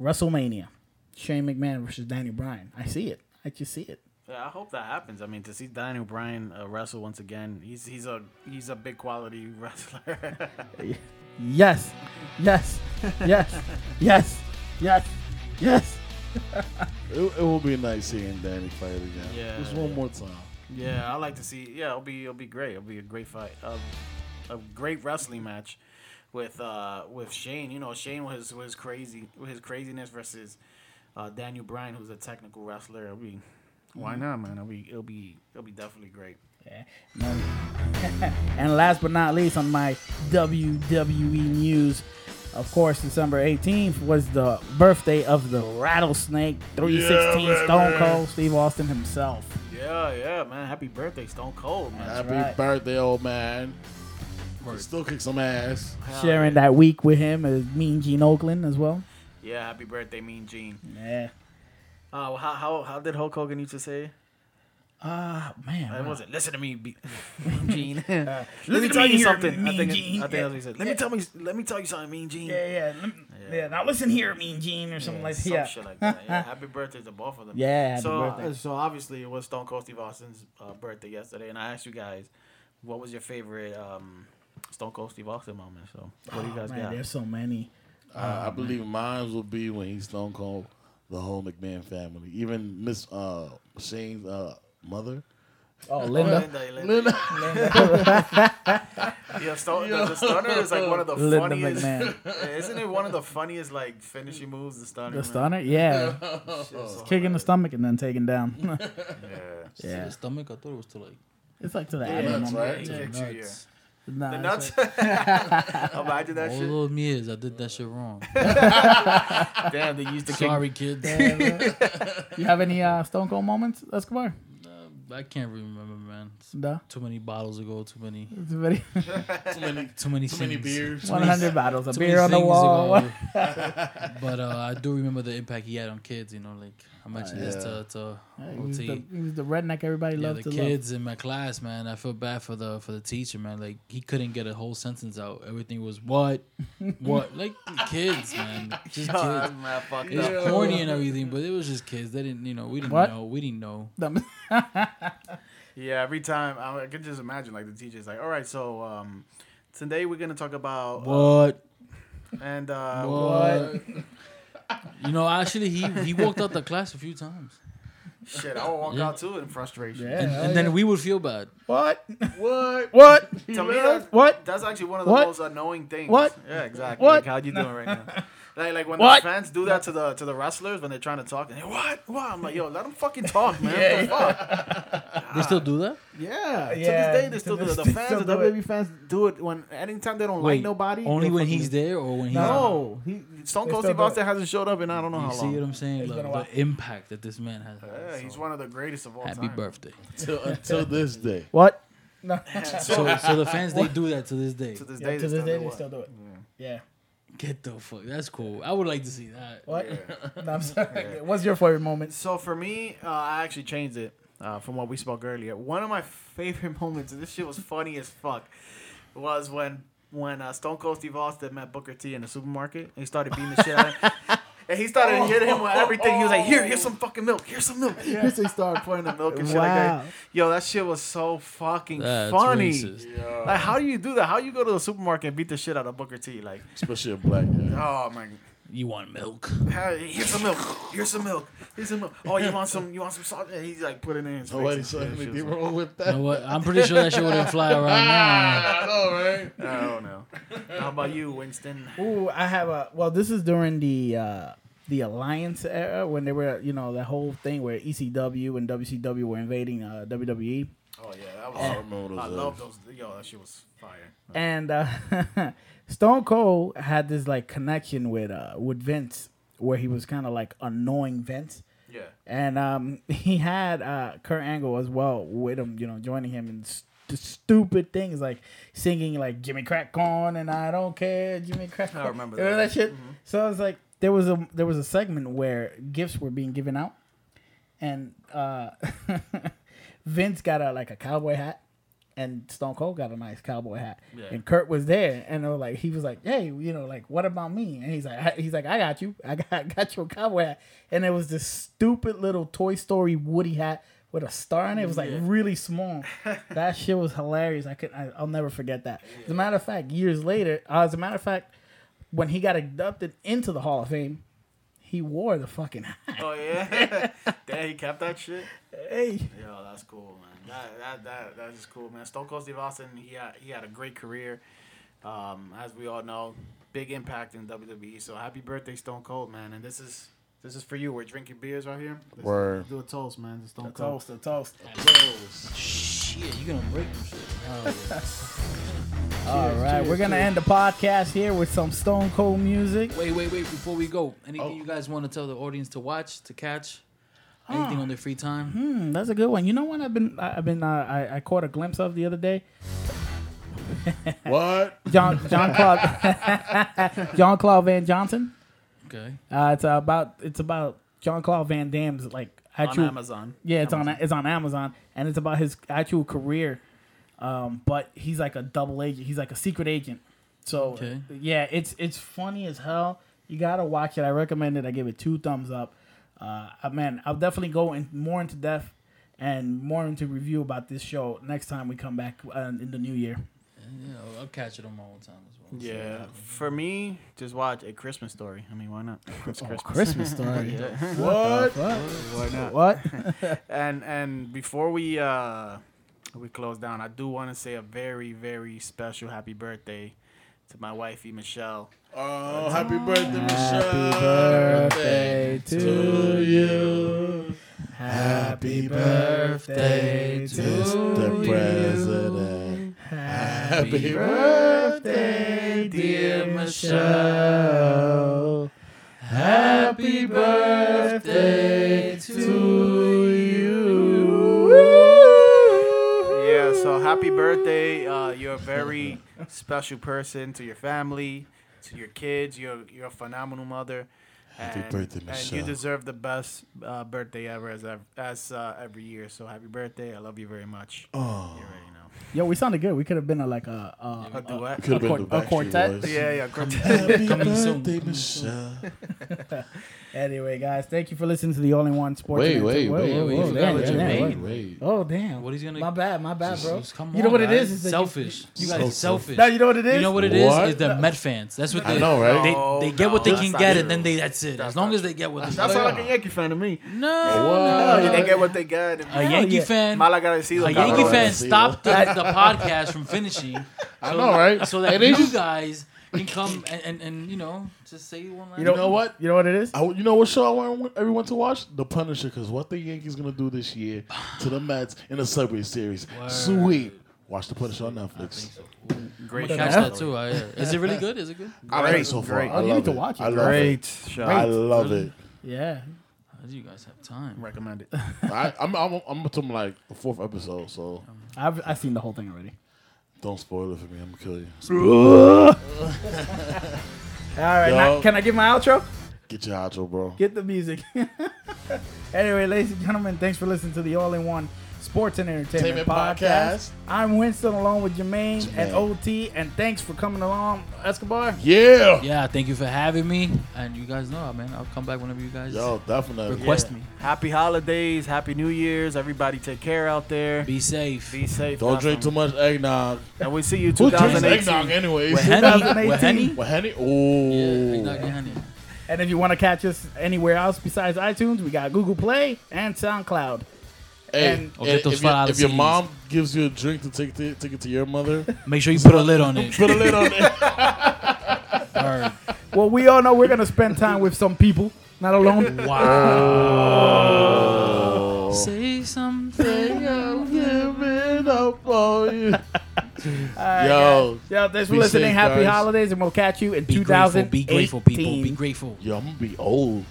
WrestleMania, Shane McMahon versus Daniel Bryan. I see it. I just see it.
Yeah, I hope that happens. I mean, to see Daniel Bryan uh, wrestle once again, he's he's a he's a big quality wrestler.
Yes, yes, yes, yes, yes, yes.
it, it will be nice seeing Danny fight again.
Yeah.
Just one more time.
yeah, I like to see. Yeah, it'll be it'll be great. It'll be a great fight, a, a great wrestling match with uh with Shane. You know, Shane was was crazy with his craziness versus uh, Daniel Bryan, who's a technical wrestler. It'll be why not, man? It'll be it'll be it'll be definitely great.
Yeah. No. and last but not least, on my WWE news, of course, December 18th was the birthday of the Rattlesnake 316
Yeah,
Stone
baby.
Cold Steve Austin himself.
Yeah, yeah, man. Happy birthday, Stone Cold, man.
Happy
right.
birthday, old man. You still kick some ass.
Oh,
Sharing that week with him is me and Gene Oakland as well.
Yeah, happy birthday, Mean Gene.
Yeah.
Uh, how, how how did Hulk Hogan used to say?
Ah, man.
I
wow.
wasn't. Listen to me, be- Mean Gene. let
Listen
me
to
tell
me
you
here,
something. I
Mean
think,
Gene.
I think that's what he said. Let me tell me. Let me tell you something, Mean Gene.
Yeah, yeah. lem- yeah. Now listen here, Mean Gene, or something like
Some
that.
shit like that. Yeah, happy birthday to both of them.
Yeah, happy
so
birthday.
uh, so obviously it was Stone Cold Steve Austin's uh, birthday yesterday, and I asked you guys, what was your favorite um, Stone Cold Steve Austin moment? So what do you guys
Oh, Man,
got?
there's so many.
I, I believe mine will be when he's Stone Cold the whole McMahon family. Even Miss uh, Shane's uh, mother.
Oh, Linda.
Linda.
Yo, Sto- the, the stunner is like one of the
Linda
funniest.
McMahon.
Isn't it one of the funniest like finishing moves? The stunner.
The
man?
stunner, yeah. Kicking the stomach and then taking down.
Is it
Yeah.
the stomach. I thought it was to like.
it's like to the
Yeah,
animal.
that's right.
He
Yeah.
kicks you, yeah.
Nah,
The
it's
nuts. Imagine that
All
shit.
those years, I did that shit wrong.
Damn, they used to kick.
Sorry, kids.
like- You have any uh, Stone Cold moments, Escobar?
I can't remember, man. It's
No.
too many bottles ago. Too many.
It's very-
Too
Too many,
many.
too many
scenes.
beers.
100 bottles, a
Too many
beer on the
things
wall.
ago. but uh, I do remember the impact he had on kids. You know, like I mentioned this
yeah.
to to
He was,
OT.
the, he was the redneck everybody
yeah,
loved
the
to love.
kids in my class, man. I felt bad for the for the teacher, man. Like he couldn't get a whole sentence out. Everything was what, what, like kids, man. Just
Oh, that's
kids.
mad fucked
It was
up.
corny and everything, but it was just kids. They didn't, you know, we didn't
What?
know. We didn't know.
Them-
Yeah, every time I, I can just imagine like the teacher's like, all right, so um, today we're gonna talk about uh,
What?
and uh,
What? you know, actually, he he walked out the class a few times,
shit, I would walk
Yeah.
out too in frustration.
Yeah,
and,
hell
and then we would feel bad.
What?
What?
What?
To me, that's,
What?
That's actually one of the
What?
most annoying things.
What?
Yeah, exactly.
What?
Like, how you doing right now? Like, like when
What?
the fans do that to the to the wrestlers when they're trying to talk, and they what? What? I'm like, yo, let them fucking talk, man. yeah,
They still do that.
Yeah.
Yeah,
to this day, they still
to
do
this
it. The
day
fans,
still
the
do it.
WWE fans, E do it when anytime they don't like nobody.
Only
they
when
fucking-
he's there or when he's
no, he, Stone
They still
Cold Steve
do it.
Austin hasn't showed up, and I don't know
You
how
see what
long.
I'm saying?
been a
Like, the impact that this man has. had.
Yeah, he's one of the greatest of all
Happy
time.
birthday.
Till, until this day.
What?
So, so the fans they do that to this day.
To this
Yeah, to
day, they
this
still
day,
do
they
it.
still do it. Yeah.
Get the fuck. That's cool. I would like to see that.
What? no, I'm sorry. What's your favorite moment?
So for me, uh, I actually changed it uh, from what we spoke earlier. One of my favorite moments, and this shit was funny as fuck, was when when uh, Stone Cold Steve Austin met Booker T in the supermarket. And he started beating the shit out of him. And he started hitting him with everything. He was like, "Here, here's some
Oh.
fucking milk. Here's some milk." Here's so he started pouring the milk and shit like that.
Wow.
Yo, that shit was so fucking
That's
funny.
racist.
Like, how do you do that? How you go to the supermarket and beat the shit out of Booker T? Like,
Especially a black guy.
oh my
You want milk?
Hey, here's some milk. Here's some milk. Here's some milk. Oh, you want some? You want some salt? And he's like putting it in his face.
Nobody
and
saw
shit.
anything
Shit was-
wrong with
You
that.
know what? I'm pretty sure that shit wouldn't fly around now.
I know, right?
I don't know. oh, How about you, Winston?
Ooh, I have a. Well, this is during the uh, the Alliance era when they were, you know, the whole thing where ECW and WCW were invading uh, WWE.
Oh yeah, that was.
I don't remember those.
I
days.
love those. Yo, that shit was fire.
and uh, Stone Cold had this like connection with uh, with Vince, where he was kind of like annoying Vince,
Yeah.
and um, he had uh, Kurt Angle as well with him, you know, joining him in st- stupid things like singing like Jimmy Crack Corn and I don't care Jimmy Crack.
I
Corn."
remember
Remember
that. Mm-hmm.
that shit. So I was like, there was a there was a segment where gifts were being given out, and uh, Vince got a like a cowboy hat, and Stone Cold got a nice cowboy hat, and Kurt was there, and they were like he was like, hey, you know, like what about me? And he's like, I, he's like, I got you, I got got you a cowboy hat, and it was this stupid little Toy Story Woody hat with a star in it. It was like really small. that shit was hilarious. I could I, I'll never forget that. As a matter of fact, years later, uh, as a matter of fact, when he got inducted into the Hall of Fame. He wore the fucking hat.
Oh yeah. Damn, he kept that shit.
Hey,
Yo, that's cool, man. That that that that's just cool, man. Stone Cold Steve Austin, he had he had a great career. Um, as we all know, big impact in WWE. So happy birthday, Stone Cold, man. And this is this is for you. We're drinking beers right here. This-
Word.
Do a toast, man. Just don't toast.
toast, a toast.
Shit, you gonna break them shit.
All right, we're gonna end the podcast here with some Stone Cold music.
Wait, wait, wait. Before we go, anything
Oh.
you guys want to tell the audience to watch, to catch, anything on their free time?
Hmm, that's a good one. You know what I've been I- I've been uh, I, I caught a glimpse of the other day.
What?
John John Claude John Claude Van Johnson.
Okay.
Uh, it's about it's about John Claude Van Damme's like
on
actual
Amazon.
yeah it's on it's on Amazon and it's about his actual career. Um, but he's like a double agent. He's like a secret agent. So
Okay.
yeah, it's it's funny as hell. You gotta watch it. I recommend it. I give it two thumbs up. Uh, uh, man, I'll definitely go in more into depth and more into review about this show next time we come back uh, in the new year.
you know, I'll catch it on my own time as well. So,
Yeah, for me, just watch A Christmas Story. I mean, why not? It's
Oh, Christmas Story.
Yeah.
What the
Why
fuck?
not?
What?
and and before we uh we close down, I do want to say a very very special happy birthday to my wifey Michelle.
Oh, happy birthday,
Happy
Michelle.
birthday to you.
Happy
birthday to
Mr.
you.
President.
Happy
birthday,
dear
Michelle.
Happy birthday to you.
Yeah, so happy birthday. Uh, you're a very special person to your family, to your kids. You're you're a phenomenal mother.
Happy
and-
birthday,
And
Michelle.
you deserve the best uh, birthday ever, as ev- as uh, every year. So happy birthday! I love you very much.
Oh.
Yo, we sounded good. We could have been a, like a a,
A
Uh,
duet.
Could have
a,
been
quart-
the
a
Backstreet
quartet.
Boys.
Yeah, yeah, quartet.
Happy
Coming soon.
birthday, Michelle.
anyway, guys, thank you for listening to the All in One Sports.
Wait,
and
wait,
Entertainment-
wait,
Whoa, whoa,
wait,
whoa,
wait,
damn,
wait,
damn.
wait, wait.
Oh damn!
What he's gonna-
My bad, my bad, bro.
Just come
you know
on,
what it
guys.
is? Is that you-
selfish. You guys
So
are selfish.
No, you know what it is.
You know what it is?
What?
Is the Met fans. That's what
I
they
know, right?
They, they get
No,
what they
that's
can
not
get,
true.
and then they Oh, that's it. as long as they get what they
That
get.
sounds like a Yankee fan to me.
No,
they get what they got.
Uh, a Yankee
yeah.
fan.
Mal agradecido.
A
cabrón.
Yankee fan
see
stopped the, the podcast from finishing. So,
I know, right?
So that
And they
you
just-
guys can come and, and, and you know just say one line.
You know what?
You know what it is?
I, you know what show I want everyone to watch? The Punisher, because what the Yankees gonna do this year to the Mets in the Subway Series? Sweet. Watch the Punisher on Netflix.
Great
What
catch
the
that too. I, uh, is it really good? Is it good?
I like it so far.
great.
I
Oh, you
love
need to watch it.
I love
Great
it.
show.
I love it.
Yeah.
How do you guys have time?
Recommend it.
I, I'm, I'm I'm up to like the fourth episode, so
I've I've seen the whole thing already.
don't spoil it for me. I'm gonna kill you.
All right,
Yo.
now, can I get my outro?
Get your outro, bro.
Get the music. anyway, ladies and gentlemen, thanks for listening to the All in One Sports and Entertainment
Entertainment
Podcast.
Podcast.
I'm Winston along with Jermaine, and
Jermaine.
OT, and thanks for coming along, Escobar.
yeah.
Yeah, thank you for having me. And you guys know, man, I'll come back whenever you guys
Yo, definitely.
request me.
Happy holidays. Happy New Year's. Everybody take care out there. Be,
Be safe.
safe.
Don't drink too much eggnog.
And we see you
Who drinks
2018.
eggnog anyways?
With Henny. With
2018.
Henny.
With Henny?
Yeah,
Ooh.
eggnog and Henny.
And if you want to catch us anywhere else besides iTunes, we got Google Play and SoundCloud.
Hey,
And-
Or get
if-
those
if, your-
$5
if your
CDs.
mom gives you a drink to take, to, take it to your mother,
Make sure you put a lid on it.
put a lid on it.
Word.
Well, we all know we're gonna spend time with some people, not alone.
Say something.
I'm giving up on you. yo,
Yeah, thanks for
Be
listening.
safe,
Happy
guys.
holidays, and we'll catch you in
Be grateful.
2018.
Be grateful, people. Be grateful.
yo, I'm gonna be old.